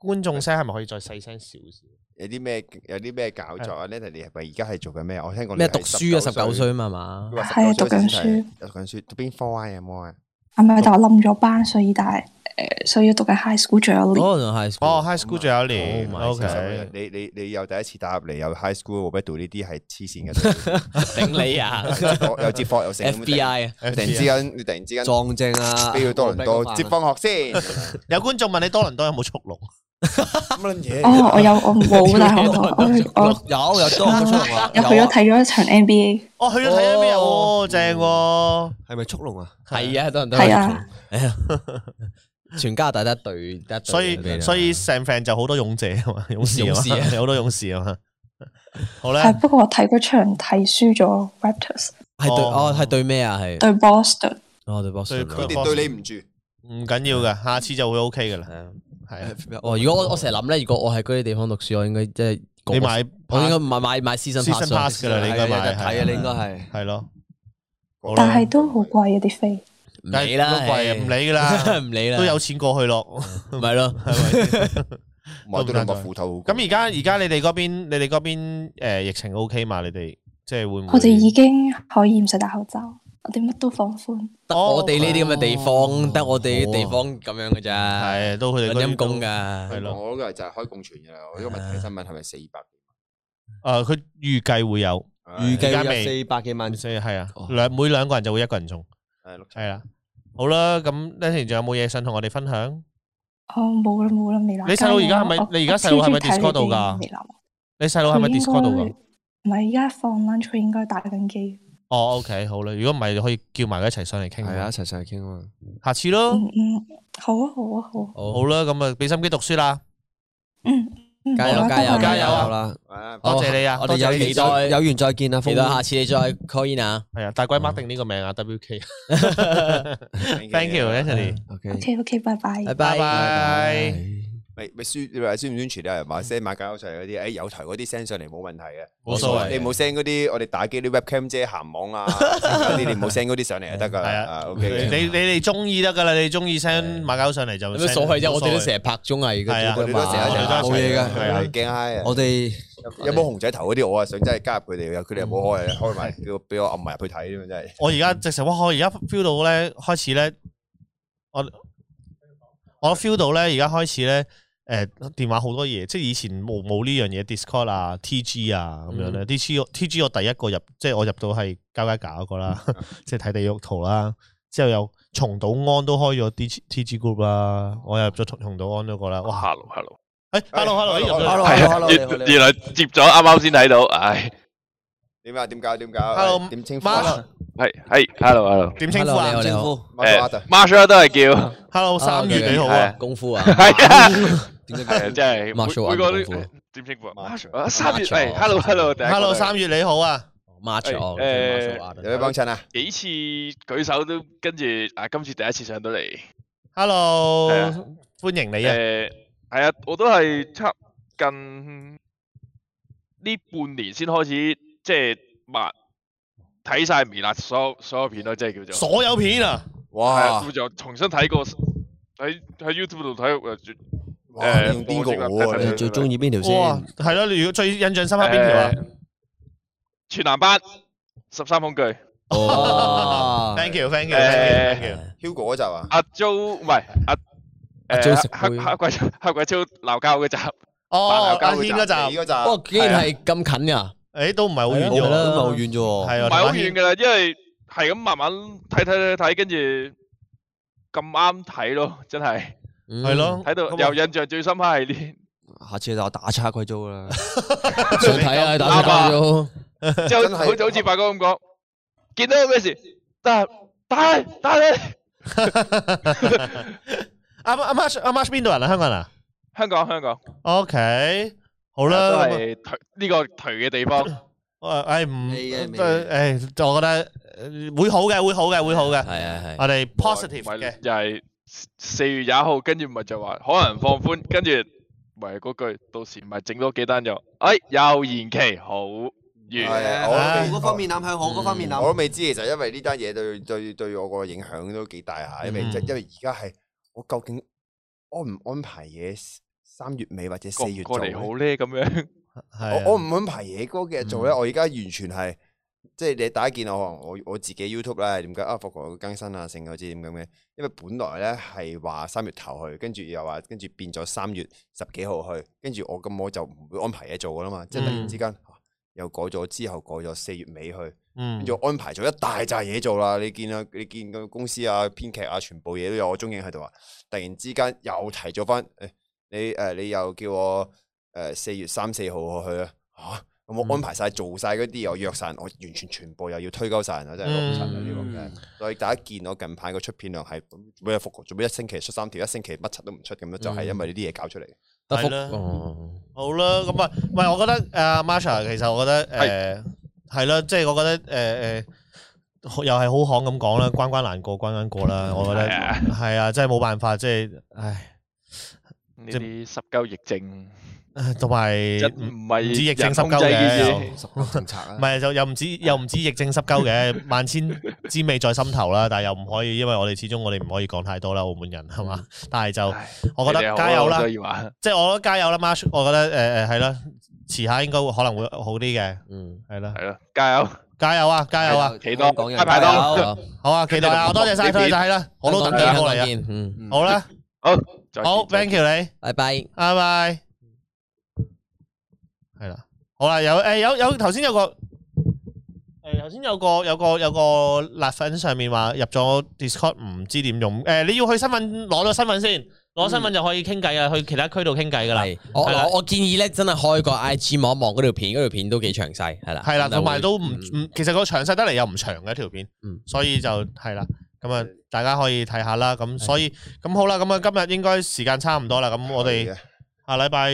Speaker 1: 觀眾聲係咪可以再細聲少少？
Speaker 3: 有啲咩有啲咩搞作啊？Natalie 你係咪而家係做緊咩啊？我聽講你
Speaker 2: 咩
Speaker 3: 係
Speaker 2: 讀書啊？十九
Speaker 3: 19
Speaker 2: 歲啊嘛係嘛
Speaker 3: 佢？話
Speaker 7: 係啊
Speaker 3: 19
Speaker 7: 讀緊
Speaker 3: 先
Speaker 7: 書
Speaker 3: 係，讀緊書讀邊科啊？有冇啊？
Speaker 7: 係咪？但我冧咗班，所以但係誒，所以我讀緊 high school 仲有一年。
Speaker 2: 嗰陣係
Speaker 1: 哦，High School 仲有一年
Speaker 2: Oh my
Speaker 1: ，OK，
Speaker 3: 你你你又第一次打入嚟又 high school，我 d 呢啲係黐線嘅，
Speaker 2: 頂你啊
Speaker 3: 有接貨有成咁
Speaker 2: ！FBI 啊，
Speaker 3: 突然之間，你突然之間
Speaker 4: 撞正啊！
Speaker 2: à.
Speaker 3: 飛去多倫多接放學先。
Speaker 1: 有觀眾問你多倫多有冇速龍？
Speaker 3: 乜嘢？
Speaker 7: 哦，我有
Speaker 1: [LAUGHS]
Speaker 7: 我冇，但係
Speaker 1: 啊
Speaker 7: 我我我
Speaker 2: 有有多出嚟啊
Speaker 7: 有去咗睇咗一場 NBA，
Speaker 1: 哦，去咗睇咗咩？哦，正喎，
Speaker 4: 系咪速龍啊？
Speaker 2: 系啊，多人都
Speaker 7: 係啊，
Speaker 2: 全加拿大得一隊，得一隊
Speaker 1: 所
Speaker 2: 俾
Speaker 1: 以
Speaker 2: 你
Speaker 1: 所以成 f 就好多勇者啊
Speaker 2: [LAUGHS]
Speaker 1: 嘛，勇士啊
Speaker 2: 啊勇士
Speaker 1: 嘛
Speaker 2: 啊，
Speaker 1: 有好多勇士啊嘛。好咧，
Speaker 7: 係不過我睇嗰場睇輸咗 Raptors
Speaker 2: 係對
Speaker 1: 哦
Speaker 2: 哦係對咩啊係
Speaker 7: 對 Boston，
Speaker 2: 哦對 Boston
Speaker 1: 對
Speaker 2: 啊
Speaker 3: 佢哋對你唔住，
Speaker 1: 唔緊要嘅，下次就會 OK 嘅啦
Speaker 2: 係。啊
Speaker 1: 係啊，
Speaker 2: 哦，如果我我成日諗咧，如果我喺嗰啲地方讀書，我應該即係
Speaker 1: 你買
Speaker 2: 我應該買買買 season
Speaker 1: season
Speaker 2: pass 啊
Speaker 1: pass 㗎啦，你應該
Speaker 4: 係啊有
Speaker 1: 買
Speaker 4: 得睇啊，你應該係。
Speaker 1: 係咯。好啦
Speaker 7: 但係都好貴啊啲飛，
Speaker 2: 唔理啦，
Speaker 1: 都貴啊
Speaker 2: 唉
Speaker 1: 唔理㗎啦
Speaker 2: [LAUGHS] 唔理啦，嗯
Speaker 1: 都有錢過去
Speaker 2: [LAUGHS]
Speaker 1: 咯。
Speaker 2: 咪咯，
Speaker 3: 買到兩個斧頭。
Speaker 1: 咁而家而家你哋嗰邊，你哋嗰邊誒疫情 OK 嘛？你哋即係會唔會？
Speaker 7: 我哋已經可以唔使戴口罩，我哋乜都放寬，
Speaker 2: 得
Speaker 1: 哦
Speaker 2: 我哋呢啲咁嘅地方，得我哋
Speaker 4: 好
Speaker 2: 啲
Speaker 4: 啊
Speaker 2: 地方咁樣嘅咋，
Speaker 1: 係都佢哋嗰啲
Speaker 2: 陰公㗎，
Speaker 1: 係咯
Speaker 3: 我嗰個就係開共存嘅啦。我今日睇新聞係咪四百？
Speaker 1: 誒，啊佢預計會有，
Speaker 4: 預
Speaker 1: 而家
Speaker 4: 計
Speaker 1: 未
Speaker 4: 有四百幾萬，
Speaker 1: 所以係啊
Speaker 4: 哦，
Speaker 1: 兩每兩個人就會一個人中，
Speaker 3: 係六
Speaker 1: 係啦。好啦，咁 Leslie 仲有冇嘢想同我哋分享？
Speaker 7: 哦冇啦冇啦未啦。
Speaker 1: 你細佬而家係咪
Speaker 7: 加油啊我
Speaker 1: 你而家細佬係咪
Speaker 7: 我超中意
Speaker 1: Discord
Speaker 7: 睇
Speaker 1: 度
Speaker 7: 你哋
Speaker 1: 㗎
Speaker 7: 微辣啊
Speaker 1: 你細佬係咪
Speaker 7: 佢應
Speaker 1: Discord 度㗎
Speaker 7: 該？唔係，而家放 lunch 佢應該打緊機。
Speaker 1: 哦，OK，好啦，如果唔係，可以叫埋佢一齊上嚟傾。
Speaker 4: 係啊，一齊上去傾啊嘛。
Speaker 1: 下次咯。
Speaker 7: 嗯嗯，好啊好啊好啊。
Speaker 1: 好啦，咁啊，俾心機讀書啦，
Speaker 7: 嗯，嗯
Speaker 2: 加油
Speaker 7: 好啊
Speaker 2: 加油
Speaker 7: 拜拜
Speaker 1: 加油啊
Speaker 4: 啦！
Speaker 3: 啊，
Speaker 1: 多謝你啊，
Speaker 2: 好哦我
Speaker 1: 多
Speaker 2: 哋
Speaker 1: 謝
Speaker 2: 有
Speaker 1: 你
Speaker 2: 期待，
Speaker 4: 有緣再見啊，
Speaker 2: 期
Speaker 4: 風
Speaker 2: 待下次你再 call in 啊，
Speaker 1: 係啊，大鬼 mark 定呢個名啊，WK。Thank
Speaker 3: Thank
Speaker 1: you, Anthony。
Speaker 4: OK，
Speaker 7: OK OK，拜拜。
Speaker 2: 拜
Speaker 1: 拜
Speaker 2: 拜。
Speaker 1: 拜。
Speaker 3: 咪咪宣你話宣唔宣傳啊？話 send 買搞出嚟嗰啲，誒有台嗰啲 send 上嚟冇問題嘅，
Speaker 1: 冇所謂
Speaker 3: 你唔好 send 嗰啲我哋打機啲 webcam 遮鹹網啊，嗰啲你唔好 send 嗰啲上嚟就得噶啦。
Speaker 1: 係啊
Speaker 3: 啊
Speaker 1: 你
Speaker 3: ，OK 嘅。
Speaker 1: 你你哋中意得噶啦，你哋中意 send 馬交上嚟就
Speaker 2: 有
Speaker 1: send。
Speaker 2: 咩所謂啫？我哋都成
Speaker 1: 日
Speaker 2: 日拍綜藝
Speaker 1: 係啊
Speaker 2: 嘅
Speaker 3: 我
Speaker 2: 啫
Speaker 3: 哋都成日
Speaker 2: 嘛，
Speaker 1: 我哋都
Speaker 4: 冇嘢㗎
Speaker 3: 係啊，驚嗨啊！
Speaker 4: 我哋
Speaker 3: 有有冇熊仔頭嗰啲？我啊想真係加入佢哋，佢哋又冇開，開埋叫我俾我暗埋入去睇添，真係。
Speaker 1: 我而家直情哇！我而家 feel 到咧，開始咧，我我 feel 到咧，而家開始咧，诶、電話好多嘢，即係以前冇冇呢樣嘢，Discord 啊、TG 啊咁
Speaker 8: 嗯
Speaker 1: 樣咧。TG 我 TG 我第一個入，即係我入到係交街搞嗰個啦，
Speaker 8: 嗯
Speaker 1: [LAUGHS] 即係睇地獄圖啦。之後又松島安都開咗 D TG group 啦，我又入咗松松島安嗰個啦。哇！哎
Speaker 8: 哇，hello hello，
Speaker 1: 诶，hello
Speaker 8: 哎
Speaker 1: hello，入咗
Speaker 4: hello hello，你好
Speaker 8: 原
Speaker 4: 你
Speaker 8: 原
Speaker 4: 好
Speaker 8: 來接咗，啱啱先睇到，唉，
Speaker 3: 點啊？點搞？點搞
Speaker 1: Hello，
Speaker 3: 點稱呼
Speaker 1: ，Mark
Speaker 3: 啊
Speaker 8: 係係，hello hello，
Speaker 1: 點稱呼
Speaker 2: Hello，
Speaker 1: 啊
Speaker 2: 你好你好，
Speaker 3: ？Mark
Speaker 8: 誒
Speaker 3: Arthur
Speaker 8: ，Marshall 都係叫，
Speaker 1: ？Hello，三
Speaker 8: 哦
Speaker 1: 月你好啊！
Speaker 2: 功夫啊，
Speaker 8: 係啊，
Speaker 4: 點
Speaker 8: 係啊，
Speaker 4: 解？
Speaker 8: [LAUGHS] 真係每
Speaker 2: Marshall
Speaker 8: 每個
Speaker 2: 啱啱講
Speaker 8: 都點稱呼啊
Speaker 3: Marshall
Speaker 8: ？Marshall 啊三月
Speaker 2: Marshall
Speaker 8: 係，hello 啊 hello，第一個
Speaker 1: Hello，三月你好啊！
Speaker 2: March [LAUGHS] 哦
Speaker 8: 係誒
Speaker 3: 有咩幫襯啊？
Speaker 8: 幾次舉手都跟住啊，今次第一次上到嚟，
Speaker 1: Hello，
Speaker 8: 係啊
Speaker 1: 歡迎你啊！
Speaker 8: 誒係啊，我都係差近呢半年先開始即係抹睇晒微辣所有所有片咯，即係叫做
Speaker 1: 所有片啊，
Speaker 8: 係啊，
Speaker 3: 哇
Speaker 8: 咁！就重新睇過喺喺 YouTube 度睇誒
Speaker 3: 哇！
Speaker 8: 誒
Speaker 3: 你用邊個
Speaker 8: 我
Speaker 3: 我啊？
Speaker 8: 正
Speaker 3: 你
Speaker 8: 話
Speaker 4: 你最中意邊條
Speaker 1: 哇
Speaker 4: 先？，
Speaker 1: 係咯，你如果最印象深刻邊條啊
Speaker 8: 誒全男班十三恐懼，
Speaker 4: 哦，
Speaker 1: ？Thank you，Thank you，Thank
Speaker 8: 誒
Speaker 1: you，Thank
Speaker 3: Hugo 嗰集啊？
Speaker 8: 阿 Jo 唔係阿
Speaker 2: 阿
Speaker 8: 誒
Speaker 2: Jo 食
Speaker 8: 黑
Speaker 2: 杯
Speaker 8: 黑鬼黑鬼 Jo 鬧交嗰集，
Speaker 1: you。哦，
Speaker 8: 白
Speaker 1: 阿
Speaker 8: 牛
Speaker 1: 軒
Speaker 8: 交
Speaker 1: 嗰
Speaker 3: 你
Speaker 1: 集，
Speaker 3: 嗰集
Speaker 2: 不過竟然係咁近㗎，
Speaker 1: 誒都唔係好
Speaker 4: 好
Speaker 1: 遠
Speaker 4: 遠
Speaker 1: 啫
Speaker 4: 咗
Speaker 1: 喎，
Speaker 4: 啦，都唔係好遠啫喎。
Speaker 1: 係啊，
Speaker 8: 唔係好
Speaker 1: 同阿
Speaker 8: 遠
Speaker 1: 軒
Speaker 8: 㗎啦，因為係咁慢慢睇睇睇睇，跟住咁啱睇咯，真係
Speaker 1: 係咯，
Speaker 8: 睇到
Speaker 1: 咁啊
Speaker 8: 又印象最深刻係呢，
Speaker 4: 下次就打叉鬼租啦。
Speaker 2: 嗯，想睇啊，打打咗。
Speaker 8: 即係
Speaker 3: 真係
Speaker 8: 好好似好似發哥咁講，見到咩事得打打你
Speaker 1: [LAUGHS] 阿阿 March 阿 March 邊度人啊？香港人啊
Speaker 8: 香港香港
Speaker 1: ？OK，好
Speaker 8: 都
Speaker 1: 啦，咁啊
Speaker 8: 係頹呢個頹嘅地方。
Speaker 1: 我誒唔
Speaker 4: 未嘅未嘅
Speaker 1: 誒，我覺得誒會好嘅，會好嘅，會好嘅，
Speaker 2: 係啊係，
Speaker 1: 我哋 positive
Speaker 8: 咪
Speaker 1: 嘅，
Speaker 8: 又係四月廿號，跟住咪就話可能放寬，跟住咪嗰句，到時咪整多幾單就，哎又延期，好完，
Speaker 3: 係
Speaker 1: 唉
Speaker 3: 我
Speaker 4: 嗰方面諗向好，嗰方面啊
Speaker 8: 啊
Speaker 3: 我都
Speaker 4: 諗。
Speaker 3: 未知，其實因為呢單嘢對對對我個影響都幾大下，因為
Speaker 1: 嗯
Speaker 3: 即因為而家係我究竟安唔安排嘢三月尾或者
Speaker 8: 過
Speaker 3: 四
Speaker 8: 唔
Speaker 3: 月
Speaker 8: 過
Speaker 3: 做
Speaker 8: 嚟
Speaker 3: 呢？
Speaker 8: 好咧咁樣，
Speaker 1: 係啊
Speaker 3: 我我唔安排嘢嗰幾日做咧，
Speaker 1: 嗯
Speaker 3: 我而家完全係即係你大家見我我我自己 YouTube 啦，點解啊 f o c 更新啊，成嗰啲點咁嘅，因為本來咧係話三月頭去，跟住又話跟住變咗三月十幾號去，跟住我咁我就唔會安排嘢做噶啦嘛，即係突然
Speaker 8: 嗯
Speaker 3: 之間、啊又改咗之後改咗四月尾去。
Speaker 1: 嗯
Speaker 3: 又安排咗一大扎嘢做啦。你見啊，你見個公司啊、編劇啊，全部嘢都有我蹤影喺度啊。突然之間又提咗翻，誒、你诶、呃你又叫我诶四、月三四號我去啊，吓咁我安排晒做晒嗰啲，又約晒人，我完全全部又要推鳩晒人啊，真係攞唔柒啊呢個真係所以大家見我近排個出片量係咁做咩復做咩一星期出三條，一星期乜柒都唔出咁樣，就係因為呢啲嘢搞出嚟。
Speaker 2: 得福
Speaker 1: 嗯係啦
Speaker 2: 哦
Speaker 1: 好啦，咁啊，唔係，我覺得诶、呃 Marsha，其實我覺得诶係啦，即係我覺得诶诶、呃又係好行咁講啦，關關難過關關過啦，我覺得
Speaker 8: 係啊
Speaker 1: 係啊，真係冇辦法，即係唉，
Speaker 8: 呢
Speaker 1: 即
Speaker 8: 啲濕鳩疫症，
Speaker 1: 同埋
Speaker 8: 真
Speaker 1: 唔
Speaker 8: 唔係
Speaker 1: 止疫症
Speaker 8: 人
Speaker 1: 濕
Speaker 8: 控制
Speaker 1: 鳩嘅
Speaker 8: 嘅
Speaker 1: 又
Speaker 8: 事。
Speaker 4: 十個政策啊，
Speaker 1: 係就又唔止又唔止疫症濕鳩嘅，
Speaker 8: [LAUGHS]
Speaker 1: 萬千滋味在心頭啦，但係又唔可以，因為我哋始終我哋唔可以講太多啦，澳門人係嘛，但係就
Speaker 8: 嗯唉
Speaker 1: 我覺
Speaker 8: 你哋
Speaker 1: 得
Speaker 8: 好
Speaker 1: 加油啦
Speaker 8: 所，以話
Speaker 1: 即係我覺得加油啦 m a r s h 我覺得诶诶係啦，遲下應該會可能會好啲嘅，
Speaker 2: 嗯，
Speaker 1: 係啦，
Speaker 8: 係咯，加油！
Speaker 1: 加油啊，加油啊！
Speaker 8: 期待
Speaker 4: 香港人
Speaker 8: 拜拜
Speaker 4: 加
Speaker 8: 啦
Speaker 4: 油
Speaker 2: 好
Speaker 1: 好啊，期待啊！多謝晒，多謝晒啦，我都等
Speaker 2: 香港
Speaker 1: 你過嚟啊！
Speaker 2: 見香港見嗯，
Speaker 1: 好啦，
Speaker 8: 再
Speaker 1: 好
Speaker 8: 見再
Speaker 1: ，thank you 你，
Speaker 2: 拜拜。
Speaker 1: 拜拜。係啦，好啦，有诶有有頭先有個诶頭先有個有個有個辣粉上面話入咗 Discord 唔知點用，诶你要去身份攞咗身份先，攞身份就可以傾偈啊，去其他區度傾偈噶啦。
Speaker 2: 系，我
Speaker 1: 係啦
Speaker 2: 我我建議咧，真係開個 I G 望一望嗰條片，嗰條片都幾詳細，係啦，
Speaker 1: 係啦，
Speaker 2: 啊咁就
Speaker 1: 同埋都唔
Speaker 2: 會嗯
Speaker 1: 唔，其實個詳細得嚟又唔長嘅一條片
Speaker 2: 嗯，
Speaker 1: 所以就係啦。咁啊，大家可以睇下啦。咁所以咁好啦，咁啊今日應該時間差唔多啦。咁我哋
Speaker 3: 可以嘅
Speaker 1: 下禮拜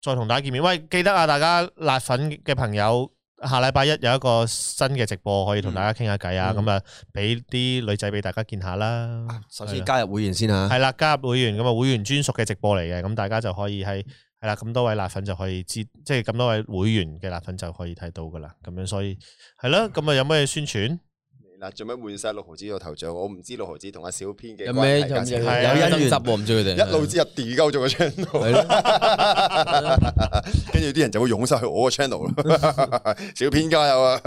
Speaker 1: 再同大家見面。喂，記得啊，大家辣粉嘅朋友，下禮拜一有一個新嘅直播可以同大家傾下偈啊。
Speaker 2: 嗯
Speaker 1: 咁啊，俾啲女仔俾大家見下啦。
Speaker 4: 首先加入會員先啊
Speaker 1: 系，啦，加入會員咁啊，會員專屬嘅直播嚟嘅，咁大家就可以喺係啦，咁多位辣粉就可以知，即係咁多位會員嘅辣粉就可以睇到噶啦，咁樣所以係啦，咁啊有咩宣傳？
Speaker 3: 嗱，做咩換晒六毫子個頭像？我唔知六毫子同阿小編嘅
Speaker 2: 有咩有
Speaker 3: 關係㗎
Speaker 2: 有有
Speaker 1: 係啊
Speaker 2: 有爭執喎，唔知佢哋
Speaker 3: 一路
Speaker 2: [LAUGHS]
Speaker 3: 之入掉鳩咗個 channel，跟住啲人就會湧晒去我個 channel 啦。 [LAUGHS] 小編加
Speaker 1: [LAUGHS]
Speaker 3: 油啊！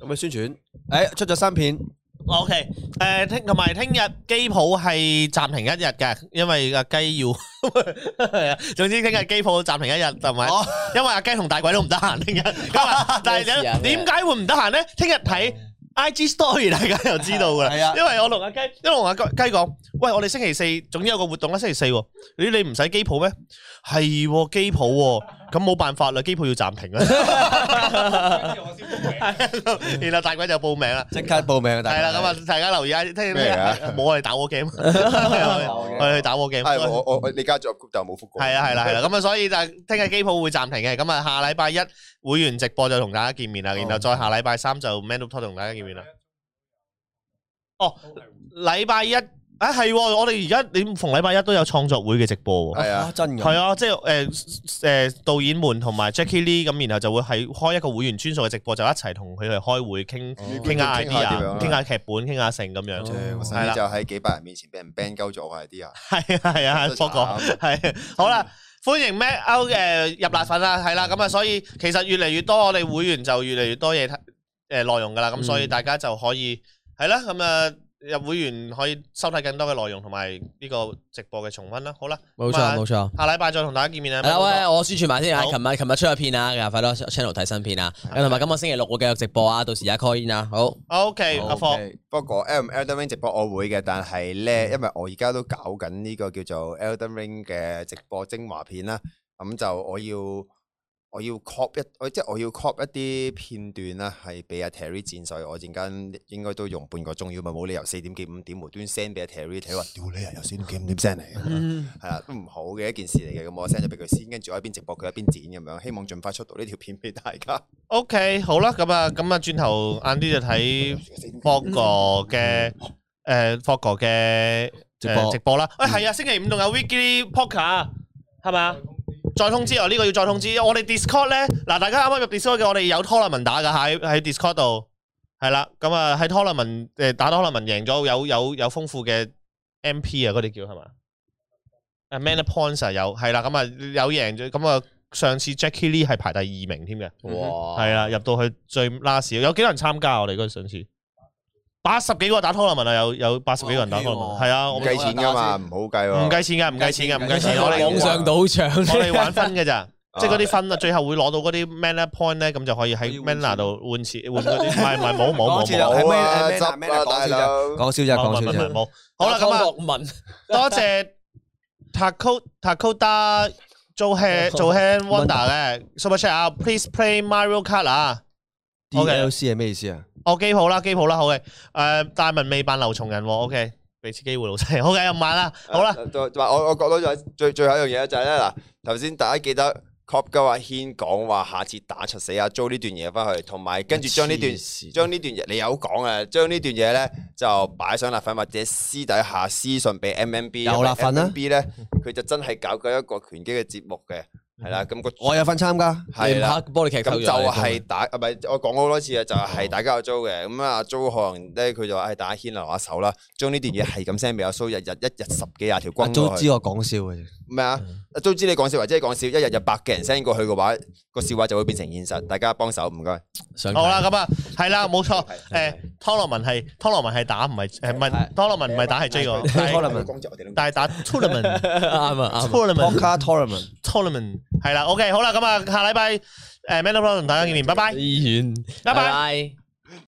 Speaker 4: 有咩宣傳？诶，出咗新片，
Speaker 1: O K，诶，听同埋聽日機鋪係暫停一日嘅，因為阿雞要， [LAUGHS] 係啊總之聽日機鋪暫停一日，同埋因為阿雞同大鬼都唔得閒，聽日，咁
Speaker 2: [LAUGHS]
Speaker 1: 啊但
Speaker 2: 咩事啊
Speaker 1: 係點解會唔得閒咧？聽日睇 I G Story，大家就知道
Speaker 2: [LAUGHS]
Speaker 1: 噶啦。
Speaker 4: 係啊
Speaker 1: 因為我同阿雞，因為我同阿雞講，喂，我哋星期四總之有個活動啦，星期四喎，咦你唔使機鋪咩？係喎機鋪喎，咁冇辦法啦，機鋪要暫
Speaker 2: [LAUGHS]
Speaker 1: 停啦。 [LAUGHS] 係啊然後大鬼就報名啦。
Speaker 4: 即刻報名啊！
Speaker 1: 系
Speaker 4: 大
Speaker 1: 啦，
Speaker 4: 家
Speaker 1: 咁啊，大家留意下，聽
Speaker 3: 咩啊
Speaker 1: 冇我哋打 war [LAUGHS] game，我哋去打 war
Speaker 3: 唉，哎我
Speaker 1: game。
Speaker 3: 我我你加咗入 group 但我冇覆過。
Speaker 1: 係啊，係啦，係啦，咁啊，所以就聽日機鋪會暫停嘅，咁啊，下禮拜一會員直播就同大家見面啦，然後再下禮拜三就 Man Up Talk 同大家見面啦。哦，禮拜一啊，係喎，我哋而家你逢禮拜一都有創作會嘅直播喎。
Speaker 3: 係啊
Speaker 4: 啊，真
Speaker 1: 係
Speaker 4: 嘅，
Speaker 1: 啊，即係诶诶，誒導演們同埋 Jackie Lee 咁，然後就會係開一個會員專屬嘅直播，就一齊同佢哋開會傾
Speaker 3: 哦
Speaker 1: 傾下
Speaker 3: 傾下點樣哦
Speaker 1: idea，
Speaker 3: 啊
Speaker 1: 傾下劇本，傾下成咁樣。
Speaker 3: 正，我
Speaker 1: 係
Speaker 3: 甚
Speaker 1: 啦
Speaker 3: 至就喺幾百人面前俾人 ban 鳩咗我係啲啊！
Speaker 1: 系啊系啊，
Speaker 3: 真係
Speaker 1: 不過係好啦。歡迎 Mac 歐嘅入辣粉啦，係啦，咁啊，所以其實越嚟越多，我哋會員就越嚟越多嘢睇誒內容噶啦，咁所以大家就可以係啦，咁啊入會員可以收睇更多嘅內容同埋呢個直播嘅重温啦。好啦，
Speaker 2: 冇
Speaker 1: 咁啊
Speaker 2: 錯冇錯。
Speaker 1: 下禮拜再同大家見面啊啦。
Speaker 2: 系啦，喂，我宣傳埋先啊！
Speaker 1: 好
Speaker 2: 琴日琴日出咗片啊，快多 channel 睇新片啊！咁同埋今個星期六會繼續直播啊，到時而家 call in 啊，好，
Speaker 1: OK，阿科，
Speaker 3: 不過 L Elden Ring 直播我會嘅，但係咧，因為我而家都搞緊呢個叫做 Elden Ring 嘅直播精華片啦，咁就我要我要 cop 一，我即係我要 cop 一啲片段啦，係俾阿 Terry 戰，所以我陣間應該都用半個鐘，要咪冇理由四點幾五點無端 send 俾阿 Terry，睇話 [LAUGHS] 屌你啊，有四點幾五點 send 嚟，啊 [LAUGHS] 係啦，都唔好嘅一件事嚟嘅，咁我 send 咗俾佢先，跟住我一邊直播佢一邊剪咁樣，希望盡快出到呢條片俾大家。
Speaker 1: OK，好啦，咁啊，咁啊，轉頭晏啲就睇 Fog 嘅誒 Fog 嘅。
Speaker 4: 嗯直播
Speaker 1: 誒直播啦。喂，係啊，星期五仲有 Weekly Poker 係咪啊？再通知我呢個要再通知。我哋 Discord 咧，嗱，大家啱啱入 Discord 嘅，我哋有 tournament 打噶喺喺 Discord 度，係啦。咁啊喺 tournament 誒打 tournament 贏咗，有有有豐富嘅 MP 啊，嗰啲叫係嘛？誒 man points 啊有，係啦，咁啊有贏咗，咁啊上次 Jackie Lee 係排第二名添嘅，
Speaker 2: 哇
Speaker 1: 係啦，入到去最 last 有幾多人參加啊我哋嗰陣上次？八十幾個打 tournament 啊，有有八十幾個人打
Speaker 4: 哇
Speaker 1: tournament，
Speaker 4: ，OK 喎
Speaker 1: 係啊，
Speaker 3: 唔
Speaker 1: 我
Speaker 3: 計錢㗎嘛，唔好計喎。
Speaker 1: 唔計錢㗎，唔計錢㗎，唔計錢㗎。我哋
Speaker 2: 網上賭場，
Speaker 1: [LAUGHS] 我哋玩分㗎 [LAUGHS] 咋，
Speaker 3: 啊
Speaker 1: 即係嗰啲分啊，最後會攞到嗰啲 mana point 咧，咁就可以喺
Speaker 4: 可以換
Speaker 1: mana 度換 [LAUGHS] 錢，換嗰啲唔係唔係冇冇冇
Speaker 4: 講次
Speaker 1: 冇
Speaker 4: 啦
Speaker 1: 哦
Speaker 4: 係
Speaker 3: 好
Speaker 4: 咩
Speaker 3: 啊，
Speaker 4: 係咩
Speaker 3: 執
Speaker 4: 咩咩
Speaker 3: 啦，
Speaker 4: 講
Speaker 3: 大
Speaker 4: 笑啫
Speaker 3: 佬。
Speaker 4: 講笑啫，
Speaker 1: 冇
Speaker 4: 講
Speaker 2: [LAUGHS]
Speaker 4: 笑
Speaker 1: 冇
Speaker 4: 啫。
Speaker 1: 冇。好啦，咁啊，
Speaker 2: 文
Speaker 1: 啊多謝 Taco Takoda 做 hand 做 hand wonder 咧，super chat 啊，please play Mario Kart 啊。OK
Speaker 4: DLC 係咩意思啊？
Speaker 1: 哦，機鋪啦，機鋪啦，好嘅。誒，大文未扮劉松仁喎，OK，俾次機會老細。 [LAUGHS] 好嘅，又唔玩啦，好啦。
Speaker 3: 就就話啊我我覺得就係最最後一樣嘢就係咧嗱，頭先大家記得 Cop 嘅阿軒講話，下次打出死阿 Jo 呢段嘢翻去，同埋跟住將呢段
Speaker 4: 黐線
Speaker 3: 將呢段嘢你有講啊，將呢段嘢咧就擺上辣粉或者私底下私信俾 MMB，
Speaker 4: 有辣粉啦啊
Speaker 3: MMB 咧佢就真係搞緊一個拳擊嘅節目嘅，係啦，
Speaker 4: [LAUGHS]
Speaker 3: 咁個
Speaker 4: 我有份參加，
Speaker 3: 係啦。
Speaker 2: 你唔怕玻璃劇
Speaker 3: 咁
Speaker 2: 透咗
Speaker 3: 就
Speaker 2: 你啊
Speaker 3: 係打，啊唔係我講過好多次啊，就係大家阿 Jo 嘅，咁啊阿 Jo 可能咧佢就話係打牽留下手啦，將呢段嘢係咁 send 俾阿蘇，日日一日十幾廿條
Speaker 4: 阿
Speaker 3: 軍
Speaker 4: 啊都
Speaker 3: 過去
Speaker 4: 知我講笑嘅啫，
Speaker 3: 咩啊？阿 Jo 知你講笑或者你講笑，一日有百幾人 send 過去嘅話，個笑話就會變成現實，大家幫手唔該。
Speaker 2: 想
Speaker 1: 好啦，咁啊，係啦，冇錯。
Speaker 3: 係
Speaker 1: 誒，湯洛文係湯洛文係打，唔係誒唔係
Speaker 4: 係
Speaker 1: 湯洛文唔係打係追個，但
Speaker 4: 湯洛
Speaker 1: 係
Speaker 4: 文
Speaker 3: 講咗我哋兩個
Speaker 1: 但係打 tournament
Speaker 2: 啱啊啱啊，
Speaker 1: tournament
Speaker 4: Poker Tournament
Speaker 1: tournament 係啦。OK，好啦，咁啊，下禮拜誒 Man Up 同大家見面，拜拜，
Speaker 2: 醫院，
Speaker 1: 拜拜
Speaker 2: 拜。